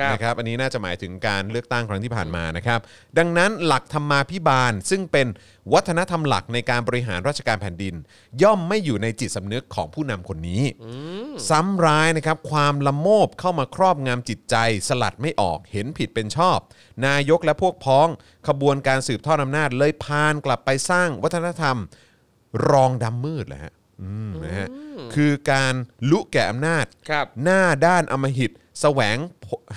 A: ครับ
B: ำนะครับอันนี้น่าจะหมายถึงการเลือกตั้งครั้งที่ผ่านมานะครับ ดังนั้นหลักธรรมาภิบาล ซึ่งเป็นวัฒนธรรมหลักในการบริหารราชการแผ่นดิน ย่อมไม่อยู่ในจิตสำนึกของผู้นำคนนี้ ซ้ำร้ายนะครับความละโมบเข้ามาครอบงำจิตใจ สลัดไม่ออกเห็นผิดเป็นชอบ นายกและพวกพ้อง ขบวนการสืบทอดอำนาจเลยพานกลับไปสร้างวัฒนธรรม รองดำมืดแหละฮะอืมนะฮะคือการลุแก่อำนาจ
A: ครับ
B: หน้าด้านอำมหิตแสวง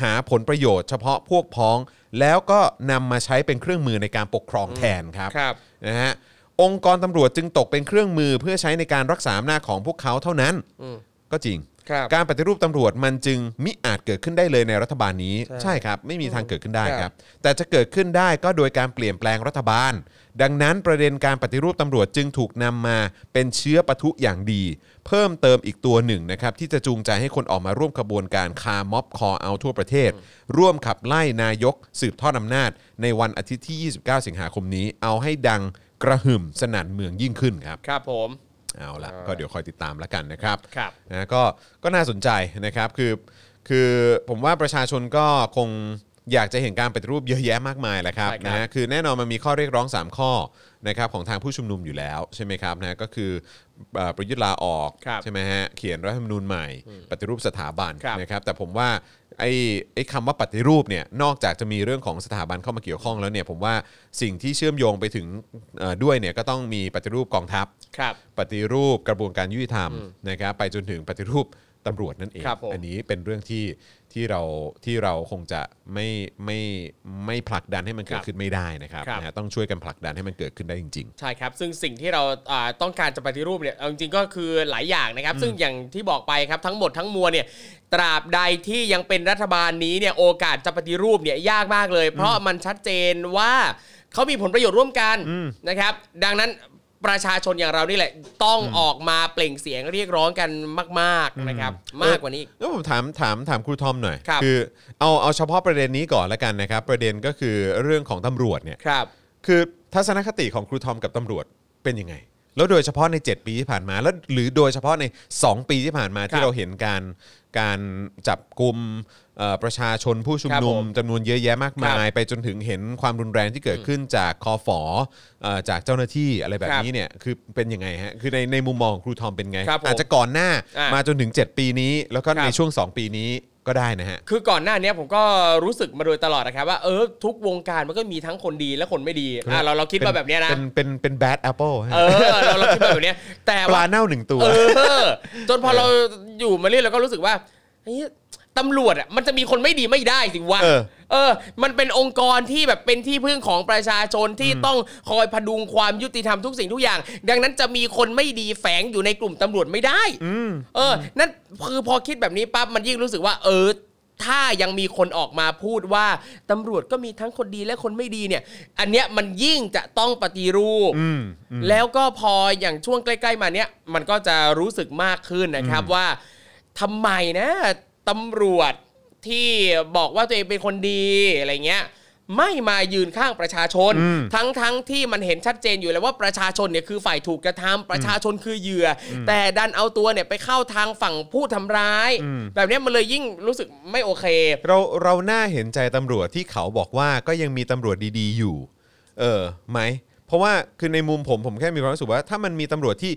B: หาผลประโยชน์เฉพาะพวกพ้อง แล้วก็นำมาใช้เป็นเครื่องมือในการปกครองแทนครับ
A: ครับ
B: นะฮะองค์กรตำรวจจึงตกเป็นเครื่องมือเพื่อใช้ในการรักษาอำนาจของพวกเขาเท่านั้นก็จริง
A: ครับ
B: การปฏิรูปตำรวจมันจึงมิอาจเกิดขึ้นได้เลยในรัฐบาลนี้
A: ใช่
B: ใช่ครับไม่มีทางเกิดขึ้นได้
A: ครับ
B: ครับ แต่จะเกิดขึ้นได้ก็โดยการเปลี่ยนแปลงรัฐบาล ดังนั้นประเด็นการปฏิรูปตำรวจจึงถูกนำมาเป็นเชื้อปะทุอย่างดี เพิ่มเติมอีกตัวหนึ่งนะครับที่จะจูงใจให้คนออกมาร่วมขบวนการคาร์ม็อบคอเอาทั่วประเทศ ร่วมขับไล่นายก สืบทอดอำนาจ ในวันอาทิตย์ที่ 29 สิงหาคมนี้ เอาให้ดังกระหึ่มสนั่นเมืองยิ่งขึ้นครับ
A: ครับผม
B: เอาละก็เดี๋ยวคอยติดตามแล้วกันนะครับ
A: ครับ
B: นะก็ก็น่าสนใจนะครับคือคือผมว่าประชาชนก็คงอยากจะเห็นการปฏิรูปเยอะแยะมากมายแหละครับ
A: ใช่ครับ
B: นะคือแน่นอนมันมีข้อเรียกร้อง 3 ข้อนะครับของทางผู้ชุมนุมอยู่แล้วใช่ไหมครับนะก็คือเอ่อประยุทธ์ลาออก
A: ครับ
B: ใช่ไหมฮะเขียนรัฐธรรมนูญใหม่ ปฏิรูปสถาบัน
A: ครับ
B: นะครับแต่ผมว่าไอ้ไอ้คำว่าปฏิรูปเนี่ยนอกจากจะมีเรื่องของสถาบันเข้ามาเกี่ยวข้องแล้วเนี่ยผมว่าสิ่งที่เชื่อมโยงไปถึงเอ่อด้วยเนี่ยก็ต้องมีปฏิรูปกองทัพ
A: ครับ
B: ปฏิรูปกระบวนการยุติธรรมนะครับไปจนถึงปฏิรูปตำรวจนั่นเอง
A: ครับผม
B: อันนี้เป็นเรื่องที่ที่เราที่เราคงจะไม่ไม่ไม่ผลักดันให้มันเกิด
A: ครับ
B: ขึ้นไม่ได้นะครับ
A: ครับ
B: นะฮะต้องช่วยกันผลักดันให้มันเกิดขึ้นได้จริง
A: ใช่ครับ ซึ่งสิ่งที่เราอ่าต้องการจะปฏิรูปเนี่ยเอาจริงๆก็คือหลายอย่างนะครับ ซึ่งอย่างที่บอกไปครับทั้งหมดทั้งมวลเนี่ยตราบใดที่ยังเป็นรัฐบาลนี้เนี่ยโอกาสจะปฏิรูปเนี่ยยากมากเลย เพราะมันชัดเจนว่าเขามีผลประโยชน์ร่วมกันนะครับ ดังนั้นประชาชนอย่างเรานี่แหละ ต้องออกมาเปล่งเสียงเรียกร้องกันมาก ๆนะครับ มากกว่านี้อีก
B: ๆ แล้วผมถามถามถามครูทอมหน่อย
A: ครับ
B: อเอาเอาเฉพาะประเด็นนี้ก่อนละกันนะครับ ประเด็นก็คือเรื่องของตำรวจเนี่ย
A: ครับ
B: คือทัศนคติของครูทอมกับตำรวจเป็นยังไง แล้วโดยเฉพาะใน 7 ปีที่ผ่านมาแล้วหรือโดยเฉพาะใน 2 ปีที่ผ่านมา
A: ครั
B: ที่
A: บ
B: เราเห็นการการจับกลุ่มเอ่อประชาชนผู้ชุมนุ
A: ค
B: ม
A: รับผม
B: จำนวนเยอะแยะมากมาย ไปจนถึงเห็นความรุนแรงที่เกิดขึ้นจากคอฝอเอ่อจากเจ้าหน้าที่อะไรแบบ
A: ครับ
B: นี้เนี่ยคือเป็นยังไงฮะคือในในมุมมองของครูทอมเป็นไง
A: ครับผม
B: อาจจะก่อนหน้า
A: อ่าม
B: มาจนถึง 7 ปีนี้ แล้วก็
A: ครับ
B: ในช่วง 2 ปีนี้ก็ได้นะฮะ
A: คือก่อนหน้าเนี้ยผมก็รู้สึกมาโดยตลอดนะครับว่าเออทุกวงการมันก็มีทั้งคนดีและคนไม่ดีอ่ะเราเราคิดมาแบบเนี้ยนะ
B: เป็นเป็นเป็นแบดแอปเปิล
A: เออเราเราคิดแบบเนี้ยแต่
B: ป
A: ว่า
B: ลาเน่าหนึ่งตัว
A: เออ จนพอเราอยู่มาเรื่อยเราก็รู้สึกว่าเฮ้ยตำรวจอ่ะมันจะมีคนไม่ดีไม่ได้สิวะ
B: เออ
A: เออ มันเป็นองค์กรที่แบบเป็นที่พึ่งของประชาชนที่ต้องคอยพดุงความยุติธรรมทุกสิ่งทุกอย่าง ดังนั้นจะมีคนไม่ดีแฝงอยู่ในกลุ่มตำรวจไม่ได้
B: ม
A: เออ นั่นคือพอคิดแบบนี้ปั๊บมันยิ่งรู้สึกว่า เออ ถ้ายังมีคนออกมาพูดว่าตำรวจก็มีทั้งคนดีและคนไม่ดีเนี่ย อันเนี้ยมันยิ่งจะต้องปฏิรูป
B: อืมอืม
A: แล้วก็พออย่างช่วงใกล้ๆมาเนี้ยมันก็จะรู้สึกมากขึ้นนะครับว่าทำไมนะตำรวจที่บอกว่าตัวเองเป็นคนดีอะไรเงี้ย ไม่มายืนข้างประชาชน
B: อืม
A: ทั้งทั้งที่มันเห็นชัดเจนอยู่แล้วว่าประชาชนเนี่ยคือฝ่ายถูกกระทำประชาชนคือเหยื่ออแต่ดันเอาตัวเนี่ยไปเข้าทางฝั่งผู้ทำร้าย แบบเนี้ยมันเลยยิ่งรู้สึกไม่โอเค
B: เราเราน่าเห็นใจตำรวจที่เขาบอกว่าก็ยังมีตำรวจดี ๆ อยู่ เออไหม เพราะว่าคือในมุมผมผมแค่มีความรู้สึกว่า ถ้ามันมีตำรวจที่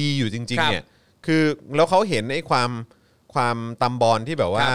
B: ดีๆ อยู่จริ
A: ค
B: ง
A: รั
B: ๆ
A: บ
B: เนี่ย คือแล้วเขาเห็นไอ้ความความตำบอลที่แบบว่า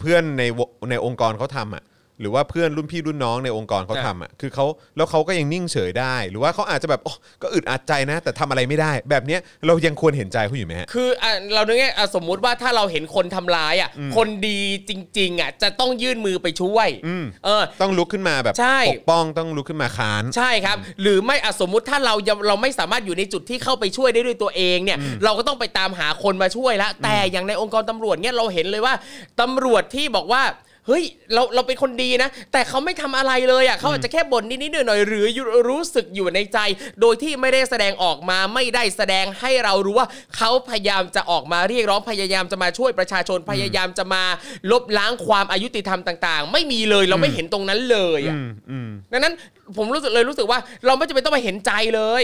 B: เพื่อนในวงในองค์กรเขาทำอ่ะ หรือว่าเพื่อนรุ่นพี่รุ่นน้องในองค์กรเขา
A: ใช่
B: ทำอ่ะ คือเขาแล้วเขาก็ยังนิ่งเฉยได้ หรือว่าเขาอาจจะแบบโอ้ก็อึดอัดใจนะ แต่ทำอะไรไม่ได้ แบบเนี้ยเรายังควรเห็นใจเขาอยู่ไหมฮะ
A: คืออ่ะเราเนี่ยอ่ะสมมุติว่าถ้าเราเห็นคนทำร้ายอ่ะคนดีจริง ๆอ่ะจะต้องยื่นมือไปช่วย
B: อืม
A: เออ
B: ต้องลุกขึ้นมาแบบ
A: ใช่
B: ปกป้องต้องลุกขึ้นมาค้าน
A: ใช่ครับ หรือไม่อะสมมุติถ้าเรายังเราไม่สามารถอยู่ในจุดที่เข้าไปช่วยได้ด้วยตัวเองเนี่ย เราก็ต้องไปตามหาคนมาช่วยละแต่อย่างในองค์กรตำรวจเนี่ยเราเห็นเลยว่าตำรวจที่บอกว่าเฮ้ยเราเราเป็นคนดีนะ แต่เขาไม่ทำอะไรเลยอ่ะเขาอาจจะแค่บ่นนิดๆหน่อยๆหรือรู้สึกอยู่ในใจ โดยที่ไม่ได้แสดงออกมาไม่ได้แสดงให้เรารู้ว่าเขาพยายามจะออกมาเรียกร้องพยายามจะมาช่วยประชาชนพยายามจะมาลบล้างความอายุติธรรมต่าง ๆ ไม่มีเลยเราไม่เห็นตรงนั้นเลยอ่ะ
B: อืมอืม
A: ดังนั้นผมรู้สึกเลยรู้สึกว่าเราไม่จำเป็นต้องไปเห็นใจเลย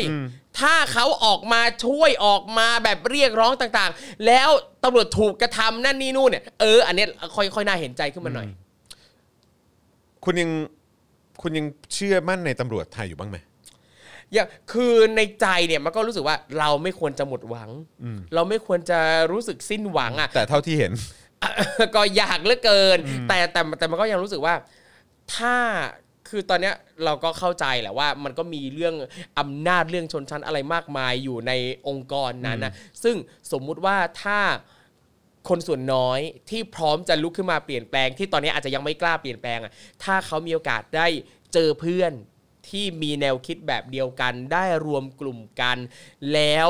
A: ถ้าเขาออกมาช่วยออกมาแบบเรียกร้องต่างๆ แล้วตำรวจถูกกระทำนั่นนี่นู่นเนี่ยเอออันเนี้ยค่อยค่อยน่าเห็นใจขึ้นมาหน่อย
B: คุณยังคุณยังเชื่อมั่นในตำรวจไทยอยู่บ้างไหม
A: อย่างคือในใจเนี่ยมันก็รู้สึกว่าเราไม่ควรจะหมดหวัง เราไม่ควรจะรู้สึกสิ้นหวังอ่ะ
B: แต่เท่าที่เห็น
A: ก็อยากเหลือเกิน แต่แต่แต่มันก็ยังรู้สึกว่า ถ้าคือตอนเนี้ยเราก็เข้าใจแหละว่า มันก็มีเรื่องอำนาจเรื่องชนชั้นอะไรมากมายอยู่ในองค์กรนั้นนะซึ่งสมมุติว่าถ้าคนส่วนน้อยที่พร้อมจะลุกขึ้นมาเปลี่ยนแปลง ที่ตอนนี้อาจจะยังไม่กล้าเปลี่ยนแปลงอ่ะถ้าเขามีโอกาสได้เจอเพื่อนที่มีแนวคิดแบบเดียวกัน ได้รวมกลุ่มกัน แล้ว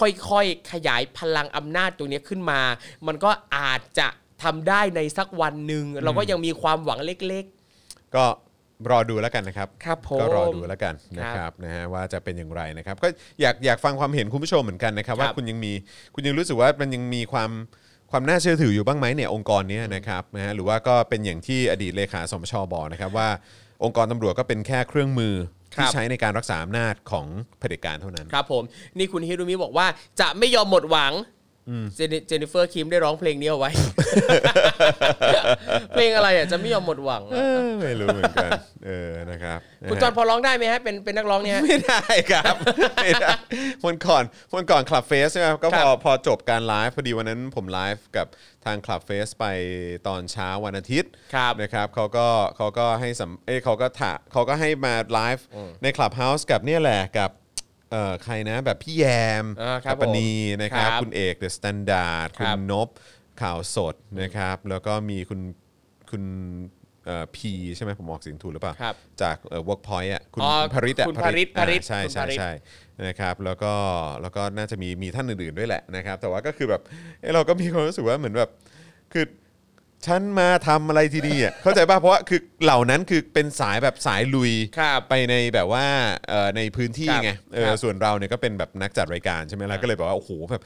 A: ค่อยๆขยายพลังอำนาจตรงเนี้ยขึ้นมา มันก็อาจจะทำได้ในสักวันหนึ่งเราก็ยังมีความหวังเล็ก ๆ
B: ก็รอดูแล้วกันนะครับ
A: ครับผม
B: ก็รอดูแล้วกันนะค
A: ครั
B: รับบ นะฮะว่าจะเป็นอย่างไรนะครับ ก็อยากอยากฟังความเห็นคุณผู้ชมเหมือนกันนะครับ
A: ครับ
B: ว่าคุณยังมีคุณยังรู้สึกว่ามันยังมีความความน่าเชื่อถืออยู่บ้างไหมเนี่ยองค์กรเนี้ยนะครับนะฮะหรือว่าก็เป็นอย่างที่อดีตเลขาสมชบอกนะครับว่าองค์กรตำรวจก็เป็นแค่เครื่องมือ
A: ค
B: ที่
A: รับ
B: ใช้ในการรักษาอำนาจของเผด็จการเท่านั้น
A: ครับผม นี่คุณฮิรุมิบอกว่าจะไม่ยอมหมดหวังเจนเจนนิเฟอร์คิมได้ร้องเพลงนี้เอาไว้ เพลงอะไรอ่ะจะไม่ยอมหมดหวัง
B: เอ
A: อ่ะ
B: อไม่รู้เหมือนกัน เออนะครับ
A: คุณ
B: นะ
A: จ
B: ฮะ
A: อนพอร้องได้ไหมฮะเป็นเป็นนักร้องเนี่ยฮะ
B: ไม่ได้ครับไม่ได้วันก่อนวันก่อนคลับเฟสใช่ไหมครับก็พ
A: ค
B: อ
A: รับ
B: พอจบการไลฟ์พอดีวันนั้นผมไลฟ์กับทางคลับเฟสไปตอนเช้าวันอาทิตย์
A: ครับ
B: นะครับเขาก็เขาก็ให้สัมเอ้ยเขาก็ถาเขาก็ให้มาไลฟ์ในคลับเฮาส์กับเนี่ยแหละกับเอ่อใครนะแบบพี่แยม
A: อ่าครับ
B: กัปปนีนะครับ
A: ครับ
B: คุณเอกเดอะสแตนดาร์ด
A: ครั
B: คุ
A: บ
B: ณนบข่าวสดนะครับ แล้วก็มีคุณคุณเอ่อพีใช่ไหมผมออกเสียงถูกหรือเปล่า
A: ครับ
B: จากเอ่อ workpoint อ่ะ คุณ
A: อ๋อ
B: พริตอ่ะ
A: คุณพริตพริต
B: อ่า
A: คุณ
B: ใช่ใช่
A: พริต
B: ใช่นะครับแล้วก็แล้วก็น่าจะมีมีท่านอื่นๆด้วยแหละนะครับ แต่ว่าก็คือแบบเอ้ยเราก็มีความรู้สึกว่าเหมือนแบบคือฉันมาทำอะไรที่นี่อ่ะ เข้าใจป่ะเพราะว่าคือเหล่านั้นคือเป็นสายแบบสายลุย
A: ครับ
B: ไปในแบบว่าเอ่อในพื้นที่
A: ครับ
B: ไงเออ
A: ครับ
B: ส่วนเราเนี่ยก็เป็นแบบนักจัดรายการใช่ไหมล่ะ
A: อ่า
B: ก็เลยบอกว่าโอ้โหแบบ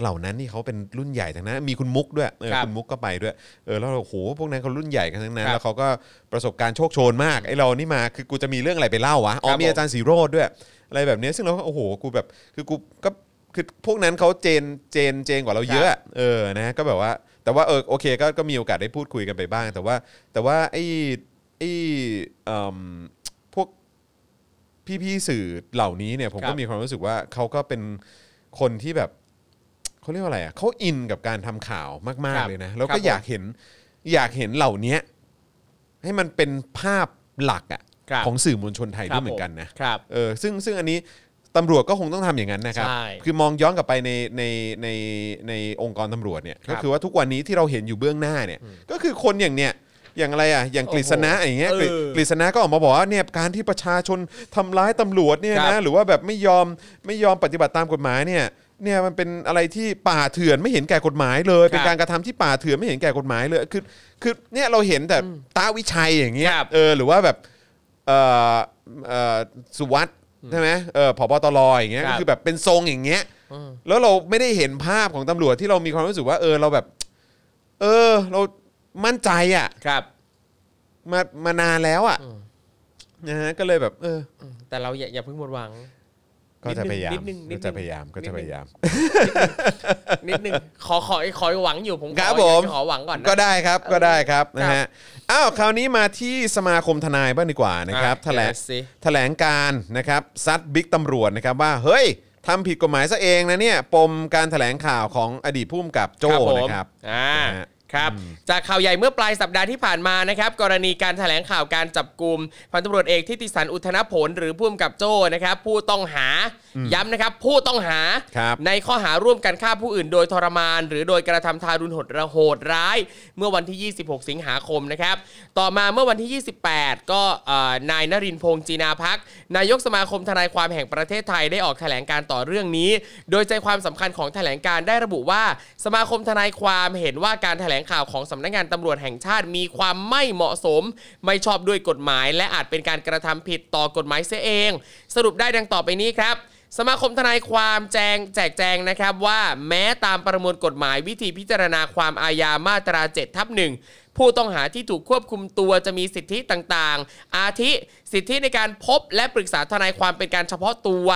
B: เหล่านั้นนี่เขาเป็นรุ่นใหญ่ทั้งนั้นมีคุณมุกด้วยเออ
A: ครับ
B: คุณมุกก็ไปด้วยเออแล้วเราโอ้โหพวกนั้นเขารุ่นใหญ่กันทั้งนั้น
A: ครับ
B: แล้วเขาก็ประสบการณ์โชคโชนมากไอเรานี่มาคือกูจะมีเรื่องอะไรไปเล่าวะอ๋อ
A: ครับ
B: มีอาจารย์สีโรดด้วยอะไรแบบเนี้ยซึ่งเราก็โอ้โหกูแบบคือกูก็คือพวกนั้นเขาเจนเจนเจนกว่าเราเยอะเออนะก็แบบว่าแต่ว่าเออโอเคก็ก็มีโอกาสได้พูดคุยกันไปบ้าง แต่ว่าแต่ว่าไอไอเอิ่มพวก พี่ๆสื่อเหล่านี้เนี่ยผม
A: ครั
B: ก็
A: บ
B: มีความรู้สึกว่าเขาก็เป็นคนที่แบบเขาเรียกว่าอะไรอ่ะเขาอินกับการทำข่าวมาก
A: ครั
B: ๆ
A: บ
B: เลยนะแล้ว
A: ครั
B: ก็
A: บผม
B: อยากเห็นอยากเห็นเหล่านี้ให้มันเป็นภาพหลักอ่ะ
A: ครับ
B: ของสื่อมวลชนไทย
A: ค
B: ด้
A: รั
B: ว
A: บ
B: ยเหมือนกันนะ
A: ผมครับ
B: เออซึ่งซึ่งอันนี้ตำรวจก็คงต้องทำอย่างนั้นนะครับ
A: ใช่
B: คือมองย้อนกลับไปในในในในองค์กรตำรวจเนี่ย
A: ครั
B: ก็
A: บ
B: คือว่าทุกวันนี้ที่เราเห็นอยู่เบื้องหน้าเนี่ย ก็คือคนอย่างเนี่ยอย่างอะไรอ่ะอย่างกฤษณะอย่างเงี้ยกฤษ
A: เออ
B: กฤษณะก็ออกมาบอกว่าเนี่ยการที่ประชาชนทำร้ายตำรวจเนี่ย
A: ครั
B: เนี่ยนะ
A: บ
B: หรือว่าแบบไม่ยอมไม่ยอมปฏิบัติตามกฎหมายเนี่ยเนี่ยมันเป็นอะไรที่ป่าเถื่อนไม่เห็นแก่กฎหมายเล
A: ค
B: ย
A: รับ
B: เป็นการกระทำที่ป่าเถื่อนไม่เห็นแก่กฎหมายเลยคือคือเนี่ยเราเห็นแต่ตาวิชัยอย่างเงี้ย
A: ครับ
B: เออหรือว่าแบบเออเออสุวัสด์ใช่ไหมเออผบตรอย่างเงี้ย
A: ครั
B: ก็
A: บ
B: คือแบบเป็นทรงอย่างเงี้ยแล้วเราไม่ได้เห็นภาพของตำรวจที่เรามีความรู้สึกว่าเออเราแบบ เออ เรามั่นใจอ่ะ
A: ครับ
B: มามานานแล้วอ่ะนะฮะก็เลยแบบ เออ
A: แต่เราอย่าอย่าเพิ่งหมดหวัง
B: ก็จะพยายาม
A: นิดนึงนิดนึง
B: ก็จะพยายามก็
A: นิด
B: จะ
A: นึง
B: พยายาม
A: นิดนึงขอขอขอหวังอยู่ผมขอ
B: ครับ
A: อยาก
B: ผม
A: จะขอหวังก่อนนะ
B: ก็ได้ครับก็ได้ครับ
A: ครับ
B: นะฮะอ้าวคราวนี้มาที่สมาคมทนายบ้างดีกว่านะครับ
A: อ่ะ
B: แถลง
A: เดี๋ยวสิ
B: แถลงการนะครับซัดบิ๊กตำรวจนะครับว่าเฮ้ยทำผิดกฎหมายซะเองนะเนี่ยปมการแถลงข่าวของอดีตผู้กำกับโจ้
A: ครับผม
B: นะครับ
A: อ่า
B: นะฮะ
A: ครับ จากข่าวใหญ่เมื่อปลายสัปดาห์ที่ผ่านมานะครับ กรณีการแถลงข่าวการจับกลุ่มพันตำรวจเอกทิติสันอุทธนผล หรือผู้กำกับโจ้นะครับ ผู้ต้องหาย้ำนะครับ ผู้ต้องหา
B: ครับ
A: ในข้อหาร่วมกันฆ่าผู้อื่นโดยทรมาน หรือโดยกระทำทารุณโหดระโหดร้าย เมื่อวันที่ 26 สิงหาคมนะครับ ต่อมาเมื่อวันที่ 28 ก็เอ่อนายนรินทร์พงศ์จีนาพักดิ์นายกสมาคมทนายความแห่งประเทศไทยได้ออกแถลงการณ์ต่อเรื่องนี้ โดยใจความสำคัญของแถลงการณ์ได้ระบุว่า สมาคมทนายความเห็นว่าการแถลงข่าวของสำนักงานตำรวจแห่งชาติมีความไม่เหมาะสม ไม่ชอบด้วยกฎหมาย และอาจเป็นการกระทำผิดต่อกฎหมายเสียเอง สรุปได้ดังต่อไปนี้ครับ สมาคมทนายความแจงแจกแจงนะครับว่าแม้ตามประมวลกฎหมายวิธีพิจารณาความอาญามาตรา7ทับหนึ่งผู้ต้องหาที่ถูกควบคุมตัวจะมีสิทธิต่างๆ อาทิ สิทธิในการพบและปรึกษาทนายความเป็นการเฉพาะตัว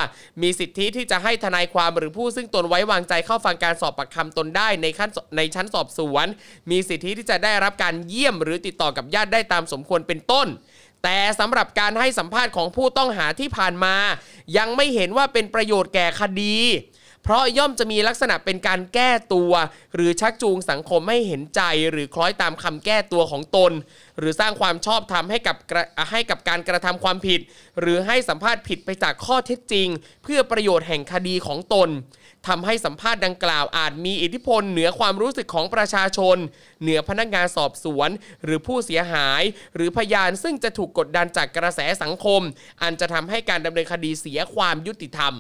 A: มีสิทธิที่จะให้ทนายความหรือผู้ซึ่งตนไว้วางใจเข้าฟังการสอบปากคำตนได้ในขั้นในชั้นสอบสวน มีสิทธิที่จะได้รับการเยี่ยมหรือติดต่อกับญาติได้ตามสมควรเป็นต้น แต่สำหรับการให้สัมภาษณ์ของผู้ต้องหาที่ผ่านมา ยังไม่เห็นว่าเป็นประโยชน์แก่คดี เพราะย่อมจะมีลักษณะเป็นการแก้ตัว หรือชักจูงสังคมให้เห็นใจ หรือคล้อยตามคำแก้ตัวของตน หรือสร้างความชอบธรรมให้กับกระให้กับการกระทำความผิด หรือให้สัมภาษณ์ผิดไปจากข้อเท็จจริง เพื่อประโยชน์แห่งคดีของตนทำให้สัมภาษณ์ดังกล่าวอาจมีอิทธิพลเหนือความรู้สึกของประชาชน เหนือพนักงานสอบสวน หรือผู้เสียหาย หรือพยานซึ่งจะถูกกดดันจากกระแสสังคม อันจะทำให้การดำเนินคดีเสียความยุติธรรม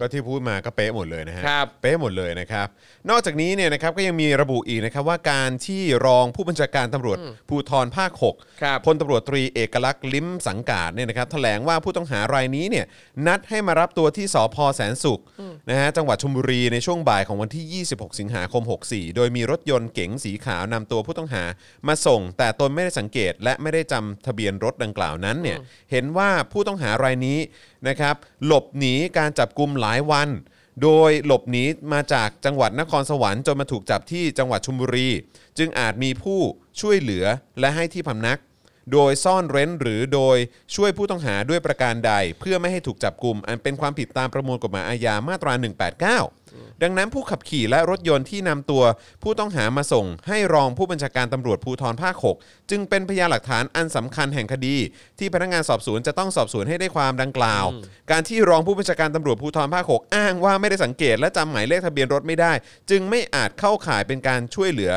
B: ก็ที่พูดมาก็เป๊ะหมดเลยนะฮะ
A: ครับ
B: เป๊ะหมดเลยนะครับ นอกจากนี้เนี่ยนะครับก็ยังมีระบุอีกนะครับว่าการที่รองผู้บัญชาการตำรวจภูธรภาค
A: ครับ
B: 6พลตำรวจตรีเอกลักษณ์ลิ้มสังกาดเนี่ยนะครับแถลงว่าผู้ต้องหารายนี้เนี่ยนัดให้มารับตัวที่สพแสนสุขนะฮะจังหวัดชลบุรีในช่วงบ่ายของวันที่ 26 สิงหาคม 64 โดยมีรถยนต์เก๋งสีขาวนำตัวผู้ต้องหามาส่ง แต่ตนไม่ได้สังเกตและไม่ได้จำทะเบียนรถดังกล่าวนั้นเนี่ยเห็นว่าผู้ต้องหารายนี้นะครับหลบหนีการจับกลุมหลายวัน โดยหลบหนีมาจากจังหวัดนครสวรรค์จนมาถูกจับที่จังหวัดชลบุรี จึงอาจมีผู้ช่วยเหลือและให้ที่พำนัก โดยซ่อนเร้นหรือโดยช่วยผู้ต้องหาด้วยประการใด เพื่อไม่ให้ถูกจับกลุ่ม อันเป็นความผิดตามประมวลกฎหมายอาญามาตรา 189 ดังนั้นผู้ขับขี่และรถยนต์ที่นำตัวผู้ต้องหามาส่ง ให้รองผู้บัญชาการตำรวจภูธรภาค 6 จึงเป็นพยานหลักฐานอันสำคัญแห่งคดี ที่พนักงานสอบสวนจะต้องสอบสวนให้ได้ความดังกล่าว การที่รองผู้บัญชาการตำรวจภูธรภาค 6 อ้างว่าไม่ได้สังเกตและจำหมายเลขทะเบียนรถไม่ได้ จึงไม่อาจเข้าข่ายเป็นการช่วยเหลือ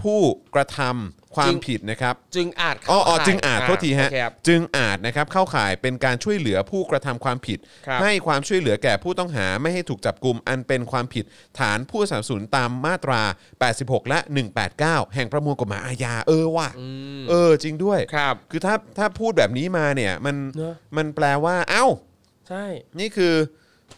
B: ผู้กระทำความผิดนะครับ
A: จึงอาจเข้
B: อ๋ออ๋อ
A: ข่ย
B: จึงอาจโทษทีฮะ
A: โอเคครับ
B: จึงอาจนะครับเข้าข่ายเป็นการช่วยเหลือผู้กระทำความผิด
A: ครับ
B: ให้ความช่วยเหลือแก่ผู้ต้องหาไม่ให้ถูกจับกลุ่มอันเป็นความผิด ฐานผู้สนับสนุนตามมาตรา 86 และ 189 แห่งประมวลกฎหมายอาญาเออว่ะเออจริงด้วย
A: ครับ
B: คือถ้าถ้าพูดแบบนี้มาเนี่ยมัน
A: เนอะ
B: มันแปลว่า เอ้า
A: ใช่
B: นี่คือ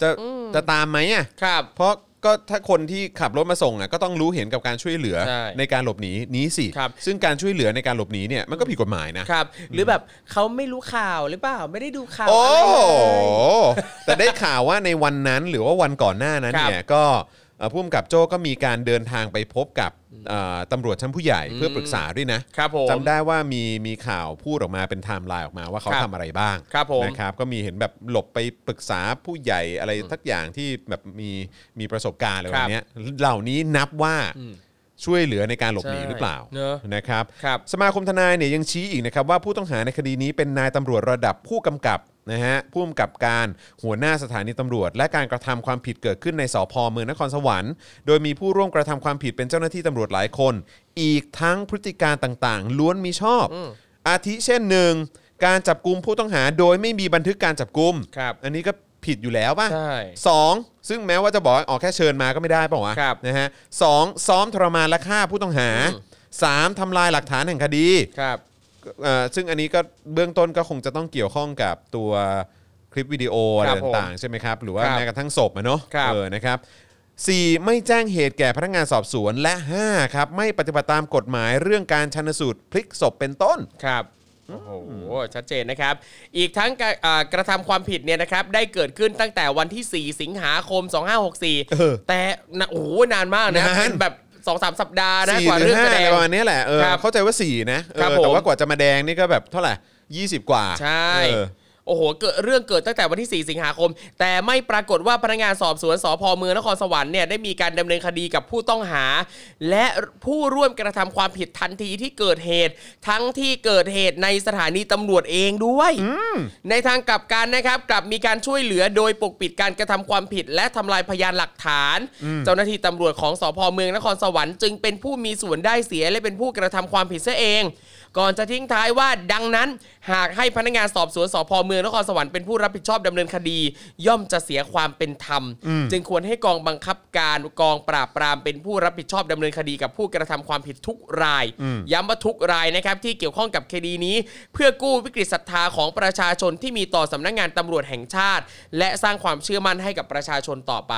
B: จะจะตามไหมอ่ะ
A: ครับ
B: เพราะก็ถ้าคนที่ขับรถมาส่งอ่ะก็ต้องรู้เห็นกับการช่วยเหลือ
A: ใช่
B: การหลบหนีนี้สิ
A: ครับ
B: ซึ่งการช่วยเหลือในการหลบหนีเนี่ยมันก็ผิดกฎหมายนะ
A: ครับ หรือแบบเขาไม่รู้ข่าวหรือเปล่าไม่ได้ดูข่าว
B: โอ้
A: อะไรเลย
B: แต่ได้ข่าวว่าในวันนั้นหรือว่าวันก่อนหน้านั้น
A: ครับ
B: เนี่ยก็เอ่อผู้กำกับโจ้ก็มีการเดินทางไปพบกับเอ่อตำรวจชั้นผู้ใหญ่เพื่อปรึกษาด้วยนะครับ
A: ผม
B: จำได้ว่ามีมีข่าวพูดออกมาเป็นไทม์ไลน์ออกมาว่าเขา
A: ครับ
B: ทำอะไรบ้าง
A: ครับผม
B: นะครับก็มีเห็นแบบหลบไปปรึกษาผู้ใหญ่อะไรทักอย่างที่แบบมีมีประสบการณ์อะไรแบบเนี้ยเหล่านี้นับว่าช่วยเหลือในการหลบหนี
A: ใช่
B: หรือเปล่า
A: เนอะ
B: นะครับ
A: ครับ
B: สมาคมทนายเนี่ยยังชี้อีกนะครับว่าผู้ต้องหาในคดีนี้เป็นนายตำรวจระดับผู้กำกับนะฮะผู้กำกับการหัวหน้าสถานีตำรวจ และการกระทำความผิดเกิดขึ้นในสพเมืองนครสวรรค์ โดยมีผู้ร่วมกระทำความผิดเป็นเจ้าหน้าที่ตำรวจหลายคน อีกทั้งพฤติการต่างๆ ล้วนมีชอบ อาทิเช่นหนึ่งการจับกลุ่มผู้ต้องหาโดยไม่มีบันทึกการจับกลุ่ม
A: ครับ
B: อันนี้ก็ผิดอยู่แล้วป่ะ
A: ใช่
B: สองซึ่งแม้ว่าจะบอกว่าอ๋อแค่เชิญมาก็ไม่ได้ป่าวะ
A: ครับ
B: นะฮะสองซ้อมทรมานและฆ่าผู้ต้องหาสามทำลายหลักฐานแห่งคดี
A: ครับ
B: เอ่อซึ่งอันนี้ก็เบื้องต้นก็คงจะต้องเกี่ยวข้องกับตัวคลิปวิดีโออะไร
A: ครับผม
B: ต่างๆใช่ไหมครับ หรือว่า
A: ครับ
B: แม้กระทั่งศพอะเนาะ
A: ครับ
B: เออนะครับสี่ไม่แจ้งเหตุแก่พนักงานสอบสวนและห้าครับไม่ปฏิบัติตามกฎหมายเรื่องการชันสูตรพลิกศพเป็นต้น
A: ครับโอ้โหชัดเจนนะครับ อีกทั้งการอ่ากระทำความผิดเนี่ยนะครับ ได้เกิดขึ้นตั้งแต่วันที่ 4 สิงหาคม
B: เออ
A: 2564 แต่นะโอ้โหนานมากนะ
B: นาน
A: เป็นแบบสองสามสัปดาห์นะ
B: สี่
A: กว่า
B: หรื
A: เรื่อ
B: อง ห้า
A: จะ
B: อะ
A: แด
B: ไรง ประมาณเนี้ยแหละเออ
A: ครับ
B: เข้าใจว่าสี่นะเอ
A: ครับ
B: อ
A: ผม
B: แต่ว่ากว่าจะมาแดงนี่ก็แบบเท่าไหร่ยี่สิบกว่า
A: ใช่
B: เออ
A: โอ้โห เกิดเรื่องเกิดตั้งแต่วันที่ 4 สิงหาคม แต่ไม่ปรากฏว่าพนักงานสอบสวนสพเมืองนครสวรรค์เนี่ยได้มีการดำเนินคดีกับผู้ต้องหา และผู้ร่วมกระทำความผิดทันทีที่เกิดเหตุ ทั้งที่เกิดเหตุในสถานีตำรวจเองด้วย ในทางกลับกันนะครับกลับมีการช่วยเหลือโดยปกปิดการกระทำความผิด และทำลายพยานหลักฐาน เจ้าหน้าที่ตำรวจของสพเมืองนครสวรรค์จึงเป็นผู้มีส่วนได้เสียและเป็นผู้กระทำความผิดซะเอง ก่อนจะทิ้งท้ายว่าดังนั้น หากให้พนักงานสอบสวนสพเมืองนครสวรรค์เป็นผู้รับผิดชอบดำเนินคดี ย่อมจะเสียความเป็นธรรม จึงควรให้กองบังคับการกองปราบปรามเป็นผู้รับผิดชอบดำเนินคดีกับผู้กระทำความผิดทุกราย ย้ำว่าทุกรายนะครับที่เกี่ยวข้องกับคดีนี้ เพื่อกู้วิกฤตศรัทธาของประชาชนที่มีต่อสำนักงานตำรวจแห่งชาติ และสร้างความเชื่อมั่นให้กับประชาชนต่อไป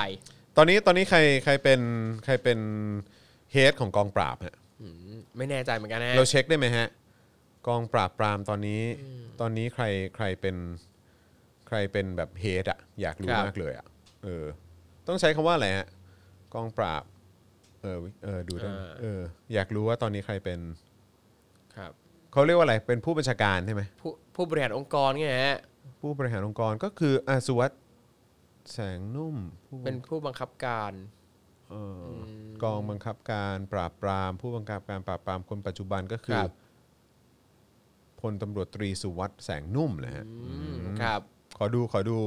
B: ตอนนี้ตอนนี้ใครใครเป็นใครเป็นเฮดของกองปราบฮะ
A: ไม่แน่ใจเหมือนกันนะ
B: เราเช็คได้ไหมฮะ กองปราบปรามตอนนี้ตอนนี้ใครใครเป็นใครเป็นแบบเฮดอะอยากรู้มากเลยอะเออ ต้องใช้คำว่าอะไรฮะกองปราบ เออวิเออดูได้ไหมเออ อยากรู้ว่าตอนนี้ใครเป็น
A: ครับ
B: เขาเรียกว่าอะไรเป็นผู้บัญชาการใช่ไหม
A: ผู้ผู้บริหารองค์กรไงฮะ
B: ผู้บริหารองค์กรก็คืออาสุวัตแสงนุ่มผู้
A: เป็นผู้บังคับการ
B: เอ่ออกองบังคับการปราบปราม ผู้บังคับการปราบปรามคนปัจจุบันก็คื
A: ค
B: อ
A: รับ
B: พลตำรวจตรีสุวัตแสงนุ่มนะฮะ
A: อืมครับ
B: ขอดูขอดู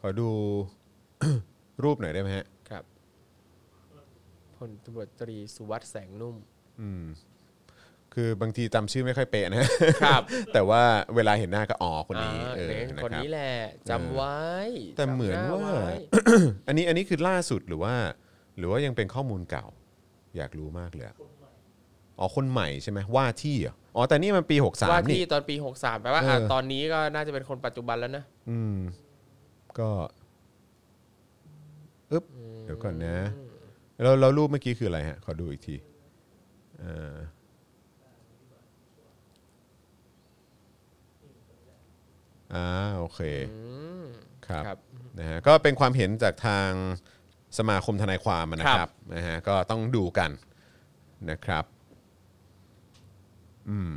B: ขอดู รูปหน่อยได้ไหมฮะ
A: ครับพลตำรวจตรีสุวัสด์แสงนุ่ม
B: คือบางทีจำชื่อไม่ค่อยเป๊ะนะ
A: ครับ
B: แต่ว่าเวลาเห็นหน้าก็อ๋อคนนี้
A: อ่า
B: เออ
A: เนี่ย
B: นะ
A: คน
B: ครับ
A: นี้แหละจำไว้
B: แต่เหมือน
A: จำ
B: ว่า
A: ไไ
B: อันนี้อันนี้คือล่าสุดหรือว่า หรือว่ายังเป็นข้อมูลเก่า อยากรู้มากเลยอะอ๋อคนใหม่ใช่ไหมว่าที่เหรออ๋อแต่นี่มันปี
A: ว่า
B: 63
A: ที่
B: นี่
A: ตอนปี 63แปลว่าอ่ะ
B: เออ
A: ตอนนี้ก็น่าจะเป็นคนปัจจุบันแล้วนะ
B: อืม ก็อึ๊บเดี๋ยวก่อนนะแล้วแล้วรูปเมื่อกี้คืออะไรฮะ ขอดูอีกทีเอ่ออ่าโอเค ครับ
A: ครับ
B: นะฮะก็เป็นความเห็นจากทางสมาคมทนายความนะค
A: ครั
B: รับบ นะฮะก็ต้องดูกันนะครับอืม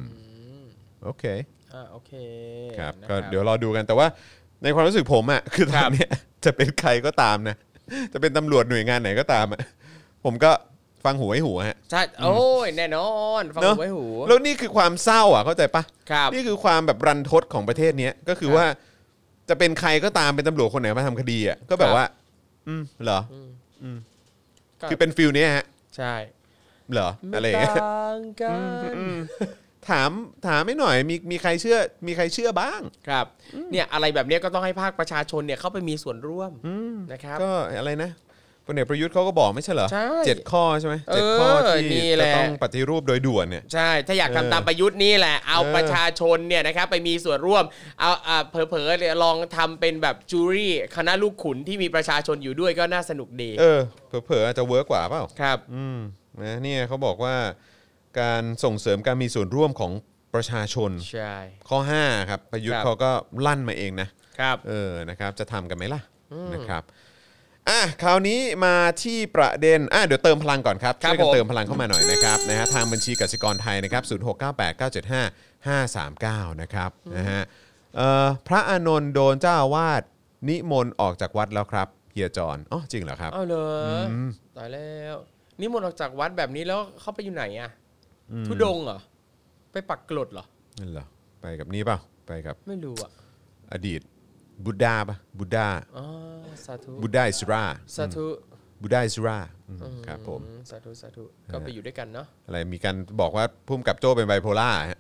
B: โอเค
A: อ่าโอเค
B: ครับ
A: นะ
B: ก็เดี๋ยวรอดูกันแต่ว่าในความรู้สึกผมอ่ะ คือตอนเนี้ยจะเป็นใครก็ตามนะ จะเป็นตำรวจหน่วยงานไหนก็ตามอ่ะผมก็ฟังหูไว้หูฮะ
A: ใช่โอ้ยแน่นอนฟัง
B: เนอะ
A: หูไว้หู
B: แล้วนี่คือความเศร้าอ่ะเข้าใจปะ
A: ครับ
B: นี่คือความแบบรันทดของประเทศเนี้ยก็คือ
A: ครับ
B: ว่าจะเป็นใครก็ตามเป็นตำรวจคนไหนมาทำคดีอ่ะก็แบ
A: ครับ บ
B: ว่า อืมเหรออ
A: ก็
B: คือเป็นฟิลเนี้ยฮะ
A: ใช่
B: เหรออะไรอย่าง
A: ม่
B: เงี้ย
A: ต่างกัน
B: ถามถามไม่หน่อยมีมีใครเชื่อ มีใครเชื่อบ้าง
A: ครับ เนี่ยอะไรแบบเนี้ยก็ต้องให้ภาคประชาชนเนี่ยเข้าไปมีส่วนร่วมนะครับ
B: ก็อะไรนะพลเอกประยุทธ์เขาก็บอกไม่ใช่เหรอ
A: ใช่
B: เจ็ดข้อใช่ไหมเจ็ด
A: เออ
B: ข้อที่
A: นี่แห
B: จะ
A: ละ
B: ต้องปฏิรูปโดยด่วนเนี่ย
A: ใช่ ถ้าอยาก
B: เออ
A: ทำตามประยุทธ์นี่แหละ เอา
B: เออ
A: ประชาชนเนี่ยนะครับไปมีส่วนร่วม เอาอ่าเผลอๆเนี่ยลองทำเป็นแบบจูรี่คณะลูกขุนที่มีประชาชนอยู่ด้วยก็น่าสนุกดี
B: เออเผลอๆอาจจะเวิร์กกว่าเปล่า
A: ครับ
B: อืมนะเนี่ยเขาบอกว่าการส่งเสริมการมีส่วนร่วมของประชาชน
A: ใช่
B: ข้อ 5 ครับ ประยุท
A: ครั
B: ธ์
A: บ
B: เขาก็ลั่นมาเองนะ
A: ครับ
B: เออ นะครับ จะทำกันไหมล่ะ นะครับ อ่ะ คราวนี้มาที่ประเด็น อ่ะ เดี๋ยวเติมพลังก่อนครับ
A: ครับ
B: ช่วยกั
A: ผม
B: เติมพลังเข้ามาหน่อยนะครับ นะฮะ ทางบัญชีกสิกรไทยนะครับ0698975539 นะครับ นะฮะ เอ่อ พระอานนท์โดนเจ้าอาวาสนิมนต์ออกจากวัดแล้วครับเฮียจอนอ๋อ จริงเหรอครับ
A: เอาเลยตายแล้วนี่หมดออกจากวัดแบบนี้แล้วเข้าไปอยู่ไหนอะทุดงค์เหรอ ไปปักกลดเหรอ
B: นั่นเหรอ ไปกับนี่เปล่า ไปกับ
A: ไม่รู้อ่ะ
B: อดีตบุดดาปะบุดดา
A: อ๋อสาธุ
B: บุดดาอิสรา
A: สาธุ
B: บุดดาอิสราอืมครับผม
A: อืมสาธุสาธุก็ไปอยู่ด้วยกันเนาะ
B: อะไรมีการบอกว่าพุ่มกับโจ้เป็นไบโพล่าฮะ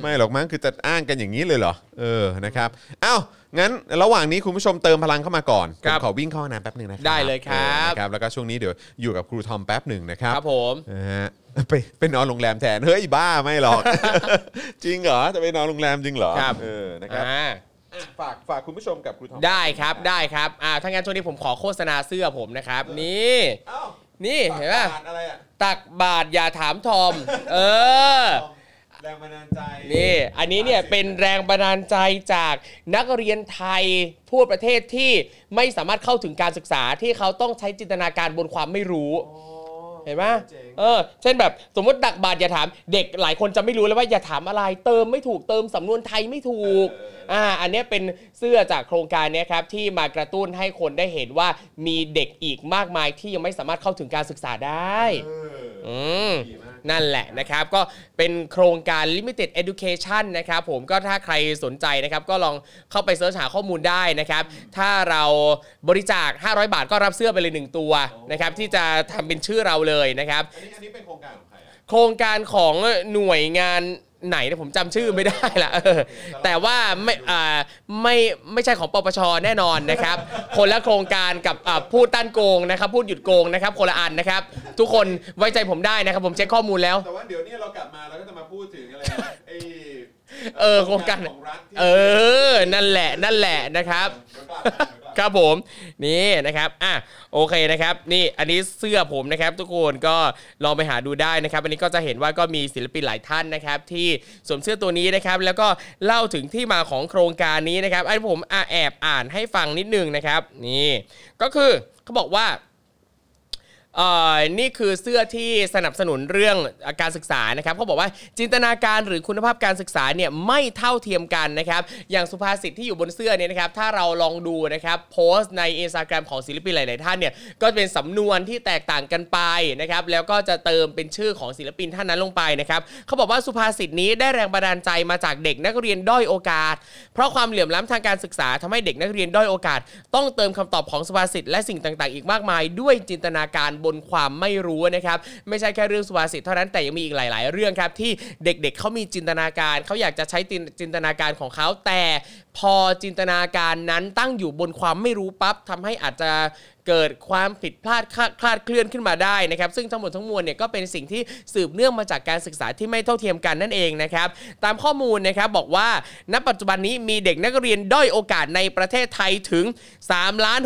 B: ไม่หรอกมั้งคือจะอ้างกันอย่างนี้เลยเหรอ เออนะครับอ้าวงั้นระหว่างนี้คุณผู้ชมเติมพลังเข้ามาก่อน
A: ครับ
B: ผมขอวิ่งเข้าห้องน้ำแป๊บหนึ่งนะครับ
A: ได้เลยครับ
B: เออนะครับ แล้วก็ช่วงนี้เดี๋ยวอยู่กับครูทอมแป๊บหนึ่งนะครับ
A: ครับผม
B: นะฮะไปไปนอนโรงแรมแทนเฮ้ยบ้าไม่หรอก จริงเหรอจะไปนอนโรงแรมจริงเหรอ
A: ครับ
B: เออนะครับ
A: อ่า
B: ฝากฝากคุณผู้ชมกับครูทอม
A: ได้ครับได้ครับอ่าถ้างั้นช่วงนี้ผมขอโฆษณาเสื้อผมนะครับ นี่
B: อ้าว
A: นี่เห็นป่ะ
B: ฝากอะไรอะ
A: ตักบาทอย่าถามทอม เออ
B: แรงบันดาลใจ
A: นี่อันนี้เนี่ยเป็นแรงบันดาลใจจากนักเรียนไทยทั่วประเทศที่ไม่สามารถเข้าถึงการศึกษาที่เขาต้องใช้จินตนาการบนความไม่รู้ เห็นไหม
B: เจ๋ง
A: เออ เช่นแบบสมมติดักบาทอย่าถามเด็กหลายคนจะไม่รู้แล้วว่าอย่าถามอะไรเติมไม่ถูกเติมสำนวนไทยไม่ถูก อ่า อันเนี้ยเป็นเสื้อจากโครงการเนี้ยครับที่มากระตุ้นให้คนได้เห็นว่ามีเด็กอีกมากมายที่ยังไม่สามารถเข้าถึงการศึกษาได้ อืมนั่นแหละนะครับ ก็เป็นโครงการ limited education นะครับผมก็ถ้าใครสนใจนะครับ ก็ลองเข้าไปเสิร์ชหาข้อมูลได้นะครับ ถ้าเราบริจาค 500 บาทก็รับเสื้อไปเลย 1 ตัวนะครับ ที่จะทำเป็นชื่อเราเลยนะครับ
B: อันนี้อันนี้เป็นโครงการของใครอะ
A: โครงการของหน่วยงานไหนนะผมจำชื่อไม่ได้ละ เออแต่ว่าไม่อ่าไม่ไม่ใช่ของปปชแน่นอนนะครับ คนละโครงการกับอ่าพูดต้านโกงนะครับ พูดหยุดโกงนะครับ คนละอันนะครับ ทุกคนไว้ใจผมได้นะครับ ผมเช็คข้อมูลแล้ว
B: แต่ว่าเดี๋ยวเนี้เรากลับมาเราก็จะมาพูดถึงอะไรนะไอ้
A: เออโครงการ
B: ของรัฐที่
A: เออ นั่นแหละนั่นแหละนะครับ
B: เดี๋ยวกลับมาเดี๋ยวกลับมา
A: ครับผมนี่นะครับอ่ะโอเคนะครับ นี่อันนี้เสื้อผมนะครับ ทุกคนก็ลองไปหาดูได้นะครับ อันนี้ก็จะเห็นว่าก็มีศิลปินหลายท่านนะครับ ที่สวมเสื้อตัวนี้นะครับ แล้วก็เล่าถึงที่มาของโครงการนี้นะครับอันนี้ผมอ่ะแอบอ่านให้ฟังนิดนึงนะครับ นี่ ก็คือเขาบอกว่า เ เอ่อนี่คือเสื้อที่สนับสนุนเรื่องการศึกษานะครับเขาบอกว่าจินตนาการหรือคุณภาพการศึกษาเนี่ยไม่เท่าเทียมกันนะครับ อย่างสุภาษิตที่อยู่บนเสื้อเนี่ยนะครับถ้าเราลองดูนะครับโพสต์ใน Instagram ของศิลปินหลาย ๆ ท่านเนี่ยก็จะเป็นสำนวนที่แตกต่างกันไปนะครับแล้วก็จะเติมเป็นชื่อของศิลปินท่านนั้นลงไปนะครับเขาบอกว่าสุภาษิตนี้ได้แรงบันดาลใจมาจากเด็กนักเรียนด้อยโอกาส เพราะความเหลื่อมล้ำทางการศึกษาทำให้เด็กนักเรียนด้อยโอกาส ต้องเติมคำตอบของสุภาษิตและสิ่งต่าง ๆ อีกมากมาย ด้วยจินตนาการบนความไม่รู้นะครับ ไม่ใช่แค่เรื่องสุภาษิตเท่านั้นแต่ยังมีอีกหลาย ๆ เรื่องครับที่เด็ก ๆเขามีจินตนาการเขาอยากจะใช้จินจินตนาการของเขาแต่พอจินตนาการนั้นตั้งอยู่บนความไม่รู้ปั๊บทำให้อาจจะเกิดความผิดพลาดคลาดคลาดเคลื่อนขึ้นมาได้นะครับซึ่งทั้งหมดทั้งมวลเนี่ยก็เป็นสิ่งที่สืบเนื่องมาจากการศึกษาที่ไม่เท่าเทียมกันนั่นเองนะครับตามข้อมูลนะครับบอกว่าณปัจจุบันนี้มีเด็กนักเรียนด้อยโอกาสในประเทศไทยถึง 3 ล้าน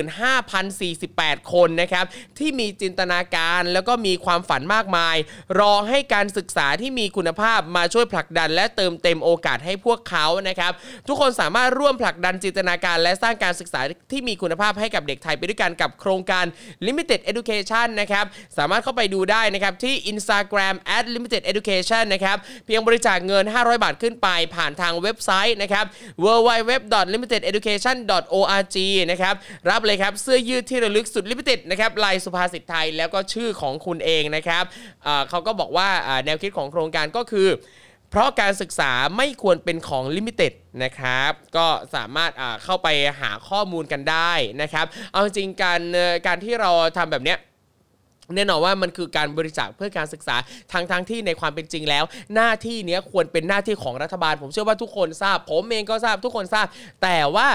A: 6 2 5 0 4 8 คนนะครับที่มีจินตนาการแล้วก็มีความฝันมากมาย รอให้การศึกษาที่มีคุณภาพมาช่วยผลักดัน และเติมเต็มโอกาสให้พวกเขานะครับ ทุกคนสามารถร่วมผลักดันจินตนาการ และสร้างการศึกษาที่มีคุณภาพให้กับเด็กไทยไปด้วยกันกับโครงการ Limited Education นะครับสามารถเข้าไปดูได้นะครับที่ Instagram at limited education นะครับเพียงบริจาคเงิน 500 บาทขึ้นไปผ่านทางเว็บไซต์นะครับ w w w limited education org นะครับรับเลยครับ เสื้อยืดที่ระลึกสุด limited นะครับลายสุภาษิตไทยแล้วก็ชื่อของคุณเองนะครับอ่าเขาก็บอกว่าอ่าแนวคิดของโครงการก็คือ เพราะการศึกษาไม่ควรเป็นของลิมิเต็ดนะครับ ก็สามารถอ่าเข้าไปหาข้อมูลกันได้นะครับ เอาจริงๆการเอ่อการที่เราทำแบบเนี้ย แน่นอนว่ามันคือการบริจาคเพื่อการศึกษาทางทางๆที่ในความเป็นจริงแล้ว หน้าที่เนี้ยควรเป็นหน้าที่ของรัฐบาล ผมเชื่อว่าทุกคนทราบ ผมเองก็ทราบทุกคนทราบ แต่ว่า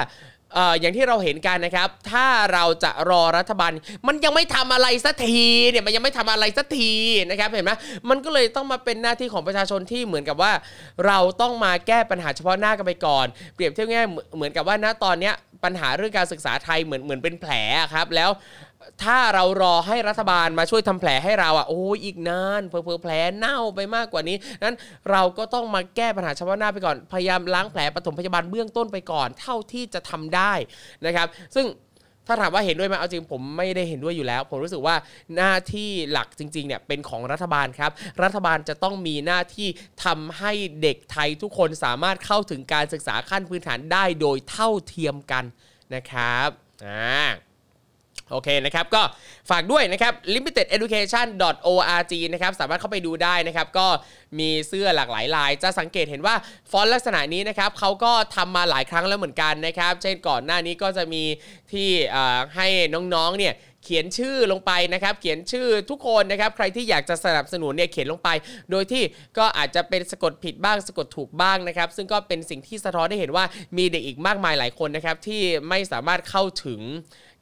A: เอ่ออย่างที่เราเห็นกันนะครับ ถ้าเราจะรอรัฐบาล มันยังไม่ทำอะไรสักทีเนี่ยมันยังไม่ทำอะไรสักทีนะครับเห็นไหมมันก็เลยต้องมาเป็นหน้าที่ของประชาชนที่เหมือนกับว่า เราต้องมาแก้ปัญหาเฉพาะหน้ากันไปก่อน เปรียบเทียบง่ายๆเหมือนกับว่าณตอนเนี้ยปัญหาเรื่องการศึกษาไทยเหมือนเหมือนเป็นแผลอะครับแล้ว ถ้าเรารอให้รัฐบาลมาช่วยทำแผลให้เราอ่ะโอ้ยอีกนานเพอๆแผลเน่าไปมากกว่านี้นั้นเราก็ต้องมาแก้ปัญหาเฉพาะหน้าไปก่อน พยายามล้างแผลปฐมพยาบาลเบื้องต้นไปก่อน เท่าที่จะทำได้นะครับ ซึ่งถ้าถามว่าเห็นด้วยไหมเอาจริงผมไม่ได้เห็นด้วยอยู่แล้ว ผมรู้สึกว่าหน้าที่หลักจริงๆเนี่ยเป็นของรัฐบาลครับ รัฐบาลจะต้องมีหน้าที่ทำให้เด็กไทยทุกคนสามารถเข้าถึงการศึกษาขั้นพื้นฐานได้โดยเท่าเทียมกันนะครับอ่า โอเคนะครับก็ฝากด้วยนะครับ limited education org นะครับสามารถเข้าไปดูได้นะครับ ก็มีเสื้อหลากหลายลาย จะสังเกตเห็นว่าฟอนต์ลักษณะนี้นะครับเขาก็ทำมาหลายครั้งแล้วเหมือนกันนะครับ เช่นก่อนหน้านี้ก็จะมีที่เอ่อให้น้องๆเนี่ย เขียนชื่อลงไปนะครับ เขียนชื่อทุกคนนะครับ ใครที่อยากจะสนับสนุนเนี่ยเขียนลงไป โดยที่ก็อาจจะเป็นสะกดผิดบ้างสะกดถูกบ้างนะครับ ซึ่งก็เป็นสิ่งที่สะท้อนได้เห็นว่ามีเด็กอีกมากมายหลายคนนะครับ ที่ไม่สามารถเข้าถึง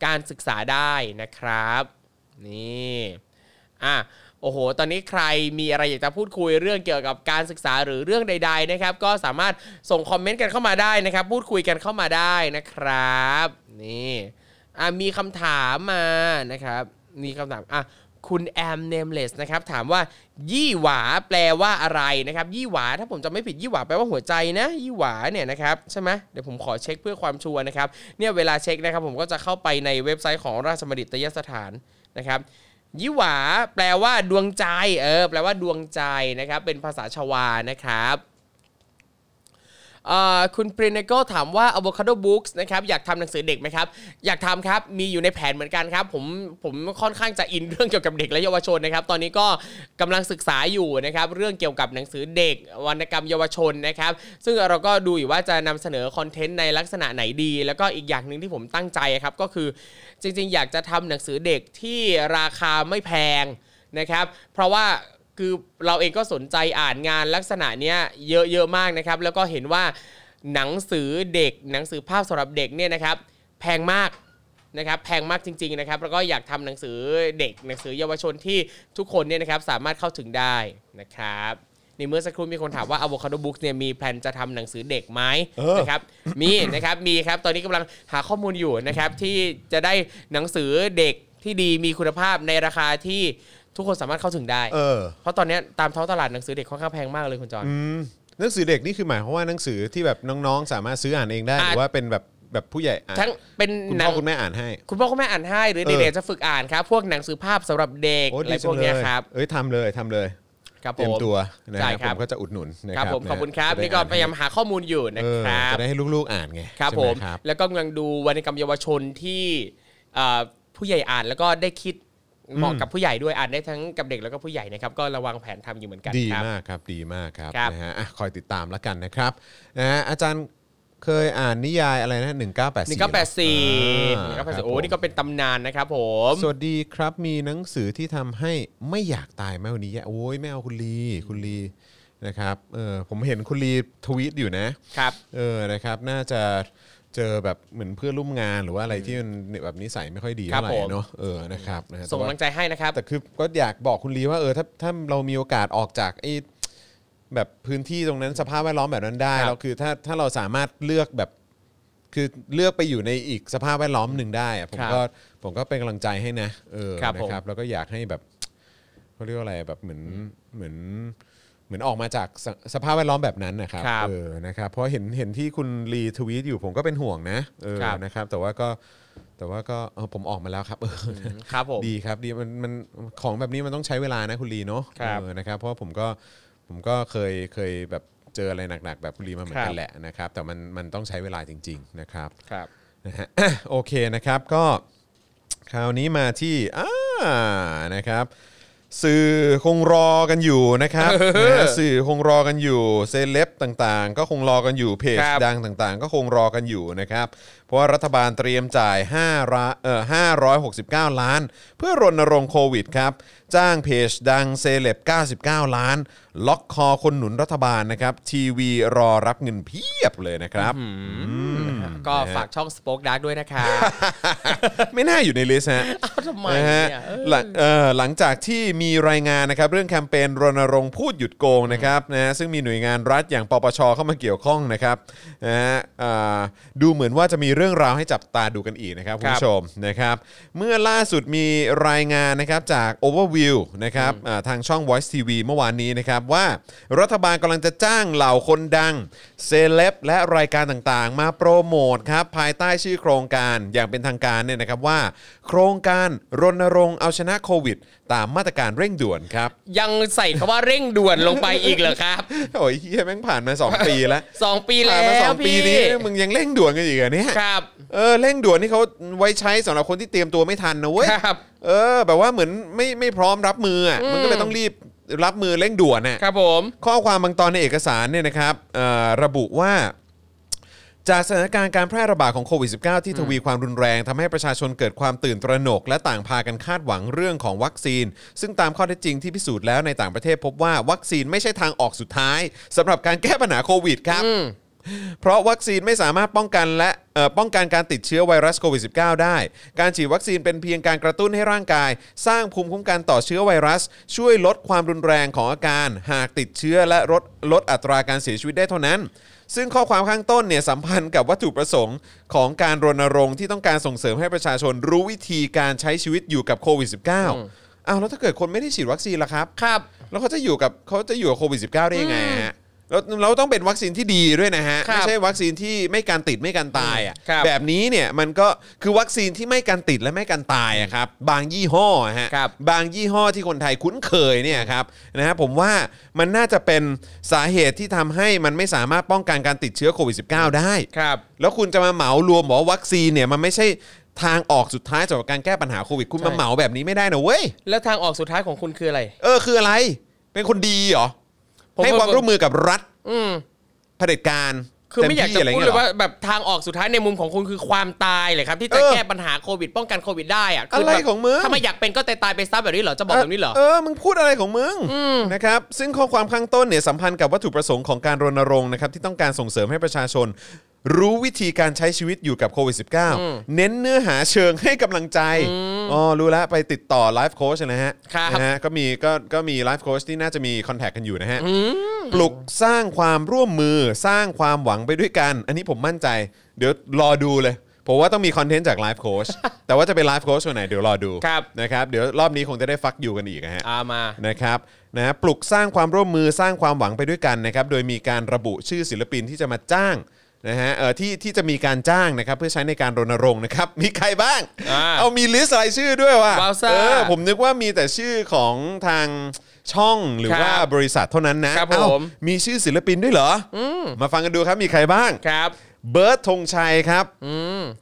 A: การศึกษาได้นะครับ นี่อ่ะโอ้โห ตอนนี้ใครมีอะไรอยากจะพูดคุยเรื่องเกี่ยวกับการศึกษาหรือเรื่องใด ๆนะครับ ก็สามารถส่งคอมเมนต์กันเข้ามาได้นะครับ พูดคุยกันเข้ามาได้นะครับ นี่ อ่ะมีคำถามมานะครับ มีคำถามอ่ะคุณแอมเนมเลสนะครับ ถามว่า ยี่หวาแปลว่าอะไรนะครับ ยี่หวาถ้าผมจำไม่ผิดยี่หวาแปลว่าหัวใจนะ ยี่หวาเนี่ยนะครับใช่ไหมเดี๋ยวผมขอเช็คเพื่อความชัวร์นะครับ เนี่ยเวลาเช็คนะครับ ผมก็จะเข้าไปในเว็บไซต์ของราชบัณฑิตยสถานนะครับ ยี่หวาแปลว่าดวงใจเออแปลว่าดวงใจนะครับ เป็นภาษาชวานะครับ เอ่อคุณปรินก็ถามว่า Avocado Books นะครับอยากทำหนังสือเด็กไหมครับ อยากทำครับ มีอยู่ในแผนเหมือนกันครับ ผมผมค่อนข้างจะอินเรื่องเกี่ยวกับเด็กและเยาวชนนะครับ ตอนนี้ก็กำลังศึกษาอยู่นะครับ เรื่องเกี่ยวกับหนังสือเด็ก วรรณกรรมเยาวชนนะครับ ซึ่งเราก็ดูอยู่ว่าจะนำเสนอคอนเทนต์ในลักษณะไหนดี แล้วก็อีกอย่างหนึ่งที่ผมตั้งใจครับก็คือจริง ๆ อยากจะทำหนังสือเด็กที่ราคาไม่แพงนะครับ เพราะว่า คือเราเองก็สนใจอ่านงานลักษณะเนี้ยเยอะๆมากนะครับ แล้วก็เห็นว่าหนังสือเด็ก หนังสือภาพสำหรับเด็กเนี่ยนะครับ แพงมากนะครับ แพงมากจริง ๆนะครับ แล้วก็อยากทำหนังสือเด็ก หนังสือเยาวชนที่ทุกคนเนี่ยนะครับสามารถเข้าถึงได้นะครับในเมื่อสักครู่มีคนถามว่า Avocado Books เนี่ยมีแพลนจะทำหนังสือเด็กไหม
B: เออ
A: นะครับ มี นะครับมีครับตอนนี้กำลังหาข้อมูลอยู่นะครับ ที่จะได้หนังสือเด็กที่ดีมีคุณภาพในราคาที่ทุกคนสามารถเข้าถึงได้
B: เออ
A: เพราะตอนเนี้ยตามท้องตลาดหนังสือเด็กค่อนข้างแพงมากเลยคุณจอน
B: อืมหนังสือเด็กนี่คือหมายความว่าหนังสือที่แบบน้องๆ สามารถซื้ออ่านเองได้ห
A: อ่ะ
B: รือว่าเป็นแบบ แบบผู้ใหญ่อ่าน
A: ทั้งเป็น
B: คุณ
A: หนั
B: พ่อง คุณแม่อ่านให้
A: คุณพ่อคุณแม่อ่านให้หรือ
B: เออ
A: เด็กๆจะฝึกอ่านครับพวกหนังสือภาพสำหรับเด็ก
B: โอ้
A: อะไร
B: ดีจั
A: พวก
B: งเล
A: เนี้ย
B: ย
A: ครับ
B: เอ้ยทำเลยทำเลย
A: ครับผ
B: เตรียม
A: ม
B: ตัวนะ
A: ใช่
B: ฮะ
A: ค
B: ผ
A: รับ
B: มก็จะอุดหนุนนะ
A: ค
B: ค
A: รั
B: รั
A: บบ ผม
B: นะ
A: ขอบคุณครับ
B: จะได้
A: นี่ก็
B: อ่น
A: พยายามหาข้อมูลอยู่นะ
B: เออ
A: ครับ
B: จะได้ให้ลูกๆอ่านไง
A: ครับ
B: ใช่
A: ผ
B: ไห
A: ม
B: ครับ
A: แล้วก็กำลังดูวรรณกรรมเยาวชนที่เอ่อผู้ใหญ่อ่านแล้วก็ได้คิดเหมาะกับผู้ใหญ่ด้วยอ่านได้ทั้งกับเด็กแล้วก็ผู้ใหญ่นะครับก็ระวังแผนทำอยู่เหมือนกัน
B: ดี
A: ครับ
B: มากครับดีมากครับ
A: ครับ
B: นะฮะอ่ะคอยติดตามแล้วกันนะครับนะฮะอาจารย์เคยอ่านนิยายอะไรนะ1984
A: หนึ่งเก้าแปดสี่หนึ่ง
B: 1984
A: เก้าแปดสี่โอ้นี่ก็เป็นตำนานนะครับผม
B: สวัสดีครับมีหนังสือที่ทำให้ไม่อยากตายไหมวันนี้โอ้ยไม่เอาคุณลีคุณลีนะครับเออผมเห็นคุณลีทวีตอยู่นะ
A: ครับ
B: เออ นะครับ น่าจะเจอแบบเหมือนเพื่อนร่วมงานหรือว่าอะไรที่มันแบบนิสัยไม่ค่อยดี
A: ครับ
B: เท่าไหร่
A: ผม
B: เนาะ เออ นะครับนะฮะ
A: ส่งกำลังใจให้นะครับ
B: แต่คือก็อยากบอกคุณลีว่าเออ ถ้าถ้าเรามีโอกาสออกจากไอ้แบบพื้นที่ตรงนั้นสภาพแวดล้อมแบบนั้นได้
A: ครับ
B: แล้วคือถ้าถ้าเราสามารถเลือกแบบ คือเลือกไปอยู่ในอีกสภาพแวดล้อมหนึ่งได้อะผม
A: ครับ
B: ก็ผมก็เป็นกำลังใจให้นะ เออ
A: ครับผม
B: นะครับ แล้วก็อยากให้แบบเขาเรียกว่าอะไรแบบเหมือนเหมือน เหมือนออกมาจากสสภาพแวดล้อมแบบนั้นนะครับ
A: ครับ
B: เออนะครับเพราะเห็นเห็นที่คุณรีทวีตอยู่ผมก็เป็นห่วงนะเออ
A: ครับ
B: นะครับ แต่ว่าก็แต่ว่าก็เออผมออกมาแล้วครับเออ
A: ครับผม
B: ดีครับดีมันมันของแบบนี้มันต้องใช้เวลานะคุณลีเนาะ
A: ครับ
B: เออนะครับ เพราะผมก็ผมก็เคยเคยแบบเจออะไรหนักๆ แบบคุณลีมาเหมือนกันแหละนะครับ แต่มันมันต้องใช้เวลาจริง ๆ นะครับ
A: ครับ
B: นะฮะ โอเคนะครับก็คราวนี้มาที่อ่านะครับ สื่อคงรอกันอยู่นะครับ นะฮะสื่อคงรอกันอยู่เซเลบต่างๆ ก็คงรอกันอยู่เพจ
A: ครับ
B: ดังต่างๆ ก็คงรอกันอยู่นะครับ เพราะว่ารัฐบาลเตรียมจ่าย5ร้าเอ่อ569 ล้าน เพื่อรณรงค์โควิดครับ จ้างเพจดังเซเลบ99 ล้าน ล็อกคอคนหนุนรัฐบาลนะครับ ทีวีรอรับเงินเพียบเลยนะครับ
A: ก็ฝากช่อง Spoke Dark ด้วยนะครับ
B: ไม่น่าอยู่ในลิสต์ฮะ
A: ทำไม
B: นะฮะ
A: เนี่ย
B: หลังเอ่อหลังจากที่มีรายงานนะครับเรื่องแคมเปญรณรงค์พูดหยุดโกงนะครับนะฮะซึ่งมีหน่วยงานรัฐอย่างปปชเข้ามาเกี่ยวข้องนะครับนะฮะอ่าดูเหมือนว่าจะมีเรื่องราวให้จับตาดูกันอีกนะครับคุณผู้ชมนะครับเมื่อล่าสุดมีรายงานนะครับจาก Overview นะครับอ่าทางช่อง Voice TV เมื่อวานนี้นะครับว่ารัฐบาลกำลังจะจ้างเหล่าคนดังเซเลบและรายการต่างๆ มาโปรโมทครับภายใต้ชื่อโครงการอย่างเป็นทางการเนี่ยนะครับว่า โครงการรณรงค์เอาชนะโควิด ตามมาตรการเร่งด่วนครับ
A: ยังใส่คำว่าเร่งด่วนลงไปอีกเหรอครับ
B: โอ้ยเฮียแม่งผ่านมา 2 ปีแล้ว
A: สอง ปี
B: ผ่า
A: แล้
B: นมาสอ
A: ว
B: งปี
A: พี่
B: นี้มึงยังเร่งด่วนกันอีกเหรอเนี่ย
A: ครับ
B: เออเร่งด่วนนี่เขาไว้ใช้สำหรับคนที่เตรียมตัวไม่ทันนะเว้ย
A: ครับ
B: เออ แบบว่าเหมือนไม่ไม่พร้อมรับมืออ่ะมันก็เลยต้องรีบรับมือเร่งด่วนน่ะ
A: ครับผม
B: ข้อความบางตอนในเอกสารเนี่ยนะครับเอ่อระบุว่า จากสถานการณ์การแพร่ระบาดของโควิด -19 ที่ทวีความรุนแรงทำให้ประชาชนเกิดความตื่นตระหนก และต่างพากันคาดหวังเรื่องของวัคซีน ซึ่งตามข้อเท็จจริงที่พิสูจน์แล้วในต่างประเทศพบว่าวัคซีนไม่ใช่ทางออกสุดท้ายสำหรับการแก้ปัญหาโควิดครับ เพราะวัคซีนไม่สามารถป้องกันและเอ่อป้องกันการติดเชื้อไวรัสโควิด -19 ได้ การฉีดวัคซีนเป็นเพียงการกระตุ้นให้ร่างกาย สร้างภูมิคุ้มกันต่อเชื้อไวรัส ช่วยลดความรุนแรงของอาการ หากติดเชื้อและลดลดอัตราการเสียชีวิตได้เท่านั้น ซึ่งข้อความข้างต้นเนี่ยสัมพันธ์กับวัตถุประสงค์ของการรณรงค์ที่ต้องการส่งเสริมให้ประชาชนรู้วิธีการใช้ชีวิตอยู่กับโควิด -19 อ้าวแล้วถ้าเกิดคนไม่ได้ฉีดวัคซีนล่ะครับ
A: ครับ
B: แล้วเขาจะอยู่กับเขาจะอยู่กับโควิด -19 ได้ยังไงฮะแล้วเราต้องเป็นวัคซีนที่ดีด้วยนะฮะ
A: ครับ
B: ไม่ใช่วัคซีนที่ไม่การติดไม่การตายอ่ะ
A: ครับ
B: แบบนี้เนี่ยมันก็คือวัคซีนที่ไม่การติดและไม่การตายอะครับบางยี่ห้ออะฮะ
A: ครับ
B: บางยี่ห้อที่คนไทยคุ้นเคยเนี่ยครับนะฮะผมว่ามันน่าจะเป็นสาเหตุที่ทำให้มันไม่สามารถป้องกันการติดเชื้อโควิด -19 ได้
A: ครับ
B: แล้วคุณจะมาเหมารวมบอกว่าวัคซีนเนี่ยมันไม่ใช่ทางออกสุดท้ายสำหรับการแก้ปัญหาโควิดคุณมาเหมาแบบนี้ไม่ได้นะเว้ย
A: แล้วทางออกสุดท้ายของคุณคืออะไร
B: เออคืออะไรเป็นคนดีเหรอ
A: ผม
B: ให้ความ
A: ผม
B: ร่วมมือกับรัฐ
A: อืม
B: เผด็จการ
A: คือไม่อยากจะ
B: ต็
A: พู
B: ที่ร
A: ด
B: งี้
A: เลย
B: หร
A: ว่าแบบทางออกสุดท้ายในมุมของคุณคือความตายเลยครับ ที่จะ
B: เออ
A: แก้ปัญหาโควิด ป้องกันโควิดได้อะคื
B: ะไรของมึง
A: ถ้าไม่อยากเป็นก็ตายตายๆไปซะแบบนี้เหรอจะบอกแบบนี้เหรอ
B: เออ มึงพูดอะไรของมึงนะครับ ซึ่งข้อความข้างต้นเนี่ยสัมพันธ์กับวัตถุประสงค์ของการรณรงค์นะครับที่ต้องการส่งเสริมให้ประชาชน รู้วิธีการใช้ชีวิตอยู่กับโควิด -19 เน้นเนื้อหาเชิงให้กำลังใจ อ๋อ รู้แล้วไปติดต่อไลฟ์โค้ชนะฮะ
A: ครับ
B: นะฮะก็มีก็ก็มีไลฟ์โค้ชที่น่าจะมีคอนแทคกันอยู่นะฮะ ปลุกสร้างความร่วมมือสร้างความหวังไปด้วยกัน อันนี้ผมมั่นใจ เดี๋ยวรอดูเลย ผมว่าต้องมีคอนเทนต์จากไลฟ์โค้ช แต่ว่าจะเป็นไลฟ์โค้ชคนไหนเดี๋ยวรอดู
A: ครับ
B: นะครับ เดี๋ยวรอบนี้คงจะได้ฟักอยู่กันอีกนะฮะ
A: อ่ามา
B: นะครับนะปลุกสร้างความร่วมมือสร้างความหวังไปด้วยกันนะครับโดยมีการระบุชื่อศิลปินที่จะมาจ้าง นะฮะเอ่อที่ที่จะมีการจ้างนะครับเพื่อใช้ในการรณรงค์นะครับ มีใครบ้าง
A: อ่า
B: เอามีลิสต์รายชื่อด้วยว่ะ
A: วาวซ่า
B: เออผมนึกว่ามีแต่ชื่อของทางช่องหรือ
A: ครับ
B: ว่าบริษัทเท่านั้นนะครับ เอ้า
A: ผม
B: มีชื่อศิลปินด้วยเหรออมาฟังกันดูครับมีใครบ้าง
A: ครับ
B: เบิร์ดธงชัยครับ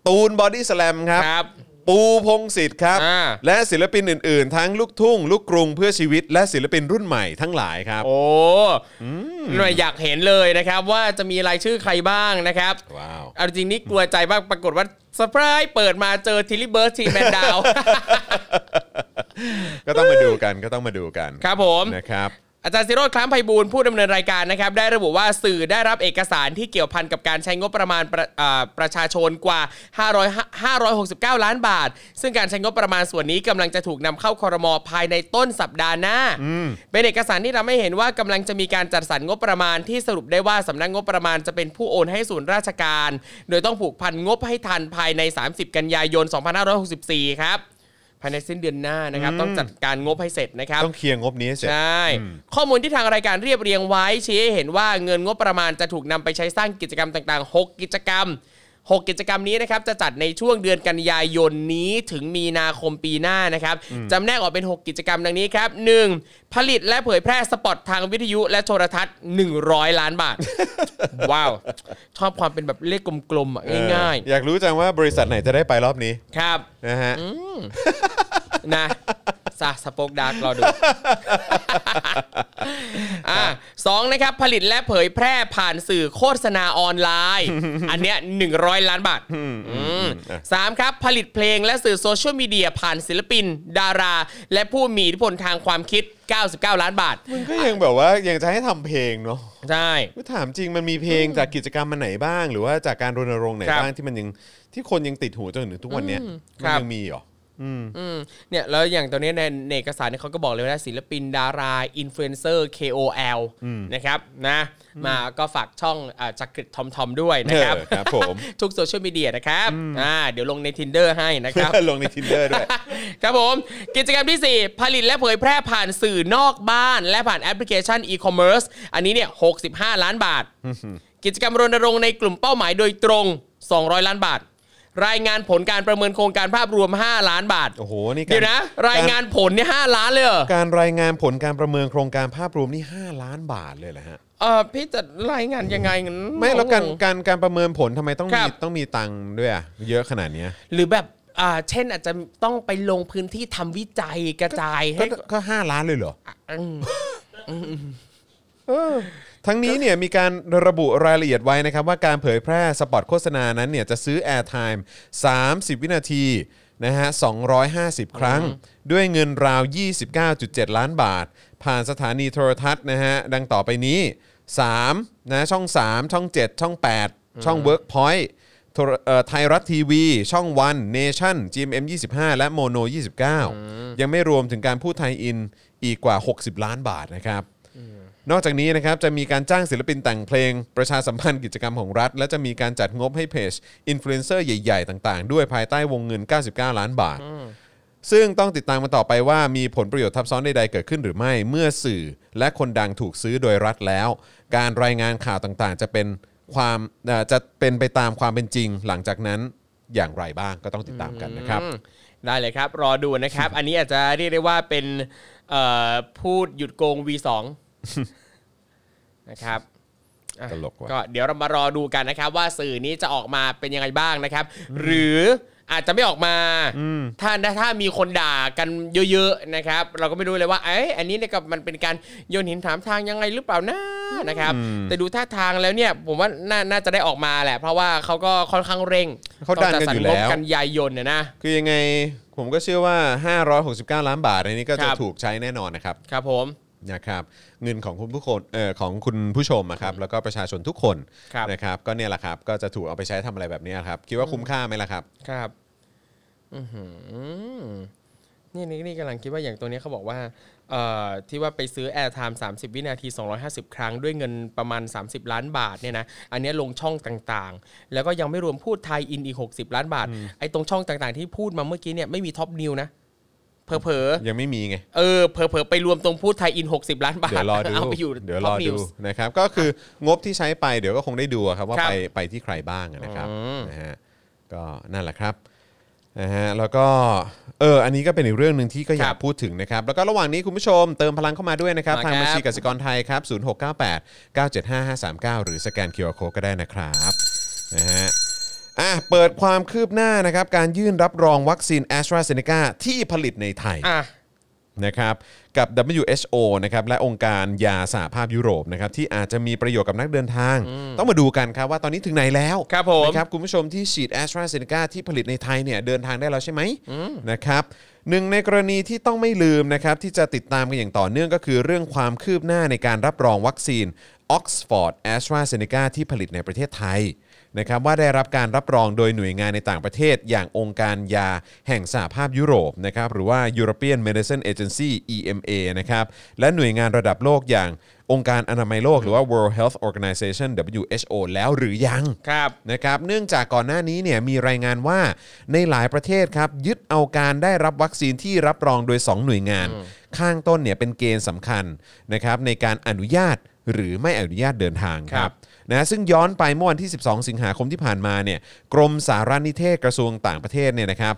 B: ตูนบอดี้สแลมครับ
A: ครับ
B: ปูพงศิษฐ์ครับ
A: อ่า
B: และศิลปินอื่นๆ ทั้งลูกทุ่ง ลูกกรุงเพื่อชีวิต และศิลปินรุ่นใหม่ทั้งหลายครับ
A: โอ้หน่อยอยากเห็นเลยนะครับว่าจะมีรายชื่อใครบ้างนะครับ
B: ว้าว
A: เอาจริงนี่กลัวใจบ้างปรากฏว่าสปายเปิดมาเจอทิลลี่เบิร์ดทีแมนดาว
B: ก็ต้องมาดูกันก็ต้องมาดูกัน
A: ครับผม
B: นะครับ
A: อาจารย์ซิโรธคล้ามไพบูลย์ผู้ดำเนินรายการนะครับ ได้ระบุว่าสื่อได้รับเอกสารที่เกี่ยวพันกับการใช้งบประมาณประอ่าประชาชนกว่า 500 569 ล้านบาท ซึ่งการใช้งบประมาณส่วนนี้กำลังจะถูกนำเข้าคอรมอภายในต้นสัปดาห์หน้า เป็นเอกสารที่ทำให้เห็นว่ากำลังจะมีการจัดสรรงบประมาณที่สรุปได้ว่าสำนักงบประมาณจะเป็นผู้โอนให้ศูนย์ราชการ โดยต้องผูกพันงบให้ทันภายใน 30 กันยายน 2564 ครับภายในสิ้นเดือนหน้านะครับต้องจัดการงบให้เสร็จนะครับ
B: ต้องเคลียร์งบนี้ให้เสร็จ
A: ใช่ ข้อมูลที่ทางรายการเรียบเรียงไว้ ชี้ให้เห็นว่าเงินงบประมาณจะถูกนำไปใช้สร้างกิจกรรมต่างๆ 6 กิจกรรม 6 กิจกรรมนี้นะครับจะจัดในช่วงเดือนกันยายนนี้ถึงมีนาคมปีหน้านะครับจำแนกออกเป็น 6 กิจกรรมดังนี้ครับ 1. ผลิตและเผยแพร่สปอตทางวิทยุและโทรทัศน์ 100 ล้านบาท ว้าว ชอบความเป็นแบบเลขกลมๆอะง่าย
B: เอออยากรู้จังว่าบริษัทไหนจะได้ไปรอบนี้
A: ๆ ครับ
B: นะฮะ
A: นะซาสปอกดาร์กรอดูอ่ะสองนะครับ ผลิตและเผยแพร่ผ่านสื่อโฆษณาออนไล น์ อันเนี้ย100 ล้านบาทอืมสามครับ ผลิตเพลงและสื่อโซเชียลมีเดียผ่านศิลปิน ดารา และผู้มีอิทธิพลทางความคิด 99 ล้านบาท
B: มึงก็ยังแบบว่ายังจะให้ทำเพลงเนาะ
A: ใช่
B: กูถามจริงมันมีเพลงจากกิจกรรมมันไหนบ้าง หรือว่าจากการรณรงค์ไหน
A: ครับ
B: บ้างที่มันยังที่คนยังติดหูจนถึงทุกวันเนี้ย
A: ค
B: มัน
A: รับ
B: ยังมีเหรอ
A: อืมเนี่ยแล้วอย่างตอนนี้ในในเอกสารเนี่ยเขาก็บอกเลยว่าศิลปินดาราอินฟลูเอนเซอร์ KOL นะครับนะมาก็ฝากช่องอ่าจักริดทอมทอมด้วยนะครับ
B: เออครับผม
A: ทุกโซเชียลมีเดียนะครับอ่าเดี๋ยวลงใน Tinder ให้นะครับ
B: ลงใน tinder ด้วย
A: ครับผม กิจกรรมที่ 4 ผลิตและเผยแพร่ผ่านสื่อนอกบ้าน และผ่านแอปพลิเคชันอีคอมเมิร์ซอันนี้เนี่ย 65 ล้านบาท กิจกรรมรณรงค์ในกลุ่มเป้าหมายโดยตรง 200 ล้านบาท รายงานผลการประเมินโครงการภาพรวม 5 ล้านบาท
B: โอ้โหนี่การ
A: เดี๋ยวนะ รายงานผลเนี่ยห้าล้านเลยเหรอ
B: การรายงานผลการประเมินโครงการภาพรวมนี่ 5 ล้านบาทเลยเหรอฮะ
A: เออพี่จะรายงานยังไงงั้น
B: ไม่แล้วการการการประเมินผลทำไมต้อง
A: ค
B: มี
A: รับ
B: ต้องมีตังค์ด้วยอะเยอะขนาดเนี้ย
A: หรือแบบอ่าเช่นอาจจะต้องไปลงพื้นที่ทำวิจัยกระจาย
B: ก็
A: ให้
B: ก็ห้าล้านเลยเหรอ
A: อืม
B: ทั้งนี้เนี่ยมีการระบุรายละเอียดไว้นะครับ ว่าการเผยแพร่สปอตโฆษณานั้นเนี่ยจะซื้อ Airtime 30 วินาทีนะฮะ 250 ครั้ง ด้วยเงินราว 29.7 ล้านบาท ผ่านสถานีโทรทัศน์นะฮะ ดังต่อไปนี้ 3 นะช่อง 3 ช่อง 7 ช่อง 8 ช่อง Workpoint โทรเอ่อไทยรัฐทีวี ช่องวันเนชั่น GMM 25 และโมโน 29 ยังไม่รวมถึงการพูดไทยอินอีกกว่า 60 ล้านบาทนะครับ นอกจากนี้นะครับ จะมีการจ้างศิลปินแต่งเพลง ประชาสัมพันธ์กิจกรรมของรัฐ และจะมีการจัดงบให้เพจอินฟลูเอนเซอร์ใหญ่ๆ ต่างๆ ด้วยภายใต้วงเงิน 99 ล้านบาท ซึ่งต้องติดตามมาต่อไปว่ามีผลประโยชน์ทับซ้อนใดๆเกิดขึ้นหรือไม่เมื่อสื่อและคนดังถูกซื้อโดยรัฐแล้ว การรายงานข่าวต่างๆ จะเป็นความเอ่อจะเป็นไปตามความเป็นจริง หลังจากนั้นอย่างไรบ้างก็ต้องติดตามกันนะครับ
A: อืมได้เลยครับ รอดูนะครับ อันนี้อาจจะเรียกได้ว่าเป็นเอ่อพูดหยุดโกง V2 นะครับอ่ะ
B: ตลกว่ะ
A: ก็เดี๋ยวเรามารอดูกันนะครับ ว่าสื่อนี้จะออกมาเป็นยังไงบ้างนะครับ หรืออาจจะไม่ออกมา ถ้าถ้ามีคนด่ากันเยอะๆนะครับ เราก็ไม่รู้เลยว่าเอ้ยอันนี้เนี่ยกับมันเป็นการโยนหินถามทางยังไงหรือเปล่านะนะครับ แต่ดูท่าทางแล้วเนี่ย ผมว่าน่าน่าจะได้ออกมาแหละ เพราะว่าเขาก็ค่อนข้างเร่ง
B: เขาดันกันอยู่แล้ว
A: ต่จัดสรรงบกันยายนเนี่ยนะ
B: คือยังไงผมก็เชื่อว่า 569 ล้านบาทในนี้ก็
A: ค
B: จะ
A: รับ
B: ถูกใช้แน่นอนนะครับ
A: ครับผม
B: นะครับเงินของคุณผู้คนเอ่อของคุณผู้ชมอะครับแล้วก็ประชาชนทุกคน
A: ครับ
B: นะครับก็เนี่ยแหละครับก็จะถูกเอาไปใช้ทำอะไรแบบเนี้ยครับ คิดว่าคุ้มค่าไหมล่ะครับ
A: ครับ อือหือนี่นี่นี่กำลังคิดว่าอย่างตัวเนี้ยเขาบอกว่าเอ่อที่ว่าไปซื้อ Airtime 30 วินาที 250 ครั้งด้วยเงินประมาณ 30 ล้านบาทเนี่ยนะ อันเนี้ยลงช่องต่างๆ แล้วก็ยังไม่รวมพูดไทยอินอีก 60 ล้านบาท ไอ้ตรงช่องต่างๆที่พูดมาเมื่อกี้เนี่ยไม่มีท็อปนิวนะ เผลอ
B: ยังไม่มีไง
A: ๆเออเผลอๆไปรวมตรงพูดไทยอิน 60 ล้านบาท
B: เดี๋ยวรอดู
A: เอาไปอยู่
B: เดี๋ยวรอ
A: Top
B: ดู
A: News
B: นะครับก็คืองบที่ใช้ไปเดี๋ยวก็คงได้ดูอะครับว่า
A: ครับ
B: ไปไปที่ใครบ้างอะนะครับ
A: อืม
B: นะฮะก็นั่นแหละครับนะฮะแล้วก็เอออันนี้ก็เป็นอีกเรื่องหนึ่งที่ก็อยากพูดถึงนะครับ แล้วก็ระหว่างนี้คุณผู้ชมเติมพลังเข้ามาด้วยนะครับ
A: มา
B: ทา
A: ค
B: ง
A: รับ
B: บัญชีกสิกรไทยครับ 0698 975 539 หรือสแกน QR Code ก็ได้นะครับนะฮะอ่ะเปิดความคืบหน้านะครับการยื่นรับรองวัคซีน a s t r a z เซ e c a ที่ผลิตในไทย
A: อ่ะ
B: นะครับกับ WHO นะครับและองค์การยาสหภาพยุโรปนะครับที่อาจจะมีประโยชน์กับนักเดินทาง ต้องมาดูกันครับว่าตอนนี้ถึงไหนแล้ว
A: ครับผม
B: นะครับคุณผู้ชมที่ฉีด a s t r a z เซ e c a ที่ผลิตในไทยเนี่ยเดินทางได้แล้วใช่ไหมนะครับหนึ่งในกรณีที่ต้องไม่ลืมนะครับที่จะติดตามกันอย่างต่อเนื่องก็คือเรื่องความคืบหน้าในการรับรองวัคซีน Oxford a s t r a z เซ e c a ที่ผลิตในประเทศไทย นะครับว่าได้รับการรับรองโดยหน่วยงานในต่างประเทศ อย่างองค์การยาแห่งสหภาพยุโรปนะครับหรือว่า European Medicine Agency EMA นะครับและหน่วยงานระดับโลกอย่างองค์การอนามัยโลกหรือว่า World Health Organization WHO แล้วหรือยัง
A: ครับ
B: นะครับเนื่องจากก่อนหน้านี้เนี่ยมีรายงานว่าในหลายประเทศครับยึดเอาการได้รับวัคซีนที่รับรองโดย 2 หน่วยงาน ข้างต้นเนี่ยเป็นเกณฑ์สำคัญนะครับในการอนุญาตหรือไม่อนุญาตเดินทางค
A: ครั
B: รับ
A: บ
B: นะซึ่งย้อนไปเมื่อวันที่ 12 สิงหาคมที่ผ่านมาเนี่ยกรมสารนิเทศกระทรวงต่างประเทศเนี่ยนะครับ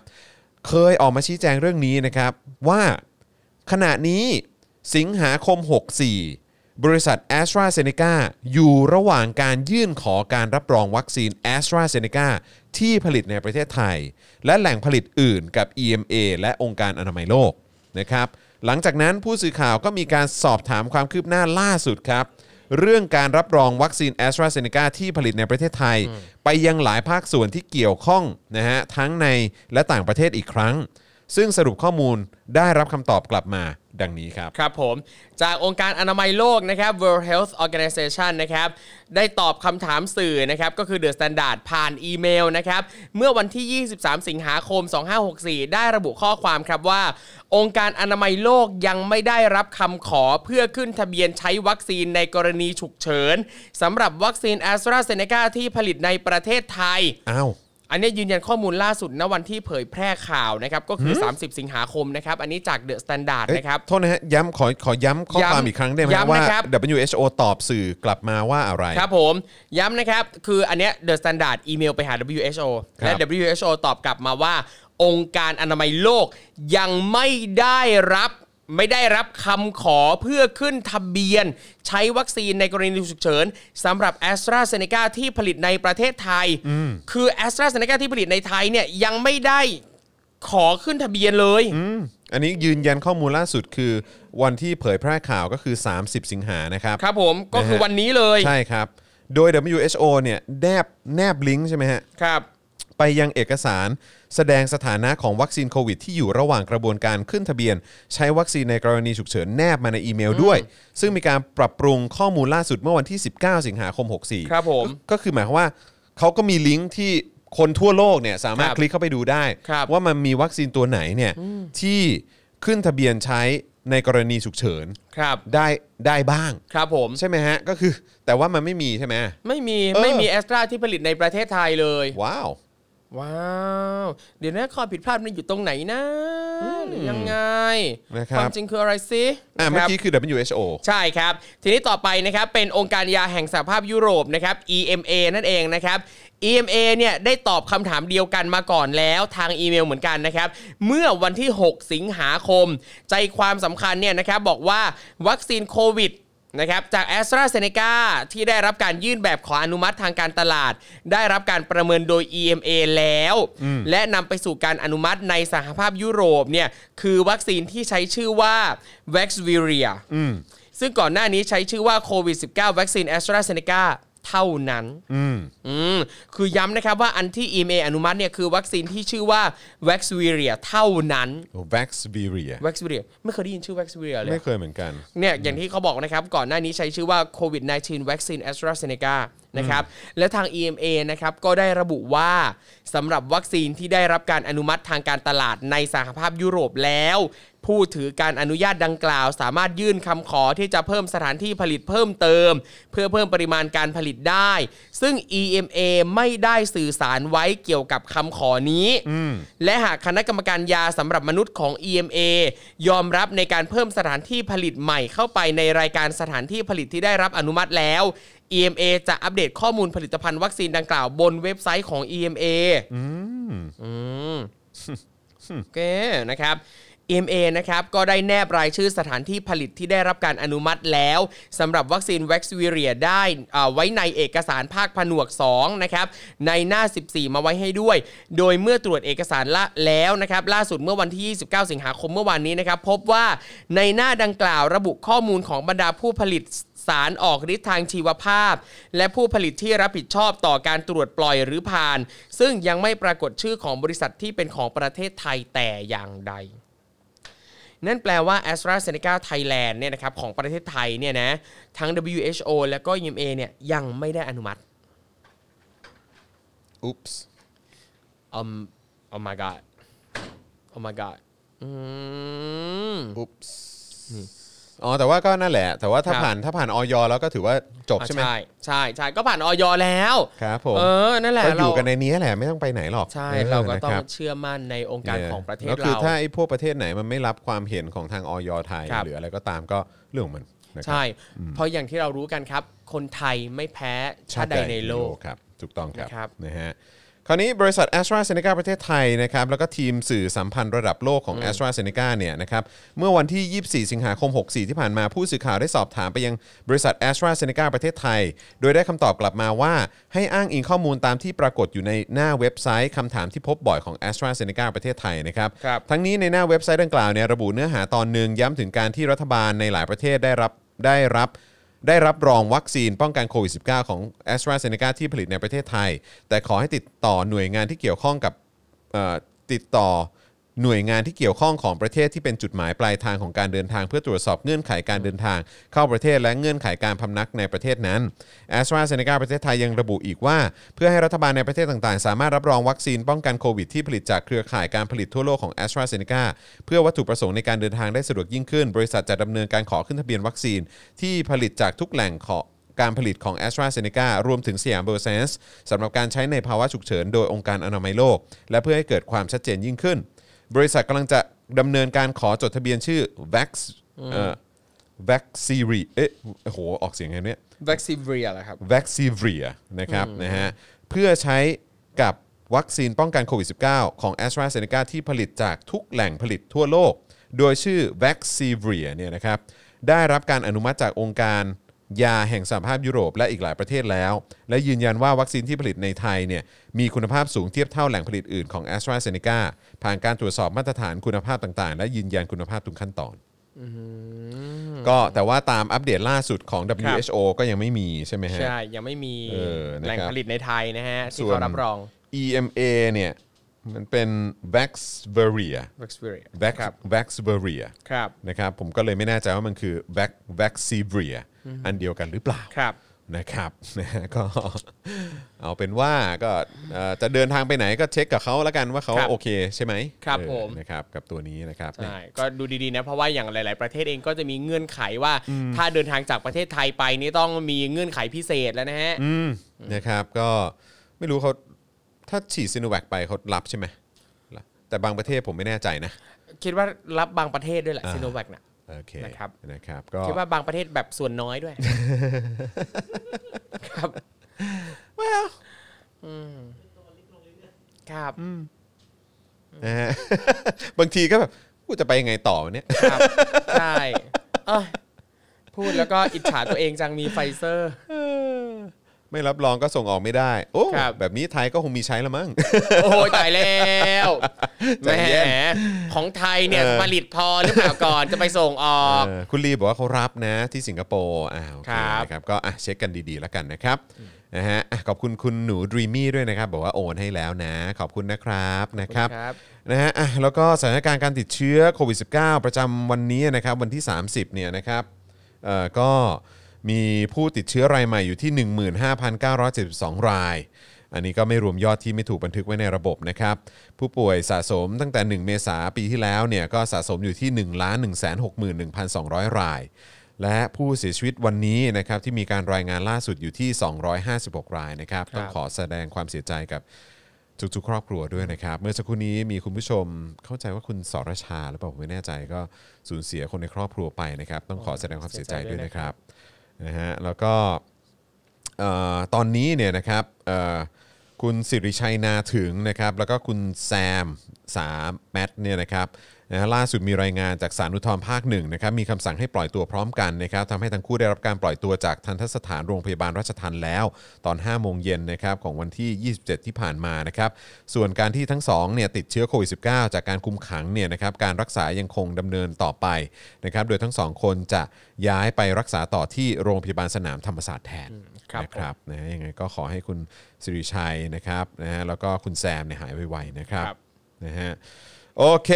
B: เคยออกมาชี้แจงเรื่องนี้นะครับว่าขณะนี้สิงหาคม 64 บริษัท a s t r a z เซ e c a อยู่ระหว่างการยื่นขอการรับรองวัคซีน a s t r a z เซ e c a ที่ผลิตในประเทศไทย และแหล่งผลิตอื่นกับ EMA และองค์การอนามัยโลกนะครับหลังจากนั้นผู้สื่อข่าวก็มีการสอบถามความคืบหน้าล่าสุดครับ เรื่องการรับรองวัคซีน a s t r a z เซ e c a ที่ผลิตในประเทศไทย ไปยังหลายภาคส่วนที่เกี่ยวข้องนะฮะทั้งในและต่างประเทศอีกครั้ง ซึ่งสรุปข้อมูลได้รับคำตอบกลับมาดังนี้ครับ
A: ครับผมจากองค์การอนามัยโลกนะครับ World Health Organization นะครับได้ตอบคำถามสื่อนะครับก็คือ The Standard ผ่านอีเมลนะครับเมื่อวันที่ 23 สิงหาคม 2564 ได้ระบุข้อความครับว่า องค์การอนามัยโลกยังไม่ได้รับคำขอเพื่อขึ้นทะเบียนใช้วัคซีนในกรณีฉุกเฉินสำหรับวัคซีน a s t r a z เซ e c a ที่ผลิตในประเทศไทย
B: อ้าว
A: อันนี้ยืนยันข้อมูลล่าสุดณวันที่เผยแพร่ข่าวนะครับก็คือ 30 สิงหาคมนะครับอันนี้จาก The Standard
B: เอ้ย
A: นะครับ
B: โทษนะฮะ ย้ำขอขอย้ำข้อความ
A: ย้ำ
B: อีกครั้งได้ไหมฮะ
A: ย้ำ
B: ว่า
A: นะครับ
B: WHO ตอบสื่อกลับมาว่าอะไร
A: ครับผมย้ำนะครับ คืออันเนี้ย The Standard อีเมลไปหา WHO
B: ครับ
A: และ WHO ตอบกลับมาว่า องค์การอนามัยโลกยังไม่ได้รับไม่ได้รับคำขอเพื่อขึ้นทะเบียน ใช้วัคซีนในกรณีฉุกเฉินสำหรับ a s t r a z เซ e c a ที่ผลิตในประเทศไทย คือ a s t r a z เซ e c a ที่ผลิตในไทยเนี่ยยังไม่ได้ขอขึ้นทะเบียนเลย
B: อืมอันนี้ยืนยันข้อมูลล่าสุดคือวันที่เผยแพร่ข่าวก็คือ 30 สิงหานะครับ
A: ครับผมก็คือ
B: นะฮะ
A: วันนี้เลย
B: ใช่ครับ โดย WHO เนี่ยแนบแนบลิงก์ใช่ไหมฮะ
A: ครับ
B: ไปยังเอกสารแสดงสถานะของวัคซีนโควิดที่อยู่ระหว่างกระบวนการขึ้นทะเบียน ใช้วัคซีนในกรณีฉุกเฉินแนบมาในอีเมลด้วย ซึ่งมีการปรับปรุงข้อมูลล่าสุดเมื่อวันที่ 19 สิงหาคม 64
A: ครับผม
B: ก็ก็คือหมายความว่าเขาก็มีลิงก์ที่คนทั่วโลกเนี่ยสามารถ
A: ครับ
B: คลิกเข้าไปดูได้
A: ครับ
B: ว่ามันมีวัคซีนตัวไหนเนี่ยที่ขึ้นทะเบียนใช้ในกรณีฉุกเฉิน
A: ครับ
B: ได้ได้บ้าง
A: ครับผม
B: ใช่ไหมฮะก็คือแต่ว่ามันไม่มีใช่ไหม
A: ไม่มี
B: เออ
A: ไม่มีแอสตราที่ผลิตในประเทศไทยเลย
B: ว้าว
A: ว้าว เดี๋ยวนะข้อผิดพลาดมันอยู่ตรงไหนนะ หรือยังไง
B: นะครับ
A: ความจริงคืออะไรสิ
B: อ่ะ
A: นะ
B: เมื่
A: ค
B: อ
A: รับ
B: กี้คือ WHO
A: ใช่ครับ ทีนี้ต่อไปนะครับ เป็นองค์การยาแห่งสหภาพยุโรปนะครับ EMA นั่นเองนะครับ EMA เนี่ยได้ตอบคำถามเดียวกันมาก่อนแล้วทางอีเมลเหมือนกันนะครับ เมื่อวันที่ 6 สิงหาคม ใจความสำคัญเนี่ยนะครับบอกว่าวัคซีนโควิดนะครับจาก a s t r a z เซ e c a ที่ได้รับการยื่นแบบขออนุมัติทางการตลาด ได้รับการประเมินโดย EMA แล้ว และนำไปสู่การอนุมัติในสหภาพยุโรปเนี่ยคือวัคซีนที่ใช้ชื่อว่า v a x v i r i a ซึ่งก่อนหน้านี้ใช้ชื่อว่าโควิด -19 วัคซีนแอสตราเซเนกาเท่านั้น
B: อืม
A: อืม คือย้ำนะครับว่าอันที่ EMA อนุมัติเนี่ยคือวัคซีนที่ชื่อว่า v a x v i r i a เท่านั้น
B: v a x v i r i a
A: v a x v i r i a ไม่เคยได้ยินชื่อ v a x v i r i a เลย
B: ไม่เคยเหมือนกัน
A: เนี่ยอย่างที่เขาบอกนะครับ ก่อนหน้านี้ใช้ชื่อว่า COVID-19 Vaccine AstraZeneca นะครับ และทาง EMA นะครับก็ได้ระบุว่าสำหรับวัคซีนที่ได้รับการอนุมัติทางการตลาดในสหภาพยุโรปแล้ว ผู้ถือการอนุญาตดังกล่าว สามารถยื่นคำขอที่จะเพิ่มสถานที่ผลิตเพิ่มเติม เพื่อเพิ่มปริมาณการผลิตได้ ซึ่ง EMA ไม่ได้สื่อสารไว้เกี่ยวกับคำขอนี้ และหากคณะกรรมการยาสำหรับมนุษย์ของ EMA ยอมรับในการเพิ่มสถานที่ผลิตใหม่เข้าไปในรายการสถานที่ผลิตที่ได้รับอนุมัติแล้ว EMA จะอัปเดตข้อมูลผลิตภัณฑ์วัคซีนดังกล่าวบนเว็บไซต์ของ EMA
B: อืม
A: อืมโอเคนะครับ EMA นะครับก็ได้แนบรายชื่อสถานที่ผลิตที่ได้รับการอนุมัติแล้วสำหรับวัคซีน v a x ซ i r i a ได้อ่าไว้ในเอกสารภาคผนวก 2 นะครับ ในหน้า 14 มาไว้ให้ด้วย โดยเมื่อตรวจเอกสารละแล้วนะครับ ล่าสุดเมื่อวันที่ 29 สิงหาคมเมื่อวานนี้นะครับ พบว่าในหน้าดังกล่าวระบุข้อมูลของบรรดาผู้ผลิต สารออกฤทธิ์ทางชีวภาพ และผู้ผลิตที่รับผิดชอบต่อการตรวจปล่อยหรือผ่าน ซึ่งยังไม่ปรากฏชื่อของบริษัทที่เป็นของประเทศไทยแต่อย่างใด นั่นแปลว่า a s t r a z e ซ e c a Thailand เนี่ยนะครับของประเทศไทยเนี่ยนะทั้ง WHO และก็ EMA เนี่ยยังไม่ได้อนุมัติ
B: อุ๊ปส์
A: อืม oh my god oh my god อืม
B: อุ๊ปส์อ๋อ แต่ว่าก็นั่นแหละ แต่ว่าถ้า
A: ครับ
B: ผ่านถ้าผ่านออยแล้วก็ถือว่าจบใช่ไหม
A: อ่ะใช่ใช่ก็ผ่านออยแล้ว
B: ครับผม
A: เออนั่นแหละ
B: ก็อยู่
A: เรา
B: กันในนี้แหละไม่ต้องไปไหนหรอก
A: ใช่
B: อ
A: เราก็ต้อง
B: นะคบ
A: เชื่อมั่นในองค์การ
B: นี่ย
A: ของประเทศ
B: แล้วคื
A: เรา
B: ถ้าไอ้พวกประเทศไหนมันไม่รับความเห็นของทางออยไทย
A: ครับ
B: หรืออะไรก็ตามก็เรื่องของมันนะครับ
A: ใช่ เพราะอย่างที่เรารู้กันครับ คนไทยไม่แพ้ชาติใดในโลก
B: ครับถูกต้องครับ
A: นะครับ
B: นะฮะคราวนี้บริษัท a s t r a z e ซ e c a ประเทศไทยนะครับแล้วก็ทีมสื่อสัมพันธ์ระดับโลกของ a s t r a z e ซ e c a เนี่ยนะครับเมื่อวันที่ 24 สิงหาคม 64 ที่ผ่านมาผู้สื่อข่าวได้สอบถามไปยังบริษัท a s t r a z e ซ e c a ประเทศไทย โดยได้คำตอบกลับมาว่าให้อ้างอิงข้อมูลตามที่ปรากฏอยู่ในหน้าเว็บไซต์คำถามที่พบบ่อยของ a s t r a z e ซ e c a ประเทศไทยนะครับ
A: ครับ
B: ทั้งนี้ในหน้าเว็บไซต์ดังกล่าวเนี่ยระบุเนื้อหาตอนหนึ่งย้ำถึงการที่รัฐบาลในหลายประเทศได้รับได้รับ ได้รับรองวัคซีนป้องกันโควิด -19 ของ a s t r a z e ซ e c a ที่ผลิตในประเทศไทย แต่ขอให้ติดต่อหน่วยงานที่เกี่ยวข้องกับเอ่อติดต่อหน่วยงานที่เกี่ยวข้องของประเทศที่เป็นจุดหมายปลายทางของการเดินทาง เพื่อตรวจสอบเงื่อนไขการเดินทาง เข้าประเทศและเงื่อนไขการพำนักในประเทศนั้น a s t r a z e ซ e c a ประเทศไทยยังระบุอีกว่า เพื่อให้รัฐบาลในประเทศต่างๆ สามารถรับรองวัคซีนป้องกันโควิดที่ผลิตจากเครือข่ายการผลิตทั่วโลกของ a s t r a z e ซ e c a เพื่อวัตถุประสงค์ในการเดินทางได้สะดวกยิ่งขึ้น บริษัทจะดำเนินการขอขึ้นทะเบียนวัคซีน ที่ผลิตจากทุกแหล่งของการผลิตของ a s t r a z e ซ e cารวมถึงสยามเบอร์เซนส์สำหรับการใช้ในภาวะฉุกเฉินโดยองค์การอนามัยโลก และเพื่อให้เกิดความชัดเจนยิ่งขึ้น บริษัทกำลังจะดำเนินการขอจดทะเบียนชื่อ Vax เอ่อ Vax Series เอ๊ะโอ้โหออกเสียงไงเนี่ย
A: วัคซีนเรียเหรอครับ
B: v a c c i v r i a นะครับนะฮะเพื่อใช้กับวัคซีนป้องกันโควิด -19 ของ a s t r a z e ซ e c a ที่ผลิตจากทุกแหล่งผลิตทั่วโลก โดยชื่อ v a c c i v r i a เนี่ยนะครับได้รับการอนุมัติจากองค์การยาแห่งสหภาพยุโรปและอีกหลายประเทศแล้ว และยืนยันว่าวัคซีนที่ผลิตในไทยเนี่ยมีคุณภาพสูงเทียบเท่าแหล่งผลิตอื่นของ a s t r a z e ซ e c a ผ่านการตรวจสอบมาตรฐานคุณภาพต่างๆ และยืนยันคุณภาพทุกขั้นตอน ก็แต่ว่าตามอัปเดตล่าสุดของ WHO ก็ยังไม่มีใช่ไหมฮะ
A: ใช่ ยังไม่มี
B: เออนะครับ
A: แหล่งผลิตในไทยนะฮะ ที่เขารับรอง
B: EMA เนี่ย มันเป็น v a x v e r i a
A: วัคซีนเรีย
B: v a x
A: ครับ
B: v a x v e r i a
A: ครับ
B: นะครับผมก็เลยไม่แน่ใจว่ามันคือ v a x v a x i v r i a อันเดียวกันหรือเปล่า
A: ครับ
B: นะครับ นะฮะก็ เอาเป็นว่าก็เอ่อจะเดินทางไปไหนก็เช็คกับเขาแล้วกันว่าเขา
A: ครับ
B: โอเคใช่ไหม
A: ครับ
B: เออ
A: ผม
B: นะครับกับตัวนี้นะครับ
A: ใช่ ก็ดูดีๆนะ เพราะว่าอย่างหลาย ๆ ประเทศเองก็จะมีเงื่อนไขว่า ถ้าเดินทางจากประเทศไทยไปนี่ต้องมีเงื่อนไขพิเศษแล้วนะฮะ
B: อืมนะครับก็ไม่รู้เขาถ้าฉีดซีโนแวคไปเขารับใช่ไหมรับแต่บางประเทศผมไม่แน่ใจนะ
A: คิดว่ารับบางประเทศด้วยแหละ
B: อ่า
A: ซีโนแวคน่ะ
B: โอเค
A: นะครับ
B: นะครับก็
A: คิดว่าบางประเทศแบบส่วนน้อย ด้วย ครับ
B: ว้าว
A: ครับ
B: นะฮ ะ บางทีก็แบบกูจะไปยังไงต่อวะเนี่ย
A: ครับ ใช่เอ้ยพูดแล้วก็อิจฉาตัวเองจังมีไฟเซอร์
B: ไม่รับรองก็ส่งออกไม่ได้ โอ้
A: ครับ
B: แบบนี้ไทยก็คงมีใช้ละมั้ง
A: โอ้ยตายแล้วแห
B: ใจ
A: ม
B: เย็น
A: ของไทยเนี่ย
B: เออ
A: ผลิตพอหรือเปล่าก่อนจะไปส่งออก
B: เออคุณลีบอกว่าเขารับนะที่สิงคโปร์อ่าโอเค
A: ครับ
B: นะครับก็อ่ะเช็คกันดีๆแล้วกันนะครับนะฮะอ่ะขอบคุณคุณหนูดรีมี่ด้วยนะครับ บอกว่าโอนให้แล้วนะ ขอบคุณนะครับนะครับ
A: ครับ
B: นะฮะอ่ะแล้วก็สถานการณ์การติดเชื้อโควิด -19 ประจำวันนี้นะครับ วันที่ 30เนี่ยนะครับเอ่อก็ มีผู้ติดเชื้อรายใหม่อยู่ที่ 15,972 ราย อันนี้ก็ไม่รวมยอดที่ไม่ถูกบันทึกไว้ในระบบนะครับ ผู้ป่วยสะสมตั้งแต่ 1 เมษาปีที่แล้วเนี่ยก็สะสมอยู่ที่ 1 1 6 1 2 0 0 ราย และผู้เสียชีวิตวันนี้นะครับที่มีการรายงานล่าสุดอยู่ที่ 256 รายนะครับต้องขอแสดงความเสียใจกับ ทุกๆครอบครัวด้วยนะครับ เมื่อสักครู่นี้มีคุณผู้ชมเข้าใจว่าคุณสรชาหรือเปล่าผมไม่แน่ใจก็สูญเสียคนในครอบครัวไปนะครับ ต้องขอแสดงความเสียใจด้วยนะครับนะฮะแล้วก็เอ่อตอนนี้เนี่ยนะครับเอ่อคุณสิริชัยนาถึงนะครับแล้วก็คุณแซมสามแมทเนี่ยนะครับนะฮะล่าสุดมีรายงานจากสารุทธรภาคหนึ่งนะครับมีคำสั่งให้ปล่อยตัวพร้อมกันนะครับทำให้ทั้งคู่ได้รับการปล่อยตัวจากทันทสถานโรงพยาบาลราชทันแล้ว ตอน 5 โมงเย็นนะครับของวันที่ 27 ที่ผ่านมานะครับส่วนการที่ทั้งสองเนี่ยติดเชื้อโควิด -19 จากการคุมขังเนี่ยนะครับการรักษายังคงดำเนินต่อไปนะครับโดยทั้งสองคนจะย้ายไปรักษาต่อที่โรงพยาบาลสนามธรรมศาสตร์แทน
A: ครับ
B: นะครับ ครับนะฮะยังไงก็ขอให้คุณสิริชัยนะครับนะฮะแล้วก็คุณแซมเนี่ยหายไวๆนะครับ
A: ครับ
B: นะฮะโอเค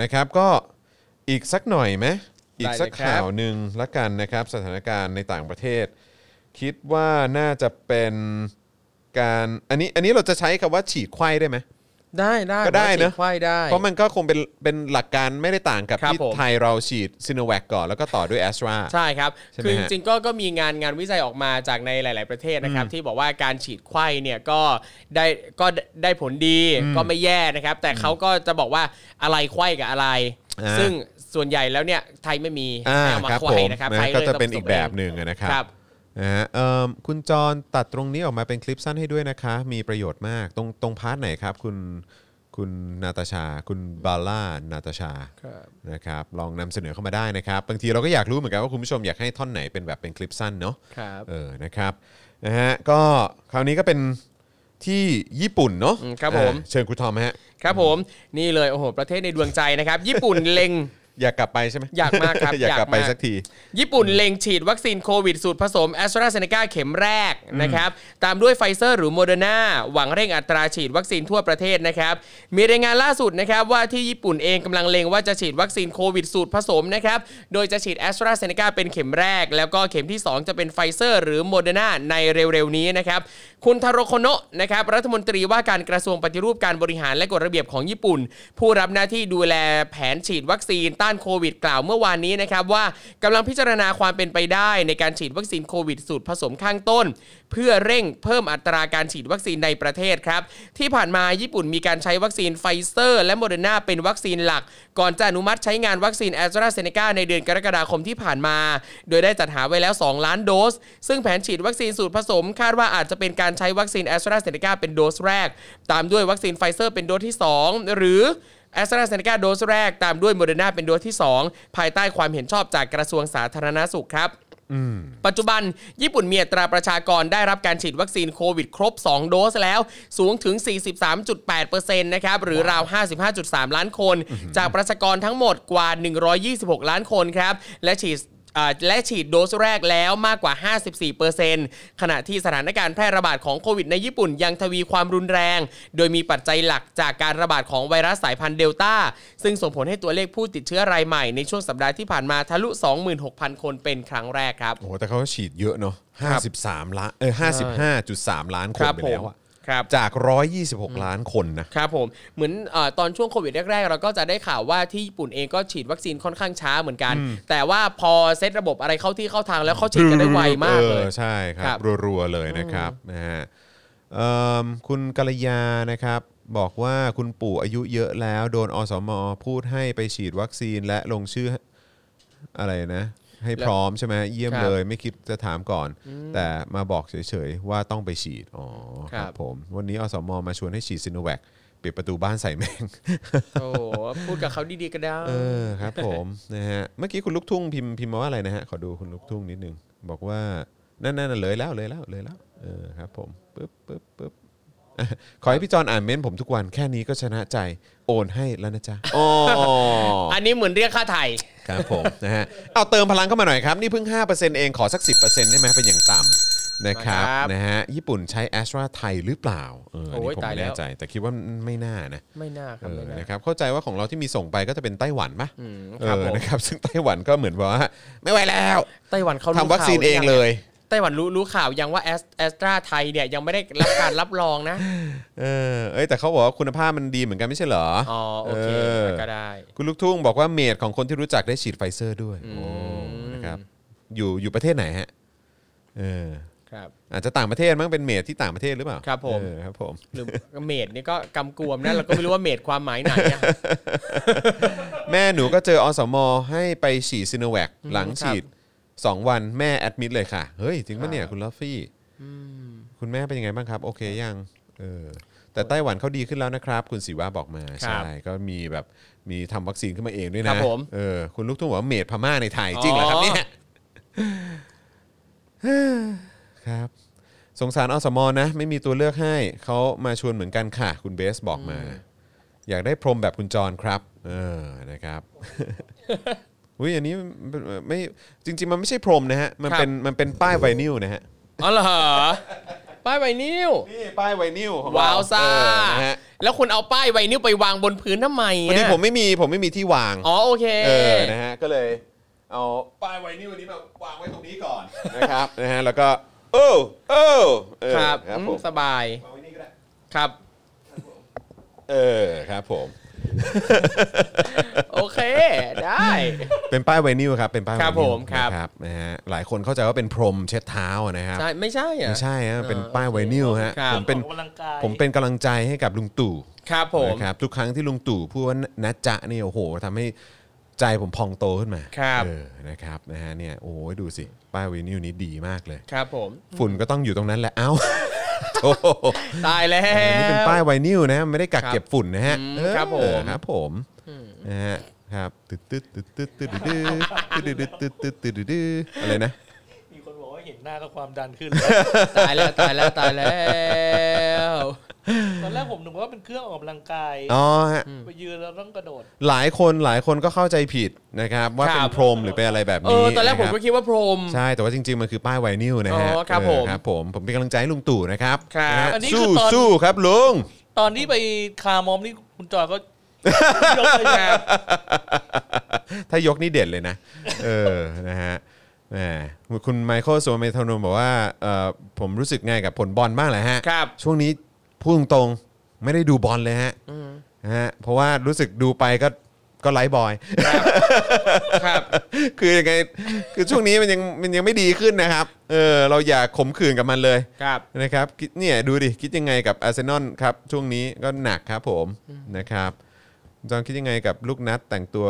B: นะครับก็อีกสักหน่อยไหมอีกสัก
A: ได้เลยครับ
B: ข่าวหนึ่งละกันนะครับ สถานการณ์ในต่างประเทศ คิดว่าน่าจะเป็นการอันนี้อันนี้เราจะใช้คำว่าฉีดไข้ได้ไหม
A: ได้ได้
B: ก็ได้เนอะ
A: ผมว่าฉีควายได้
B: เพราะมันก็คงเป็นเป็นหลักการไม่ได้ต่างกับ
A: ครับ
B: ที่
A: ผม
B: ไทยเราฉีดซิโนแวคก่อนแล้วก็ต่อด้วยแอสตรา
A: ใช่ครับ
B: ใช่ไหม
A: คือจ
B: ฮะ
A: ริงๆก็ก็มีงานงานวิจัยออกมาจากในหลาย ๆประเทศนะครับ ที่บอกว่าการฉีดไข้เนี่ยก็ได้ก็ได้ผลดีก็ไม่แย่นะครับ แต่เขาก็จะบอกว่าอะไรไข้กับอะไร
B: อ่า
A: ซึ่งส่วนใหญ่แล้วเนี่ยไทยไม่มี
B: อ่า
A: ให้เอามา
B: ครับ
A: ไข
B: ผ
A: ว้
B: ม
A: นะครับ
B: นะ
A: ไท
B: ฮะ
A: ย
B: ก็
A: เลย
B: จะ
A: ต้อง
B: เป็นอีก
A: ผสม
B: แบบ
A: ง
B: หนึ่งอะนะครับ
A: ครับ
B: นะฮะเอิ่มคุณจรตัดตรงนี้ออกมาเป็นคลิปสั้นให้ด้วยนะคะ มีประโยชน์มากตรงตรงพาร์ทไหนครับ คุณคุณนาตาชา คุณบาล่านาตาชานะครับลองนำเสนอเข้ามาได้นะครับ บางทีเราก็อยากรู้เหมือนกันว่าคุณผู้ชมอยากให้ท่อนไหนเป็นแบบเป็นคลิปสั้นเนาะ
A: ครับ
B: เออนะครับนะฮะก็คราวนี้ก็เป็นที่ญี่ปุ่นเนาะ
A: อืมครับผม
B: อ่าเชิญคุณทอมฮะ
A: ครับผมนี่เลยโอ้โหประเทศในดวงใจนะครับ ญี่ปุ่นเล็ง
B: อยากกลับไปใช่ไหม
A: อยากมากครับ
B: อยากกลับไป
A: อยากมาก
B: สักที
A: ญี่ปุ่นเล็งฉีดวัคซีนโควิดสูตรผสมแอสตราเซเนกาเข็มแรกนะครับตามด้วยไฟเซอร์หรือโมเดอร์นาหวังเร่งอัตราฉีดวัคซีนทั่วประเทศนะครับมีรายงานล่าสุดนะครับว่าที่ญี่ปุ่นเองกำลังเล็งว่าจะฉีดวัคซีนโควิดสูตรผสมนะครับโดยจะฉีดแอสตราเซเนกาเป็นเข็มแรก แล้วก็เข็มที่ 2 จะเป็นไฟเซอร์หรือโมเดอร์นาในเร็วๆนี้นะครับคุณทาโรโคโนะนะครับรัฐมนตรีว่าการกระทรวงปฏิรูปการบริหารและกฎระเบียบของญี่ปุ่น ผู้รับหน้าที่ดูแลแผนฉีดวัคซีนต้านโควิดกล่าวเมื่อวานนี้นะครับว่ากำลังพิจารณาความเป็นไปได้ในการฉีดวัคซีนโควิดสูตรผสมข้างต้น เพื่อเร่งเพิ่มอัตราการฉีดวัคซีนในประเทศครับ ที่ผ่านมาญี่ปุ่นมีการใช้วัคซีนไฟเซอร์ และโมเดอร์นาเป็นวัคซีนหลัก ก่อนจะอนุมัติใช้งานวัคซีนแอสตราเซเนกาในเดือนกรกฎาคมที่ผ่านมา โดยได้จัดหาไว้แล้ว 2 ล้านโดส ซึ่งแผนฉีดวัคซีนสูตรผสม คาดว่าอาจจะเป็นการใช้วัคซีนแอสตราเซเนกาเป็นโดสแรก ตามด้วยวัคซีนไฟเซอร์เป็นโดสที่ 2 หรือ แอสตราเซเนกาโดสแรก ตามด้วยโมเดอร์นาเป็นโดสที่ 2 ภายใต้ความเห็นชอบจากกระทรวงสาธารณสุขครับ ปัจจุบัน ญี่ปุ่นมีอัตราประชากรได้รับการฉีดวัคซีนโควิดครบ 2 โดสแล้วสูงถึง 43.8%นะครับหรือราว 55.3 ล้านคน จากประชากรทั้งหมดกว่า 126 ล้านคนครับและฉีดอ่าและฉีดโดสแรกแล้วมากกว่า 54%ขณะที่สถานการณ์แพร่ระบาดของโควิดในญี่ปุ่นยังทวีความรุนแรง โดยมีปัจจัยหลักจากการระบาดของไวรัสสายพันธุ์เดลต้าซึ่งส่งผลให้ตัวเลขผู้ติดเชื้อรายใหม่ในช่วงสัปดาห์ที่ผ่านมาทะลุ 26,000 คนเป็นครั้งแรกครับ
B: โอ้โหแต่เขาฉีดเยอะเนาะ
A: ครับ
B: 53ล้านเออ55.3 ล้านคน
A: ครับ
B: ไปแล้วอะ
A: ผมครับ
B: จาก 126 ล้านคนนะ
A: ครับผมเหมือนเออตอนช่วงโควิดแรกๆ เราก็จะได้ข่าวว่าที่ญี่ปุ่นเองก็ฉีดวัคซีนค่อนข้างช้าเหมือนกัน แต่ว่าพอเซตระบบอะไรเข้าที่เข้าทางแล้วเขาฉีดกันได้ไวมากเลย
B: ออใช่ค
A: ครั
B: รับ
A: บ
B: รัวๆเลยนะครับนะฮะเอิ่มคุณกัลยานะครับ บอกว่าคุณปู่อายุเยอะแล้ว โดนอสมพูดให้ไปฉีดวัคซีนและลงชื่ออะไรนะ ให้พร้อมใช่ไหมเยี่ยม
A: ครับ
B: เลย ไม่คิดจะถามก่อน แต่มาบอกเฉยๆว่าต้องไปฉีด อ๋อค
A: ครั
B: รับบ ผม วันนี้อสมมาชวนให้ฉีดซิโนแวคปิดประตูบ้านใส่แม่ง
A: โอ้โหพูดกับเขาดีๆก็ได้
B: เออครับผม นะฮะเมื่อกี้คุณลูกทุ่งพิมพ์พิมพ์มาว่าอะไรนะฮะขอดูคุณลูกทุ่งนิดนึงบอกว่านั่นนั่นน่ะเลยแล้วเลยแล้วเลยแล้วเออครับผมปึ๊บปึ๊บปึ๊บ อ่ะขอให้พี่จอนอ่านเม้นต์ผมทุกวันแค่นี้ก็ชนะใจโอนให้แล้วนะ จ๊ะอ๋อ
A: อันนี้เหมือนเรียกค่าไถ่
B: ครับผม นะฮะเอาเติมพลังเข้ามาหน่อยครับ นี่เพิ่ง 5%เองขอสัก 10%ได้ไหมเป็นอย่างต่ำ นะครับ
A: ครับ
B: นะฮะญี่ปุ่นใช้แอสตราไทยหรือเปล่าเอออัน
A: โอ้
B: นี้
A: ย
B: ผม
A: ตาย
B: ไม่
A: แล้ว
B: แน่ใจ แต่คิดว่าไม่น่านะ
A: ไม่น่าค
B: เอ
A: รับ
B: อ
A: ไม่น่า
B: นะครับเข้าใจว่าของเราที่มีส่งไปก็จะเป็นไต้หวันปะ
A: อืม
B: เอ
A: ครับ
B: อ
A: ผม
B: นะครับ ซึ่งไต้หวันก็เหมือนว่าไม่ไหวแล้ว
A: ไต้หวันเขารู้
B: ทำวัคซีน
A: ข่าว
B: เองเลย
A: ไต้หวันรู้รู้ข่าวยังว่าแอสแอสตราไทยเนี่ยยังไม่ได้รับการรับรองนะ
B: เออเอ้ยแต่เขาบอกว่าคุณภาพมันดีเหมือนกันไม่ใช่เหรอ
A: อ๋อโอเค
B: ออ
A: ก็ได้
B: คุณลูกทุ่งบอกว่าเมดของคนที่รู้จักได้ฉีดไฟเซอร์ด้วยโอ้นะครับอยู่อยู่ประเทศไหนฮะเออ
A: ครับ
B: อาจจะต่างประเทศมั้งเป็นเมดที่ต่างประเทศหรือเปล่า
A: ครับผม
B: เออครับผม
A: หรือเมดนี่ก็กำกวมนะเราก็ไม่รู้ว่าเมดความหมายไหนอะ
B: แม่หนูก็เจออสมให้ไปฉีดซีโนแวคหลังฉีด 2 วันแม่แอดมิดเลยค่ะ เฮ้ยจริงปะเนี่ยคุณลอฟฟี่คุณแม่เป็นยังไงบ้างครับ โอเคยังเออแต่ไต้หวันเขาดีขึ้นแล้วนะครับ คุณศิวะบอกมา
A: ครั
B: ใช่
A: บ
B: ก็มีแบบมีทำวัคซีนขึ้นมาเองด้วย
A: ครั
B: นะ
A: บผม
B: เออคุณลูกทุ่งบอกว่าเมดพม่าในไทยจริงเหรอครับเนี่ย ครับสงสารอสมนะ ไม่มีตัวเลือกให้เขามาชวนเหมือนกันค่ะ คุณเบสบอกมา อยากได้พรมแบบคุณจรครับ เออนะครับ อุ้ยอันนี้มันไม่จริง ๆ มันไม่ใช่พรมนะฮะ มันเป็นมันเป็นป้ายไวนิลนะฮะ
A: อ๋อเหรอป้ายไวนิล
B: นี่ป้ายไวนิลของ
A: ว้าวซ่า
B: นะฮะ
A: แล้วคุณเอาป้ายไวนิลไปวางบนพื้นทำไม
B: วันนี้
A: อะ
B: ผมไม่มีผมไม่มีที่วาง
A: อ๋อโอเค
B: เออนะฮะก็เลยเอาป้ายไวนิลอันนี้มาวางไว้ตรงนี้ก่อนนะครับนะฮะแล้วก็โอ้โอ้เออ
A: ครับ
B: ครับ
A: อืม
B: ผม
A: สบาย
B: วางไว้นี่ก็ได้
A: ครับ
B: เออครับผม
A: โอเค ได้
B: เป็นป้ายไวนิลครับเป็นป้ายไว
A: ค
B: นิล
A: รับผมครับ
B: นะครับนะฮะหลายคนเข้าใจว่าเป็นพรมเช็ดเท้านะครับ
A: ใช่ไม่ใช่เหรอ
B: ไม่ใช่ฮะเป็นป้ายไวนิลฮะ
A: ครับ
B: ผมเป็น
C: ออกกำลังกาย
B: ผมเป็นกำลังใจให้กับลุงตู่
A: ครับผม
B: นะครับทุกครั้งที่ลุงตู่พูดว่านะจ๊ะเนี่ยโอ้โหทำให้ใจผมพองโตขึ้นมา
A: ครับ
B: เออนะครับนะฮะเนี่ยโอ้ยดูสิป้ายไวนิลนี้ดีมากเลย
A: ครับผม
B: ฝุ่นก็ต้องอยู่ตรงนั้นแหละเอ้าโอ้โห
A: ตายแล้ว
B: นี่เป็นป้ายไวนิลนะไม่ได้กัก
A: ครับ
B: เก็บฝุ่นนะฮะ
A: อืม
B: เออ
A: ครับผม
B: ครับผมนะฮะครับตึ๊ดตึ๊ดตึ๊ดตึ๊ดตึ๊ดตึ๊ดตึ๊ดตึ๊ดตึ๊ดตึ๊ดตึ๊ดตึ๊ดอะไรนะ
C: มีคนบอกว่าเห็นหน้าก็ความดัน ขึ้นแล้ว
A: ตายแล้วตายแล้วตายแล้ว
C: ตอนแรกผมนึกว่าเป็นเครื่องออกกำลังกาย
B: อ๋อฮะ
C: ไปยืนแล้วต้องกระโดด
B: หลายคนหลายคนก็เข้าใจผิดนะครับ ว่าเป็นพรมหรือเป็นอะไรแบบ
A: เอ
B: นี้
A: อตอนแรกผม
B: ะค
A: ก็
B: บ
A: คิดว่าพรหม
B: ใช่แต่ว่าจริง ๆ มันคือป้ายไวนิลนะฮะ
A: อ๋อครับผม
B: เออครับผมผมเป็นกำลังใจให้ลุงตู่นะครับ
A: ครับ
B: นะฮะ
C: อันนี้คื
B: สู้
C: อตอน
B: สู้ครับลุง
C: ตอนที่ไปคามอมนี่คุณจอย ก็ ยกเลยนะ
B: ถ้ายกนี่เด็ดเลยนะ เออนะฮะแหมคุณไมเคิลสวเมธานนท์บอกว่าเอ่อผมรู้สึกไงกับผลบอลบ้างแหละฮะ
A: ครับ
B: ช่วงนี้พูดตรงๆไม่ได้ดูบอลเลยฮะนะฮะเพราะว่ารู้สึกดูไปก็ก็ไลฟ์บอย
A: ครับ
B: คือยังไงคือช่วงนี้มันยังมันยังไม่ดีขึ้นนะครับ เออเราอย่าขมขื่นกับมันเลย
A: ครับ
B: นะครับคิดเนี่ยดูดิคิดยังไงกับอาร์เซนอลครับ ช่วงนี้ก็หนักครับผมนะครับจอห์นคิดยังไงกับลูกนัดแต่งตัว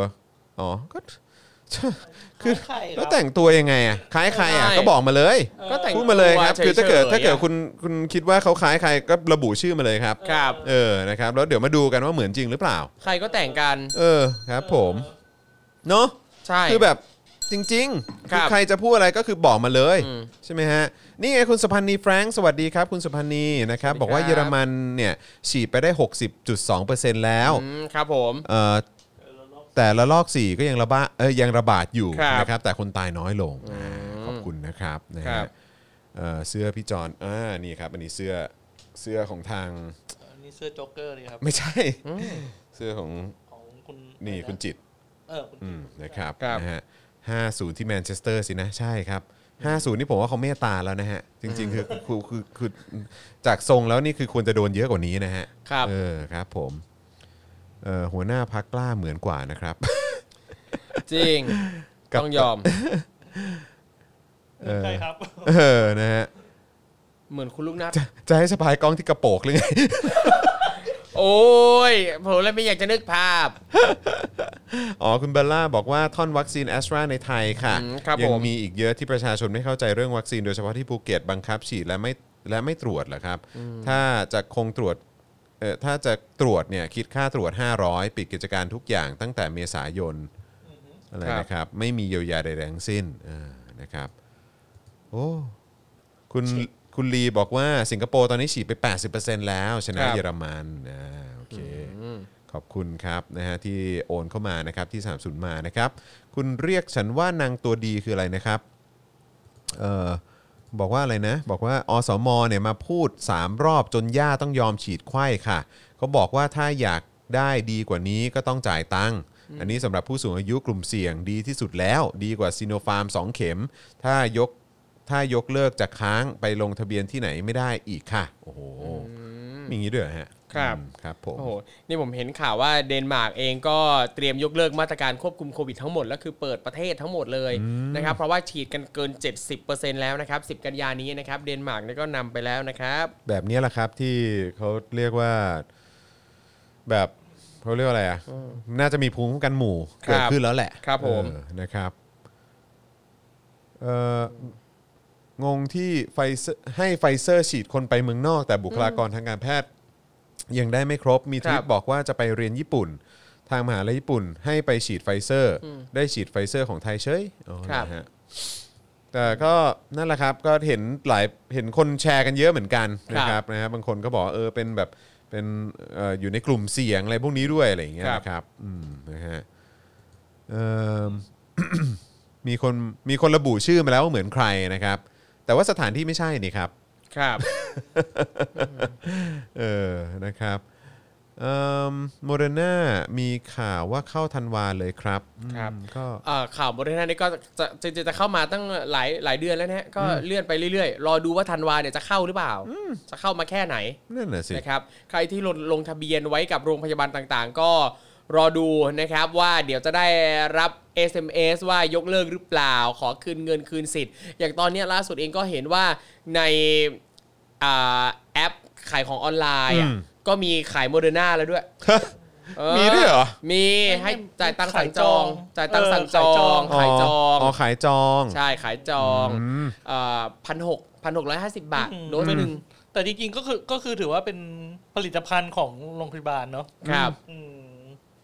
B: อ๋อก็คือ
C: คล้ายๆครับ
B: แล้วแต่งตัวยังไงอ่ะคล้ายใครอ่ะก็บอกมาเลย
A: ก็แต่ง
B: พูดมาเลยครับ
A: ตัว
B: คือถ้าเกิด
A: ฉยๆ
B: ถ้าเกิด
A: อะ
B: คุณคุณคิดว่าเขาคล้ายใครก็ระบุชื่อมาเลยครับ
A: ครับ
B: เออนะครับแล้วเดี๋ยวมาดูกันว่าเหมือนจริงหรือเปล่า
A: ใครก็แต่งกัน
B: เออครับ ผมเนาะ
A: ใช่
B: คือแบบจริงๆ
A: ครั
B: อบ ใครจะพูดอะไรก็คือบอกมาเลย
A: อืม
B: ใช่ไหมฮะนี่ไงคุณสุพันธ์นีแฟรงค์สวัสดีครับ คุณสุพันธ์นีนะครับ
A: สวัสดีครับ
B: บอกว่าเยอรมันเนี่ยฉีดไปได้ 60.2%แล้ว
A: อืมครับผม
B: เอ่อแต่ละลอก 4 ก็ยังระบาดเอ้ยยังระบาดอยู่
A: ครับ
B: นะครับ แต่คนตายน้อยลงอ่าขอบคุณนะครับนะ
A: ครั
B: ฮะ
A: บ
B: เอ่อเสื้อพี่จอนอ่านี่ครับอันนี้เสื้อเสื้อของทาง
C: อันนี้เสื้อโจ็อกเกอร์เลยครับ
B: ไม่ใช่ เสื้อของ
C: ของคุณ
B: นี่คุณจิต
C: เออคุณ
B: อืมนะครับ
A: ครับ
B: นะฮะห้าศูนย์ที่แมนเชสเตอร์สินะใช่ครับห้าศูนย์นี่ผมว่าเขาเมตตาแล้วนะฮะ จริง ๆคือคือคือคือจากทรงแล้วนี่คือควรจะโดนเยอะกว่านี้นะฮะ
A: ครับ
B: เออครับผมเออหัวหน้าพักกล้าเหมือนกว่านะครับ
A: จริง
B: กับ
A: ต้องยอม
C: ใช่ครับ
B: เออนะฮะ
A: เหมือนคุณลูกนัด
B: จะจะให้สะพายกล้องที่กระโปรงหรือไง
A: โอ้ยผมเลยไม่อยากจะนึกภาพ
B: อ๋อ คุณเบลล่าบอกว่าท่อนวัคซีนแอสตราในไทยค่ะ
A: อืมครับ
B: ยั
A: ผม
B: มีอีกเยอะที่ประชาชนไม่เข้าใจเรื่องวัคซีนโดยเฉพาะที่ภูเก็ตบังคับฉีดและไม่และไม่ตรวจเหรอครับ ถ้าจะคงตรวจเอ่อถ้าจะตรวจเนี่ยคิดค่าตรวจ 500 ปิดกิจการทุกอย่างตั้งแต่เมษายนอะไรนะครับ ไม่มีเยียวยาใดๆทั้งสิ้นเออนะครับ โอ้คุณคุณลีบอกว่าสิงคโปร์ตอนนี้ฉีดไป 80%แล้ว ชนะครับ เยอรมันอ่าโอเค ขอบคุณครับนะฮะที่โอนเข้ามานะครับที่สามศูนย์มานะครับ คุณเรียกฉันว่านางตัวดีคืออะไรนะครับเอ่อ บอกว่าอะไรนะ บอกว่าอสมเนี่ยมาพูด 3 รอบจนย่าต้องยอมฉีดไข้ค่ะเขาบอกว่าถ้าอยากได้ดีกว่านี้ก็ต้องจ่ายตังค์อันนี้สำหรับผู้สูงอายุกลุ่มเสี่ยงดีที่สุดแล้ว ดีกว่าซีโนฟาร์ม 2 เข็ม ถ้ายกถ้ายกเลิกจะค้างไปลงทะเบียนที่ไหนไม่ได้อีกค่ะ โอ้โหมีอย่างนี้ด้วยเหรอฮะ
A: ครับ
B: อืมครับผม
A: โอ้โห นี่ผมเห็นข่าวว่าเดนมาร์กเองก็เตรียมยกเลิกมาตรการควบคุมโควิดทั้งหมด แล้วคือเปิดประเทศทั้งหมดเลยนะครับ เพราะว่าฉีดกันเกิน 70%แล้วนะครับ 10 กันยานี้นะครับ เดนมาร์กเนี่ยก็นำไปแล้วนะครับ
B: แบบนี้แหละครับที่เขาเรียกว่าแบบเขาเรียกว่าอะไรอ่ะน่าจะมีภูมิคุ้มกันหมู่
A: ครับ
B: เกิดขึ้นแล้วแหละ
A: ครับผม
B: เออนะครับเอ่องงที่ไฟเซอร์ให้ไฟเซอร์ฉีดคนไปเมืองนอก แต่บุคลากรทางการแพทย์ ยังได้ไม่ครบมีทริปบอกว่าจะไปเรียนญี่ปุ่น ทางมหาลัยญี่ปุ่น ให้ไปฉีดไฟเซอร์ ได้ฉีดไฟเซอร์ของไทยเฉยอ๋อ
A: ครับ
B: นะฮะ แต่ก็นั่นแหละครับก็เห็นหลายเห็นคนแชร์กันเยอะเหมือนกัน
A: ครับ
B: นะครับนะฮะบางคนก็บอกว่าเออเป็นแบบเป็นเอ่ออยู่ในกลุ่มเสียงอะไรพวกนี้ด้วยอะไรอย่างเงี้ย
A: ครับ
B: นะครับอืมนะฮะเอิ่ม มีคนมีคนระบุชื่อมาแล้วว่าเหมือนใครนะครับ แต่ว่าสถานที่ไม่ใช่นี่ครับ
A: ครับ
B: เออ นะครับโมเดอร์นามีข่าวว่าเข้าธันวาเลยครับ
A: ครับ
B: อืมก็
A: เอ่อข่าวบริษัทนี้ก็จะจะจะจะเข้ามาตั้งหลายหลายเดือนแล้วนะฮะก็เลื่อนไปเรื่อยๆ รอดูว่าธันวาเนี่ยจะเข้าหรือเปล่า จะเข้ามาแค่ไหน
B: นั่นแหละสิ
A: นะครับใครที่ลงลงทะเบียนไว้กับโรงพยาบาลต่างๆ ก็รอดูนะครับว่าเดี๋ยวจะได้รับ SMS ว่ายกเลิกหรือเปล่า ขอคืนเงินคืนสิทธิ์ อย่างตอนเนี้ยล่าสุดเองก็เห็นว่าในอ่าแอปขายของออนไลน์อะ
B: อืม
A: ก็มีขายโมเดอร์นาแล้วด้วยเออ
B: มีด้วยเหรอ
A: มีให้จ่ายตังค์สั่งจองจ่ายตังค์สั่งจองขายจอง
B: อ๋อขายจอง
A: ใช่ขายจอง
B: อืม
A: พันหกพันหกร้อยห้าสิบบาท
C: อืม
A: โดสหนึ่ง
C: แต่จริงๆก็คือก็คือถือว่าเป็นผลิตภัณฑ์ของโรงพยาบาลเนาะ
A: ครับ
C: อืม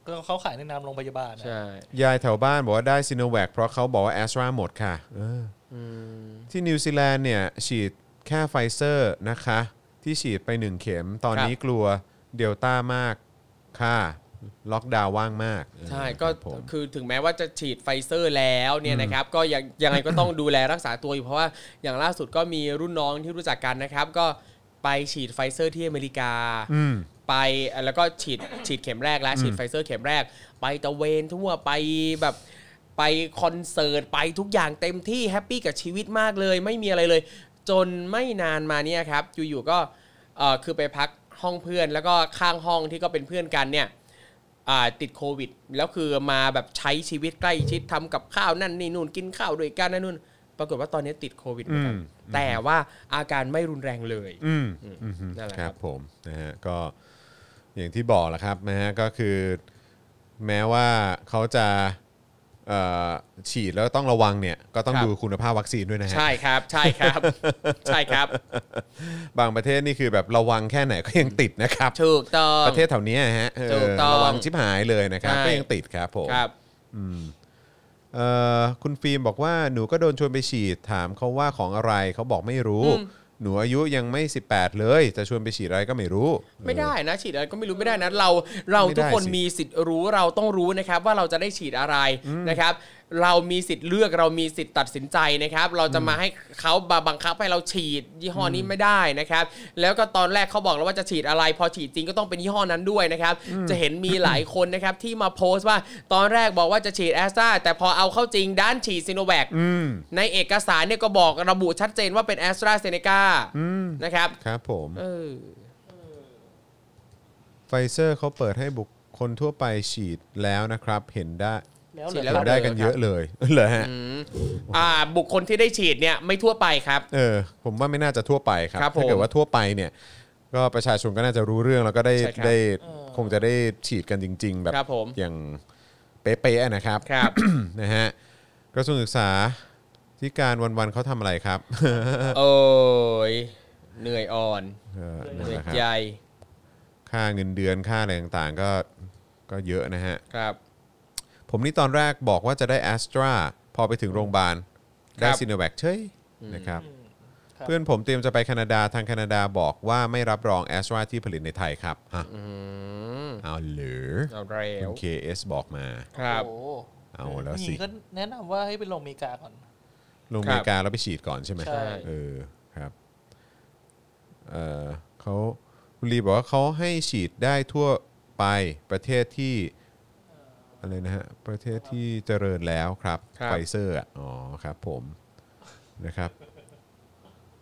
C: ก็เขาขายในนามโรงพยาบาลนะ
A: ใช่
B: ยายแถวบ้านบอกว่าได้ซีโนแวคเพราะเขาบอกว่าแอสตราหมดค่ะเอออที่นิวซีแลนด์เนี่ย ฉีดแค่ไฟเซอร์นะคะ ที่ฉีดไปหนึ่งเข็ม ตอนนี้กลัวเดลต้ามากค่ะ ล็อกดาวน์ว่างมาก
A: ใช่ก็
B: ครับผม
A: คือถึงแม้ว่าจะฉีดไฟเซอร์แล้วเนี่ยนะครับก็ยังยังไงก็ต้องดูแลรักษาตัวอยู่เพราะว่าอย่างล่าสุดก็มีรุ่นน้องที่รู้จักกันนะครับ ก็ไปฉีดไฟเซอร์ที่อเมริกา
B: อืม
A: ไปแล้วก็ฉีดฉีดเข็มแรกแล้วฉีดไฟเซอร์เข็มแรก ไปตะเวนทั่วไปแบบไปคอนเสิร์ตไปทุกอย่างเต็มที่แฮปปี้กับชีวิตมากเลย ไม่มีอะไรเลย จนไม่นานมาเนี่ยครับอยู่ๆก็เอ่อคือไปพักห้องเพื่อน แล้วก็ข้างห้องที่ก็เป็นเพื่อนกันเนี่ยอ่าติดโควิด แล้วคือมาแบบใช้ชีวิตใกล้ชิดทำกับข้าวนั่นนี่นู่นกินข้าวด้วยกันนั่นนู่น ปรากฏว่าตอนนี้ติดโควิดเหมือนกัน
B: อืม
A: แต่ว่าอาการไม่รุนแรงเลย
B: อืม
A: อืม
B: อืม
A: นั่นแหละ
B: ค
A: ครั
B: รับบ ผมนะฮะก็อย่างที่บอกแหละครับนะฮะก็คือแม้ว่าเขาจะเอ่อฉีดแล้วต้องระวังเนี่ย ก็ต้องดูคุณภาพวัคซีนด้วยนะฮะ
A: ใช่ครับใช่ ครับ ใช่ครับ
B: บางประเทศนี่คือแบบระวังแค่ไหนก็ยังติดนะครับ
A: ถูกต้อง
B: ประเทศแถวเนี้ยฮะเออ
A: ถูกต้อง
B: ระวังชิบหายเลยนะครับ
A: ใช่
B: ก็ยังติดครับผม
A: ครับ
B: เอ่อคุณฟิล์มบอกว่าหนูก็โดนชวนไปฉีดถามเขาว่าของอะไรเขาบอกไม่รู้ หนูอายุยังไม่ 18 เลย จะชวนไปฉีดอะไรก็ไม่รู้
A: ไม่ได้นะฉีดอะไรก็ไม่รู้ไม่ได้นะเราเรา
B: ไม่ได้
A: ทุกคน
B: สิ
A: มีสิทธิ์รู้เราต้องรู้นะครับ ว่าเราจะได้ฉีดอะไรนะครับ เรามีสิทธิ์เลือกเรามีสิทธิ์ตัดสินใจนะครับ เราจะมาให้เขาบาบังคับให้เราฉีดยี่ห้อนี้ไม่ได้นะครับ แล้วก็ตอนแรกเขาบอกแล้วว่าจะฉีดอะไร พอฉีดจริงก็ต้องเป็นยี่ห้อนั้นด้วยนะครับ จะเห็นมีหลายคนนะครับที่มาโพสต์ว่าตอนแรกบอกว่าจะฉีดแอสตราแต่พอเอาเข้าจริงด้านฉีดซีโนแวค
B: อืม
A: ในเอกสารเนี่ยก็บอกระบุชัดเจนว่าเป็นแอสตราเซเนกา
B: อืม
A: นะครับ
B: ครับผม
A: เออ
B: ไฟเซอร์เขาเปิดให้บุคคลทั่วไปฉีดแล้วนะครับ เห็นได้
C: แล้ว
A: ฉีด
C: เห
A: แล้
C: ร
A: ว
C: อ
B: เห็นได้กันเยอะเลยเหรอฮะ
A: อ่าบุคคลที่ได้ฉีดเนี่ยไม่ทั่วไปครับ
B: เออ ผมว่าไม่น่าจะทั่วไปครับ
A: ครับผม
B: ถ้าเกิดว่าทั่วไปเนี่ย ก็ประชาชนก็น่าจะรู้เรื่องแล้วก็ได้
A: ใช่ครับ
B: ได้คงจะได้ฉีดกันจริง ๆ แบบ
A: ครับผม
B: อย่างเป๊ะๆนะครับ
A: ครับ
B: นะฮะกระทรวงศึกษาที่การวันๆเขาทำอะไรครับ
A: โอ้ยเหนื่อยอ่อน
B: เออ
A: เหนื่อย
B: นะค
A: ใจ
B: รับค่าเงินเดือนค่าอะไรต่างๆ ก็ก็เยอะนะฮะ
A: ครับ
B: ผมนี่ตอนแรกบอกว่าจะได้แอสตราพอไปถึงโรงพยาบาล ได้
A: ครับ
B: ซีโนแวคเฉยนะครับ
C: ครับ
B: เพื่อนผมเตรียมจะไปแคนาดาทางแคนาดาบอกว่าไม่รับรองแอสตราที่ผลิตในไทยครับฮะ
A: อืม
B: เอาเหรือ
A: เอาแล้
B: คุ
A: ว
B: ณ KS บอกมา
A: ครับ
C: โอ้
B: เอาแล้วสิ
C: ย่งนี้ก็แนะนำว่าให้ไปลงอเมริกาก่อน
B: ลงอเมริกาแล้วไปฉีดก่อนใช่ไหม
C: ใช่
B: เออครับเออเขาคุณลีบอกว่าเขาให้ฉีดได้ทั่วไปประเทศที่อะไรนะฮะประเทศที่เจริญแล้วครับ
A: ครับ
B: ไฟเซอร์อะอ๋อครับผมนะครับ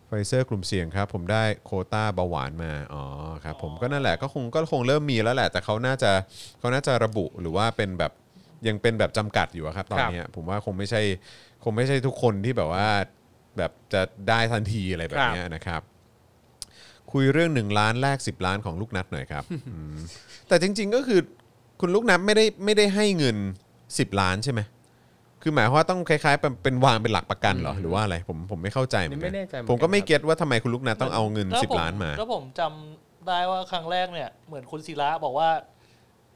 B: ไฟเซอร์กลุ่มเสี่ยงครับ ผมได้โควต้าเบาหวานมาอ๋อครับผมก็นั่นแหละก็คงก็คงเริ่มมีแล้วแหละ แต่เขาน่าจะเขาน่าจะระบุหรือว่าเป็นแบบยังเป็นแบบจำกัดอยู่อะครับตอนเนี้ยผมว่าคงไม่ใช่ คงไม่ใช่ทุกคนที่แบบว่าแบบจะได้ทันทีอะไรแบบเนี้ยนะครับ คุยเรื่อง 1 ล้านแลก10 ล้านของลูกนัดหน่อยครับ อืมแต่จริง ๆ ก็คือคุณลูกนัดไม่ได้ไม่ได้ให้เงิน 10 ล้านใช่ไหมคือหมายความว่าต้องคล้ายๆเป็นเป็นวางเป็นหลักประกันเหรอหรือว่าอะไรผมผมไม่เข้าใจเหมือน
A: ไม่
B: กัน
A: แน่ใจเหมือนกัน
B: ผมก็ไม่เก็ตว่าทำไมคุณลูกนัดต้องเอาเงิน
C: แล้วผม
B: 10 ล้านมา
C: แล้วผมจำได้ว่าครั้งแรกเนี่ย เหมือนคุณศิระบอกว่า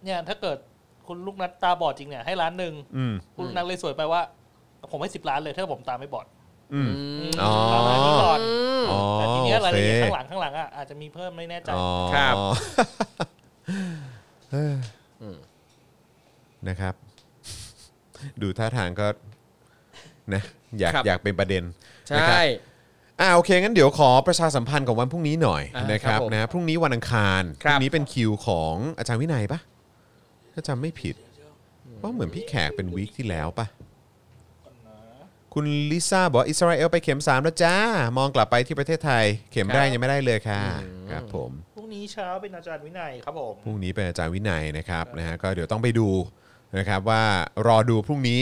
C: เนี่ยถ้าเกิดคุณลูกนัดตาบอดจริงเนี่ยให้ล้านหนึ่ง
B: อืม
C: คุณลูกนัดเลยสวยไปว่า ผมให้สิบล้านเลยถ้าผมตาไม่บอด
B: อืม
C: ป
B: อ๋อ
C: ระมาณนี้ก่อน
B: อ๋อ
C: แต่ทีเนี้ย
B: โอ
C: ราย
B: เค
C: ละเอียดข้างหลังข้างหลังอ่ะอาจจะมีเพิ่มไม่แน่ใจ
B: อ๋อ
A: ครับ
B: เอ้ยนะครับ ดูท่าทางก็นะอยาก
A: ครับ
B: อยากเป็นประเด็น
A: ใช
B: นะครั่ บ อ่าโอเคงั้นเดี๋ยวขอประชาสัมพันธ์ของวันพรุ่งนี้หน่อย
A: อ่าน
B: นะครับ
A: ครับผม
B: นะพรุ่งนี้วันอังคารพ
A: ครับ
B: รุ่งนี้เป็นคิวของอาจารย์วินัยปะถ้าจำไม่ผิดว่าเหมือนพี่แขกเป็นวีคที่แล้วปะคุณลิซ่าบอกว่าอิสราเอลไปเข็ม3แล้วจ้ามองกลับไปที่ประเทศไทย เข็มแรกยังไม่ได้เลยค่ะครับผม
C: พรุ่งนี้เช้าเป็นอาจารย์วินัยครับผม
B: พรุ่งนี้เป็นอาจารย์วินัยนะครับนะฮะก็เดี๋ยวต้องไปดูนะครับว่ารอดูพรุ่งนี้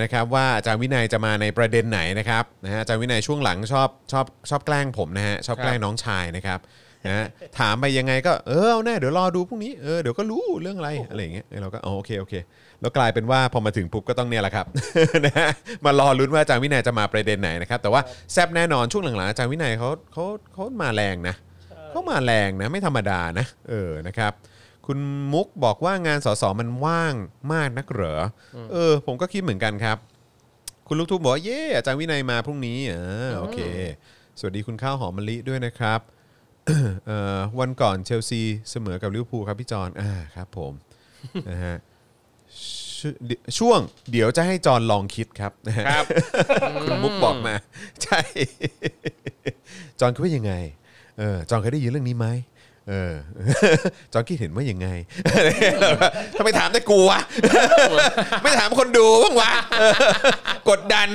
B: นะครับว่าอาจารย์วินัยจะมาในประเด็นไหนนะครับนะฮะอาจารย์วินัยช่วงหลังชอบชอบชอบแกล้งผมนะฮะชอบ
A: ครับ
B: แกล้งน้องชายนะครับนะฮะถามไปยังไงก็เออเอาแน่เดี๋ยวรอดูพรุ่งนี้เออเดี๋ยวก็รู้เรื่องอะไรอะไรอย่างเงี้ยเราก็อ๋อโอเคโอเค แล้วกลายเป็นว่าพอมาถึงปุ๊บก็ต้องเนี่ยแหละครับ นะฮะมารอลุ้นว่าอาจารย์วินัยจะมาประเด็นไหนนะครับแต่ว่าแซบแน่นอนช่วงหลังๆอาจารย์วินัยเขาเขาเขามาแรงนะ เข้ามาแรงนะไม่ธรรมดานะ เออนะครับ คุณมุกบอกว่างานสสมันว่างมากนักเหรออเออ ผมก็คิดเหมือนกันครับ คุณลูกทุ่งบอกว่าเย่อาจารย์วินัยมาพรุ่งนี้เออโอเค สวัสดีคุณข้าวหอมมะลิด้วยนะครับ เอ่อวันก่อนเชลซีเสมอกับลิเวอร์พูลครับพี่จอนอ่าครับผม นะฮะชช่วงเดี๋ยวจะให้จอนลองคิดครับนะฮะ
A: ครับ
B: คุณมุกบอกมา ใช่ จอนคิดว่ายังไงเออจอนเคยได้ยินเรื่องนี้ไหมเออ จอนคิดเห็นว่ายังไง ทำไมถามแต่กูวะ ไม่ถามคนดูบ้างวะ เออกดดัน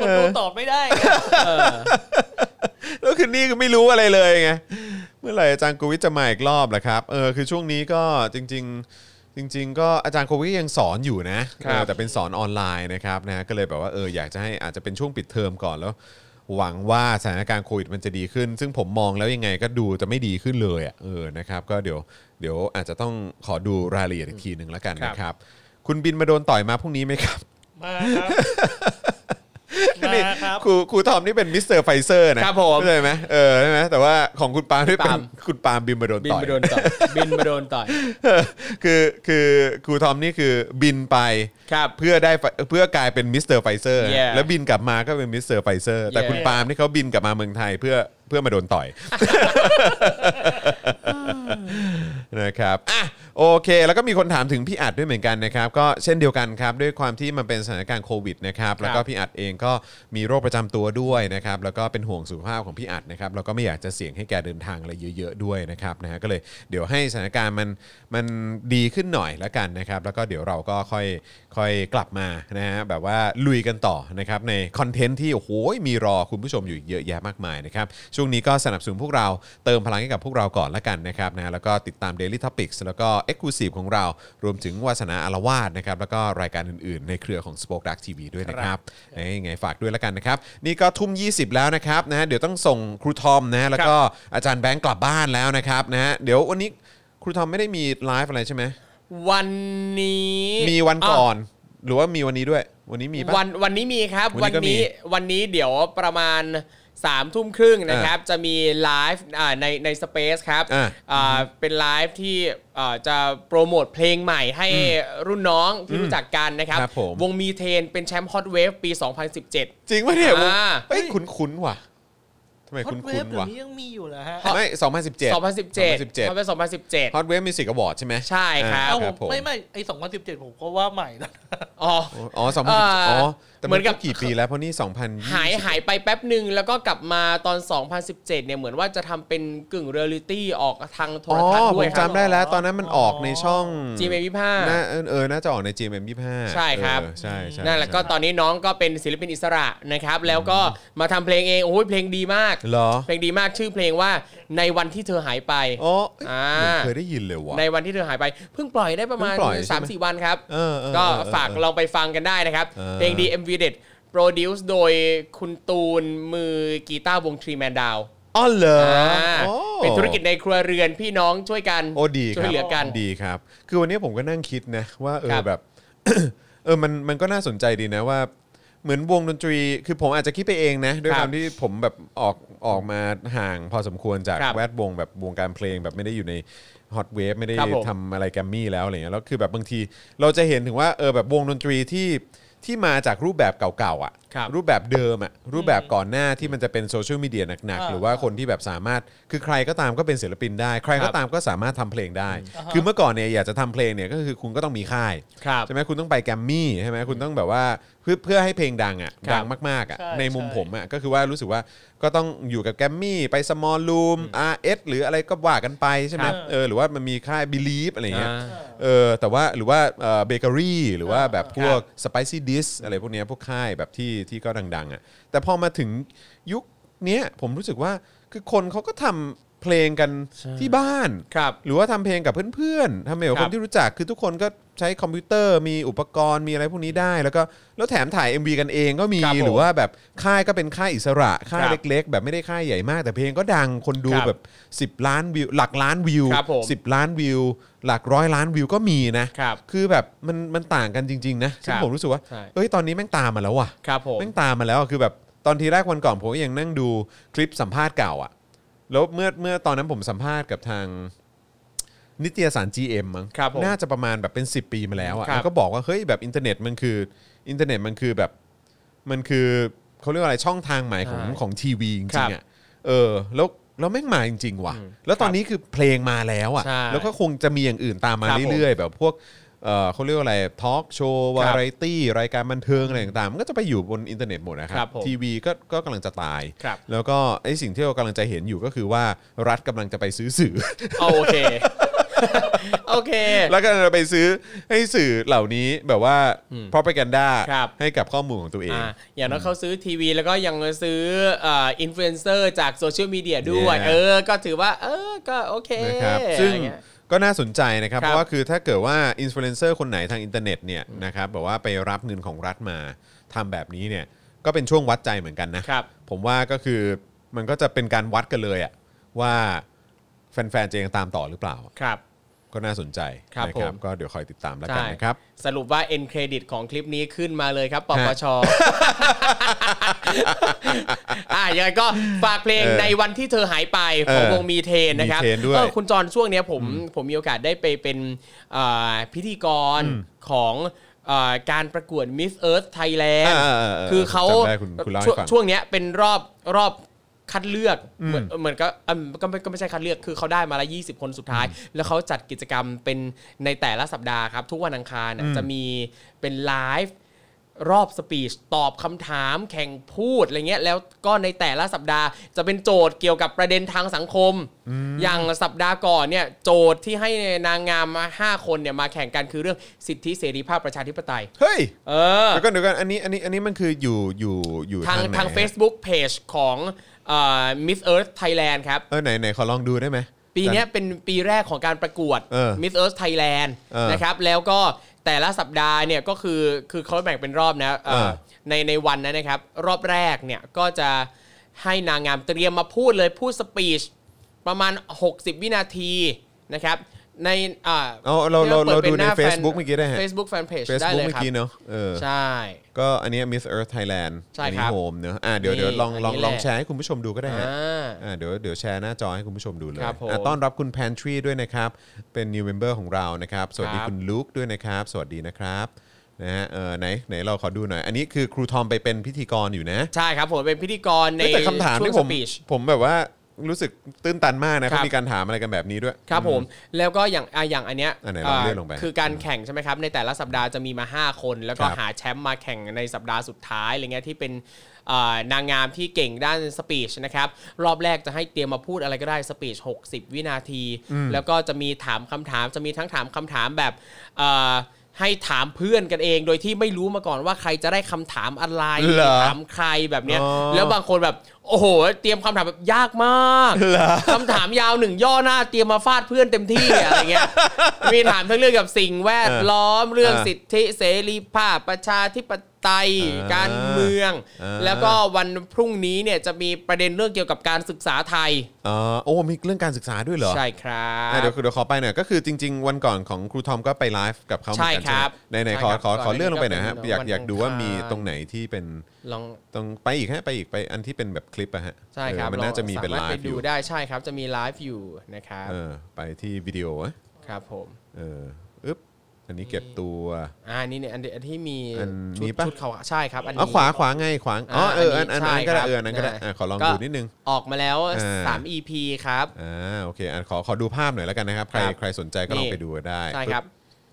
C: คนดูตอบไม่ได้ไง
B: แล้วคืนนี้ก็ไม่รู้อะไรเลยไง เมื่อไหร่อาจารย์โควิดจะมาอีกรอบล่ะครับ เออคือช่วงนี้ก็จริง ๆ จริง ๆ ก็อาจารย์โควิดยังสอนอยู่นะครับ เออแต่เป็นสอนออนไลน์นะครับนะฮะก็เลยแบบว่าเอออยากจะให้อาจจะเป็นช่วงปิดเทอมก่อนแล้ว หวังว่าสถานการณ์โควิดมันจะดีขึ้น ซึ่งผมมองแล้วยังไงก็ดูจะไม่ดีขึ้นเลยอ่ะเออนะครับก็เดี๋ยวเดี๋ยวอาจจะต้องขอดูรายละเอียดอีกทีหนึ่งแล้วกันนะครับ คุณบินมาโดนต่อยมาพรุ่งนี้ไหมครับ
C: มาครับ
B: นี่
C: มาครับ
B: ครูครูทอมนี่เป็นมิสเตอร์ไฟเซอร์นะครับ
A: ผม
B: เข้าใจไหมเออใช่ไหมแต่ว่าของคุณปาล์มที่เป็
A: ปาล์
B: น
A: ม
B: คุณปาล์มบินมาโดน
A: บิน
B: ต่อย
A: มาโดนต่อยบินมาโดนต่อย
B: คือคือครูทอมนี่คือบินไป
A: ครับ
B: เพื่อได้ไฟเพื่อกลายเป็นมิสเตอร์ไฟเซอร์
A: Yeah
B: แล้วบินกลับมาก็เป็นมิสเตอร์ไฟเซอร์ แต่
A: Yeah
B: คุณปาล์มนี่เขาบินกลับมาเมืองไทยเพื่อเพื่อมาโดนต่อย นะครับอ่ะโอเค แล้วก็มีคนถามถึงพี่อัดด้วยเหมือนกันนะครับ ก็เช่นเดียวกันครับ ด้วยความที่มันเป็นสถานการณ์โควิดนะครับ แล้วก็พี่อัดเองก็มีโรคประจำตัวด้วยนะครับ แล้วก็เป็นห่วงสุขภาพของพี่อัดนะครับ แล้วก็ไม่อยากจะเสี่ยงให้แกเดินทางอะไรเยอะๆด้วยนะครับนะฮะ ก็เลยเดี๋ยวให้สถานการณ์มันมันดีขึ้นหน่อยละกันนะครับ แล้วก็เดี๋ยวเราก็ค่อยค่อยกลับมานะฮะ แบบว่าลุยกันต่อนะครับในคอนเทนต์ที่โอ้โหมีรอคุณผู้ชมอยู่อีกเยอะแยะมากมายนะครับ ช่วงนี้ก็สนับสนุนพวกเราเติมพลังให้กับพวกเราก่อนละกันนะครับนะแล้วก็ติดตาม Daily Topics แล้วก็ Exclusive ของเรารวมถึงวาสนาอารวาสนะครับแล้วก็รายการอื่นๆ ในเครือของ Spoke Dark TV ด้วยนะครับเอ้ยยังไงฝากด้วยละกันนะครับ นี่ก็ทุ่ม 20 แล้วนะครับนะเดี๋ยวต้องส่งครูทอมนะฮะแล้วก็อาจารย์แบงค์กลับบ้านแล้วนะครับนะฮะเดี๋ยววันนี้ครูทอมไม่ได้มีไลฟ์อะไรใช่ไหม
A: วันนี้
B: มีวันก่อน หรือว่ามีวันนี้ด้วยวันนี้มีปะ
A: วันวันนี้มีครับ
B: วั
A: วัน น
B: นี้ก็มี
A: นี้วันนี้เดี๋ยวประมาณ3ามทุ่มครึ่งนะครับ จะมีไลฟ์อ่าในในสเปซครับ
B: อ่า
A: อ่าเป็นไลฟ์ที่อ่าจะโปรโมทเพลงใหม่ให้รุ่นน้องที่รู้จักกันนะครับ
B: ครับผม
A: วงมีเทนเป็นแชมป์ฮอตเวฟปี 2017
B: จริงปะเนี่ยวง
A: อ่า
B: เอ้ยคุ้นๆว่ะทำไม
C: ฮอ
B: คุ้
C: ตเวฟ
B: น
C: เดี๋ยว
B: ๆะ
C: วนี้ยังมีอยู่นะฮะ
B: ไม่
A: 2017ฮอ
B: 2017 2017
A: ตเวฟ2017
B: ฮอตเวฟมิวสิกอวอร์ดใช่ไหม
A: ใช่ครับ
B: อ่าค
C: เอาผ
B: รับ
C: ม
B: ผม
C: ไม่ไม่ไอ้สองพันสิบเจ็ดผมก็ว่าใหม่นะ
A: อ๋อ
B: อ๋อสองพัน
A: เอ่ออ๋
B: อ๋อ แต่
A: เหมือ
B: มั
A: น นกั
B: ก็
A: บ
B: กี่ปีแล้วเพราะนี่2020
A: หายหายไปแป๊บหนึ่งแล้วก็กลับมาตอน 2017 เนี่ยเหมือนว่าจะทำเป็นกึ่งเรียลลิตี้ออกทางโทรทัศน์
B: อ๋อ
A: ด้วย
B: ผม
A: ครับ
B: จำได้แล้ว ตอนนั้นมันออกในช่อง
A: GMM 25
B: น่าเออเออน่าจะออกใน GMM 25
A: ใช่ครับ
B: เออใช่ใช่
A: นั่นแหละก็
B: ใช่
A: ตอนนี้น้องก็เป็นศิลปินอิสระนะครับ แล้วก็มาทำเพลงเอง โอ้ยเพลงดีมาก
B: เหรอ
A: เพลงดีมากชื่อเพลงว่าในวันที่เธอหายไป
B: อ๋อเอ้ย
A: อ่า
B: เหมือนเคยได้ยินเลยว่ะ
A: ในวันที่เธอหายไปเพิ่งปล่อยได้ประมาณ
B: เพิ่งปล่อยใช่ไหม
A: สามสี่วันครับ
B: เออเออ
A: ก็
B: เออ
A: ฝากลองไปฟังกันได้นะครับ
B: เออ
A: เพลงดี MV เด็ดโปรดิวซ์โดยคุณตูนมือกีตาร์วงทรีแมนดาว
B: อ๋อเหรออ๋อ
A: เป็นธุรกิจในครัวเรือนพี่น้องช่วยกัน
B: โอ้ดีครับ
A: ช่วยเหลือกัน
B: ดีครับ คือวันนี้ผมก็นั่งคิดนะ ว่าเอ
A: ค
B: อ
A: รับ
B: แบบ เออมันมันก็น่าสนใจดีนะว่า เหมือนวงดนตรี คือผมอาจจะคิดไปเองนะ ด้วย
A: ครับ
B: ความที่ผมแบบออกออกมาห่างพอสมควรจาก
A: ครับ
B: แวดวงแบบวงการเพลงแบบไม่ได้อยู่ในฮอตเวฟไม่ได้
A: ครับผม
B: ทำ ทำอะไรแกรมมี่แล้วอะไรเงี้ยแล้วคือแบบบางทีเราจะเห็นถึงว่าเออแบบวงดนตรีที่ที่มาจากรูปแบบเก่าๆอ่ะ
A: ครับ
B: ปแบบเดิมอ่ะรูปแบบก่อนหน้าที่มันจะเป็นโซเชียลมีเดียหนักๆ
C: อ่า
B: หรือว่าคนที่แบบสามารถคือใครก็ตามก็เป็นศิลปินได้ ใคร
A: ครั
B: ก็
A: บ
B: ตามก็สามารถทำเพลงได้ คือเมื่อก่อนเนี่ยอยากจะทำเพลงเนี่ยก็คือคุณก็ต้องมีค่าย
A: ครับ
B: ใช่ไหมคุณต้องไปแกรมมี่ใช่ไหมคุณต้องแบบว่าเพื่อเพื่อให้เพลงดังอ่ะ
A: ครับ
B: ดังมากๆอ่ะ
C: ใช่
B: ในมุม
C: ใช่
B: ผมอ่ะก็คือว่ารู้สึกว่าก็ต้องอยู่กับแกรมมี่ไปสมอลรูมอาร์เอสหรืออะไรก็ว่ากันไปใช่ไหม
A: ครับ
B: เออหรือว่ามันมีค่ายบิลีฟอะไรอย่างเงี้ย
A: อ่า
B: เออแต่ว่าหรือว่าเบเกอรี่หรือว่าแบบพว
A: ครั
B: ก
A: บ
B: สไปซี่ดิสอะไรพวกเนี้ยพวกค่ายแบบที่ที่ก็ดังๆอ่ะแต่พอมาถึงยุคเนี้ยผมรู้สึกว่าคือคนเขาก็ทำเพลงกัน
A: ใช่
B: ที่บ้าน
A: ครับ
B: หรือว่าทำเพลงกับเพื่อนๆทำเพลงกับ
A: ค
B: ครับ นที่รู้จักคือทุกคนก็ใช้คอมพิวเตอร์มีอุปกรณ์มีอะไรพวกนี้ได้ แล้วก็แล้วแถมถ่าย MV กันเองก็มี
A: ครับผม
B: หรือว่าแบบค่ายก็เป็นค่ายอิสระค่าย
A: ครับ
B: เล็ก ๆ แบบไม่ได้ค่ายใหญ่มาก แต่เพลงก็ดังคนดู
A: ครับ
B: แบบ 10 ล้านวิวหลักล้านวิว
A: ครับผม
B: สิบ ล้านวิวหลักร้อยล้านวิวก็มีนะครับ คือแบบมันมันต่างกันจริง ๆ นะซึ่ง
A: ครับ
B: ผมรู้สึกว่า
A: ใช่
B: เอ้ยตอนนี้แม่งตามมาแล้วว่ะ
A: ครับผม
B: แม่งตามมาแล้วอะคือแบบตอนทีแรกวันก่อนผมก็ยังนั่งดูคลิปสัมภาษณ์เก่าอ่ะแล้วเมื่อเมื่อตอนนั้นผมสัมภาษณ์กับทางนิตยสาร GM มั้ง
A: ครับผม
B: น่าจะประมาณแบบเป็น 10 ปีมาแล้วอ่ะ
A: ครับ
B: แล้วก็บอกว่าเฮ้ยแบบอินเทอร์เน็ตมันคืออินเทอร์เน็ตมันคือแบบ มันคือเขาเรียกว่าอะไรช่องทางใหม่ของ
A: ใช่
B: ของทีวีจ
A: ค
B: ริ
A: รับ
B: งๆอ่ะเออแล้วแล้วแม่งมาจริงๆว่ะ
A: อืม
B: แล้วตอนนี้คือเพลงมาแล้วอ่ะ
A: ใช่
B: แล้วก็คงจะมีอย่างอื่นตามมา
A: ครับ
B: เรื่อยๆ แบบพวกเออเขาเรียกว่าอะไรทอล์กโชว์
A: ครั
B: วา
A: บ
B: ไรตี้รายการบันเทิงอะไรต่างๆ มันก็จะไปอยู่บนอินเทอร์เน็ตหมดนะค
A: ครั
B: รับบ
A: ผม
B: ทีวีก็ก็กำลังจะตาย
A: ครับ
B: แล้วก็ไอ้สิ่งที่เรากำลังจะเห็นอยู่ก็คือว่ารัฐกำลังจะไปซื้อสื่อ
A: เอา โอเค โอเค
B: แล้วก็จะไปซื้อให้สื่อเหล่านี้แบบว่าพรอพกันด้า
A: ครับ
B: ให้กับข้อมูลของตัวเอง
A: อ่าอย่างน้อยเขาซื้อทีวี แล้วก็ยังซื้อเอ่ออินฟลูเอนเซอร์จากโซเชียลมีเดียด้วย
B: Yeah
A: เออ ก็ถือว่า เออ ก็โอเค
B: นะครับ
A: อะไร
B: ซึ่ง
A: เย
B: ก็น่าสนใจนะครับ
A: ครับ
B: เพราะว่าคือถ้าเกิดว่าอินฟลูเอนเซอร์คนไหนทางอินเทอร์เน็ตเนี่ยนะครับแบบว่าไปรับเงินของรัฐมาทำแบบนี้เนี่ยก็เป็นช่วงวัดใจเหมือนกันนะครับ ผมว่าก็คือมันก็จะเป็นการวัดกันเลยอะว่าแฟนๆจะยังตามต่อหรือเปล่า
A: ครับ
B: ก็น่าสนใจ
A: ครับ
B: นะ
A: ผม
B: ก็เดี๋ยวคอยติดตามแล้ว
A: ใช่
B: กันนะครับ
A: สรุปว่า end credit ของคลิปนี้ขึ้นมาเลยครับปป ช อ่ะยังไงก็ฝากเพลง
B: เออ
A: ในวันที่เธอหายไปของ
B: เออ
A: วงมีเทนนะครับ
B: มีเทนด้วย
A: เออคุณจรช่วงเนี้ยผมผมมีโอกาสได้ไปเป็นเอ่อพิธีกรของเอ่อการประกวด Miss Earth Thailand
B: อ่าอ่าอ่า
A: คือเขา
B: จำได้คุณคุณเล่าให้
A: ช่วง
B: ฟัง
A: ช่วงเนี้ยเป็นรอบรอบคัดเลือกเหมือนเหมือนก็อืมก็ไม่ก็ไม่ใช่คัดเลือกคือเขาได้มาละ 20 คนสุดท้าย แล้วเขาจัดกิจกรรมเป็นในแต่ละสัปดาห์ครับ ทุกวันอังคารน่ะจะมีเป็นไลฟ์รอบสปีชตอบคำถามแข่งพูดอะไรเงี้ยแล้วก็ในแต่ละสัปดาห์ จะเป็นโจทย์เกี่ยวกับประเด็นทางสังคม อย่างสัปดาห์ก่อนเนี่ยโจทย์ที่ให้นางงามมา 5 คนเนี่ยมาแข่งกันคือเรื่องสิทธิเสรีภาพประชาธิปไตย
B: เฮ้ย
A: เออ
B: เดี๋ยวกอนเดี๋ยวกอนอันนี้อันนี้อันนี้มันคืออยู่อยู่อยู่
A: ทาง
B: ไหน
A: ทาง
B: ฮะ
A: Facebook Page ของเอ่อ Miss Earth Thailand ครับ
B: เออไหนไหนขอลองดูได้ไหม
A: ปีเนี้ยเป็นปีแรกของการประกวด
B: เออ
A: Miss Earth Thailand
B: เออ
A: นะครับ แล้วก็แต่ละสัปดาห์เนี่ยก็คือคือเขาแบ่งเป็นรอบนะเอ่อ
B: เออ
A: ในในวันนั้นนะครับ รอบแรกเนี่ยก็จะให้นางงามเตรียมมาพูดเลยพูดสปีชประมาณ 60 วินาทีนะครับ ในอ่า
B: เอาเราเราเราดูใน
A: ปิป็ห
B: Facebook เมื่อกี้ได้ฮะ
A: แฟน Facebook Fan Page ได้
B: Facebook
A: เลย
B: เมื่อ
A: ครับ
B: กี้เนาะเออ
A: ใช่
B: ก็อันเนี้ย Miss Earth Thailand
A: ใช่
B: อัน
A: ค
B: นี้
A: รับ
B: โฮมเนอะอ่ะเดี๋ยว
A: นี่
B: เดี๋ยวลองลอง
A: อันนี้แหละ
B: ลองแชร์ให้คุณผู้ชมดูก็ได้ฮะ
A: อ่า
B: อ่ะเดี๋ยวเดี๋ยวแชร์หน้าจอให้คุณผู้ชมดูเลย
A: ครับผม
B: อ่ะต้อนรับคุณ Pantry ด้วยนะครับ เป็น new member ของเรานะครับ สวัสดี
A: ครับ
B: คุณลุกด้วยนะครับ สวัสดีนะครับนะฮะเออไหนไหนเราขอดูหน่อย อันนี้คือครูทอมไปเป็นพิธีกรอยู่นะ
A: ใช่ครับผมเป็นพิธีกรใน
B: แต่คำถาม
A: ช่ว
B: ที่
A: ง
B: ผ
A: ส
B: ม
A: ปีช
B: ผมแบบว่า รู้สึกตื้นตันมากนะ
A: ครั
B: เขา
A: บ
B: มีการถามอะไรกันแบบนี้ด้วย
A: ครับผมแล้วก็อย่างอ่ะอย่างอันเนี้ย
B: อันไหนลองเลื่อนา ลงไป
A: คือการแข่งใช่ไหมครับ ในแต่ละสัปดาห์จะมีมา 5 คน แล้วก็
B: ครับ
A: หาแชมป์มาแข่งในสัปดาห์สุดท้ายอะไรเงี้ยที่เป็นอ่านางงามที่เก่งด้านสปีชนะครับ รอบแรกจะให้เตรียมมาพูดอะไรก็ได้สปีช60 วินาที แล้วก็จะมีถามคำถามจะมีทั้งถามคำถามแบบอ่าให้ถามเพื่อนกันเอง โดยที่ไม่รู้มาก่อนว่าใครจะได้คำถามอะไร
B: เหรอ
A: ถามใครแบบเนี้ย
B: อ๋อ
A: แล้วบางคนแบบโอ้โห เตรียมคำถามแบบยากมาก
B: เหรอ
A: คำถามยาวหนึ่งย่อหน้าเตรียมมาฟาดเพื่อนเต็มที่ อะไรเงี้ย มีถามทั้งเรื่องกับสิ่งแวดล้อมเรื่อง
B: เออ
A: สิทธิเสรีภาพประชาธิปไตย
B: อ่า
A: การเมือง
B: อ่า
A: แล้วก็วันพรุ่งนี้เนี่ยจะมีประเด็นเรื่องเกี่ยวกับการศึกษาไทย
B: อ๋อโอ้มีเรื่องการศึกษาด้วยเหรอ
A: ใช่ครั
B: อ่ะเดี๋
A: บ
B: ยวคือเดี๋ยวขอไปหน่อยก็คือจริง ๆ วันก่อนของครูทอมก็ไปไลฟ์กับเขาเหมือนกัน
A: ใช่ครับ
B: ไหมไหนๆขอ
A: ใช่ครับ
B: ขอข
A: ก่
B: อ
A: อนหน้านี้
B: เลื่อนลงไปหน่อยฮะ
A: ก็เป็น
B: อยาก
A: วัน
B: อยากดูว่า
A: อังคาร
B: มีตรงไหนที่เป็น
A: ลอง
B: ตรงไปอีกฮะไปอีกไปอันที่เป็นแบบคลิปอะฮะ
A: ใช่ครับ
B: เออมันน่าจะมีเป็น
A: สา
B: ไล
A: มารถ
B: ฟ์
A: ไป
B: อ
A: ดู
B: ยู่
A: ได้ใช่ครับจะมีไลฟ์อยู่นะครับ
B: เออไปที่วิดีโออะ
A: ครับผม
B: เอออึ๊บอันนี้เก็บตัว
A: อ่านี่เนี่ยอันเดียวอันที่มี
B: อัน
A: ชุ
B: นี้
A: ด
B: ปะ
A: ชุดเขาใช่ครับอัน
B: อ๋อ
A: นี้
B: ขวาขวาไงขวาอ๋อเอออันอันอันนั้นก็ได้
A: ใช่ครับ
B: เอออันนั้นก็ได้
A: ใช่
B: อ่ะขอลอง
A: ก็
B: ดูนิดนึง
A: ออกมาแล้ว
B: อ่า
A: 3 EP ครับ
B: อ่าโอเคอันขอขอดูภาพหน่อยแล้วกันนะครับใคร
A: ครับ
B: ใครสนใจก็ลอง
A: นี่
B: ไปดูได้
A: ใช่ครับ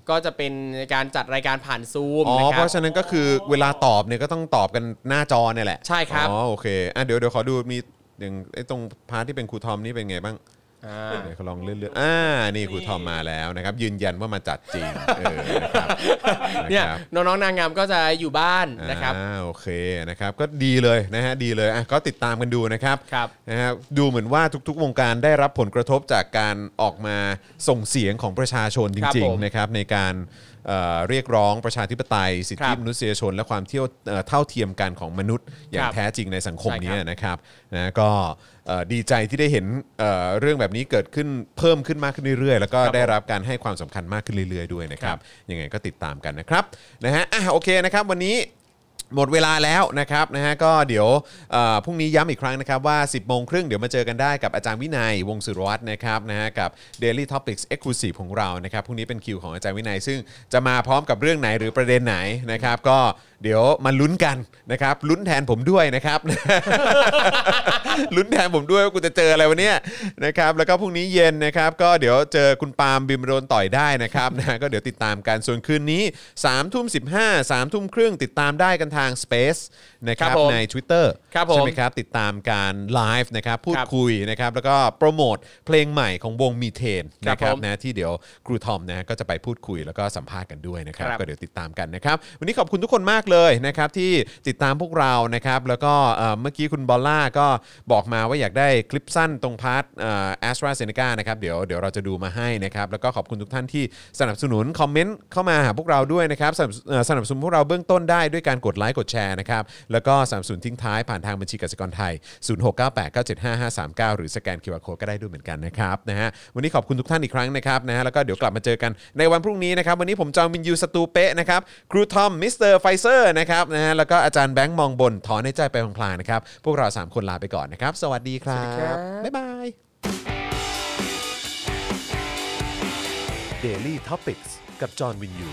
A: ก็จะเป็นการจัดรายการผ่านซูม
B: อ๋อ
A: นะค
B: เพ
A: รับ
B: ราะฉะนั้นก็คือเวลาตอบเนี่ยก็ต้องตอบกันหน้าจอเนี่ยแหละ
A: ใช่ครับ
B: อ๋อโอเคอ่ะเดี๋ยวเดี๋ยวขอดูมีอย่างไอ้ตรงพาร์ทที่เป็นครูทอมนี่เป็นไงบ้าง
A: อ่า
B: เดี๋ยวเขาลองเลื่อนๆอ่านี่ครูทอมมาแล้วนะครับ ยืนยันว่ามาจัดจริงเออนะครับ
A: เนี่ย
B: ะครับ
A: น้องๆนางงามก็จะอยู่บ้านนะครับ
B: อ่าโอเคนะครับก็ดีเลยนะฮะดีเลยอ่ะก็ติดตามกันดูนะครับ
A: ครับ
B: นะฮะดูเหมือนว่าทุกๆ วงการได้รับผลกระทบจากการออกมาส่งเสียงของประชาชนจ
A: ครับ
B: ริง
A: ผม
B: ๆนะครับในการเอ่อเรียกร้องประชาธิปไตย สิท
A: ครั
B: ธิ
A: บ
B: มนุษยชน และความเที่ยวเอ่อเท่าเทียมกันของมนุษย์ อย่า
A: ค
B: ง
A: รับ
B: แท้จริงในสังคม
A: ใช่ครับ
B: นี้นะครับนะก็เอ่อดีใจที่ได้เห็นเอ่อเรื่องแบบนี้เกิดขึ้นเพิ่มขึ้นมากขึ้นเรื่อยๆ แล้วก็ได้รับการให้ความสำคัญมากขึ้นเรื่อยๆด้วยนะครับยังไงก็ติดตามกันนะครับนะฮะอ่ะโอเคนะครับวันนี้ หมดเวลาแล้วนะครับนะฮะก็เดี๋ยวเอ่อพรุ่งนี้ย้ำอีกครั้งนะครับว่า 10 โมงครึ่งเดี๋ยวมาเจอกันได้กับอาจารย์วินัยวงศ์สุรวัตรนะครับนะฮะกับ Daily Topics Exclusive ของเรานะครับพรุ่งนี้เป็นคิวของอาจารย์วินัย ซึ่งจะมาพร้อมกับเรื่องไหนหรือประเด็นไหนนะครับก็เดี๋ยวมาลุ้นกันนะครับลุ้นแทนผมด้วยนะครับ ลุ้นแทนผมด้วยว่ากูจะเจออะไรวันนี้นะครับแล้วก็พรุ่งนี้เย็นนะครับ ก็เดี๋ยวเจอคุณปาล์มบิมโดนต่อยได้นะครับ นะก็เดี๋ยวติดตามกันส่วนคืนนี้3ามทุ่มสิบห้าสามทุ่มครึ่งติดตามได้กันทาง Space นะครับ
A: ครับผม
B: ใน Twitter
A: ครับผม
B: ใช่ไหมครับ ติดตามการไลฟ์นะครับพูด
A: ครับ
B: คุยนะครับ แล้วก็โปรโมทเพลงใหม่ของวงมีเทนนะค
A: ครั
B: รับบ
A: ผม
B: นะที่เดี๋ยวครูทอมนะก็จะไปพูดคุยแล้วก็สัมภาษณ์กันด้วยนะครับ
A: ครับ
B: ก็เดี๋ยวติดตามกันนะครับ วันนี้ขอบคุณทุกคนมากเลยนะครับที่ติดตามพวกเรานะครับ แล้วก็เอ่อเมื่อกี้คุณบอลล่าก็บอกมาว่าอยากได้คลิปสั้นตรงพาร์ทแอสตราเซเนกานะครับเดี๋ยวเดี๋ยวเราจะดูมาให้นะครับ แล้วก็ขอบคุณทุกท่านที่สนับสนุนคอมเมนต์เข้ามาหาพวกเราด้วยนะครับสนับเอ่อสนับสนุนพวกเราเบื้องต้นได้ด้วยการกดไลค์กดแชร์นะครับ แล้วก็สนับสนุนทิ้งท้ายผ่านทางบัญชีกสิกรไทย 0698975539 หรือสแกน QR Code ก็ได้ด้วยเหมือนกันนะครับนะฮะวันนี้ขอบคุณทุกท่านอีกครั้งนะครับนะฮะแล้วก็เดี๋ยวกลับมาเจอกันในวันพรุ่งนี้นะครับ วันนี้ผมจองมินยูสตูเปะนะครับครูทอมมิสเตอร์ไฟเซอร์นะครับนะฮะแล้วก็อาจารย์แบงค์มองบน ถอนในใจไปพลางๆนะครับ พวกเรา 3 คนลาไปก่อนนะครับ สวัสดีครับ บ๊ายบาย Daily Topics กับจอห์นวินยู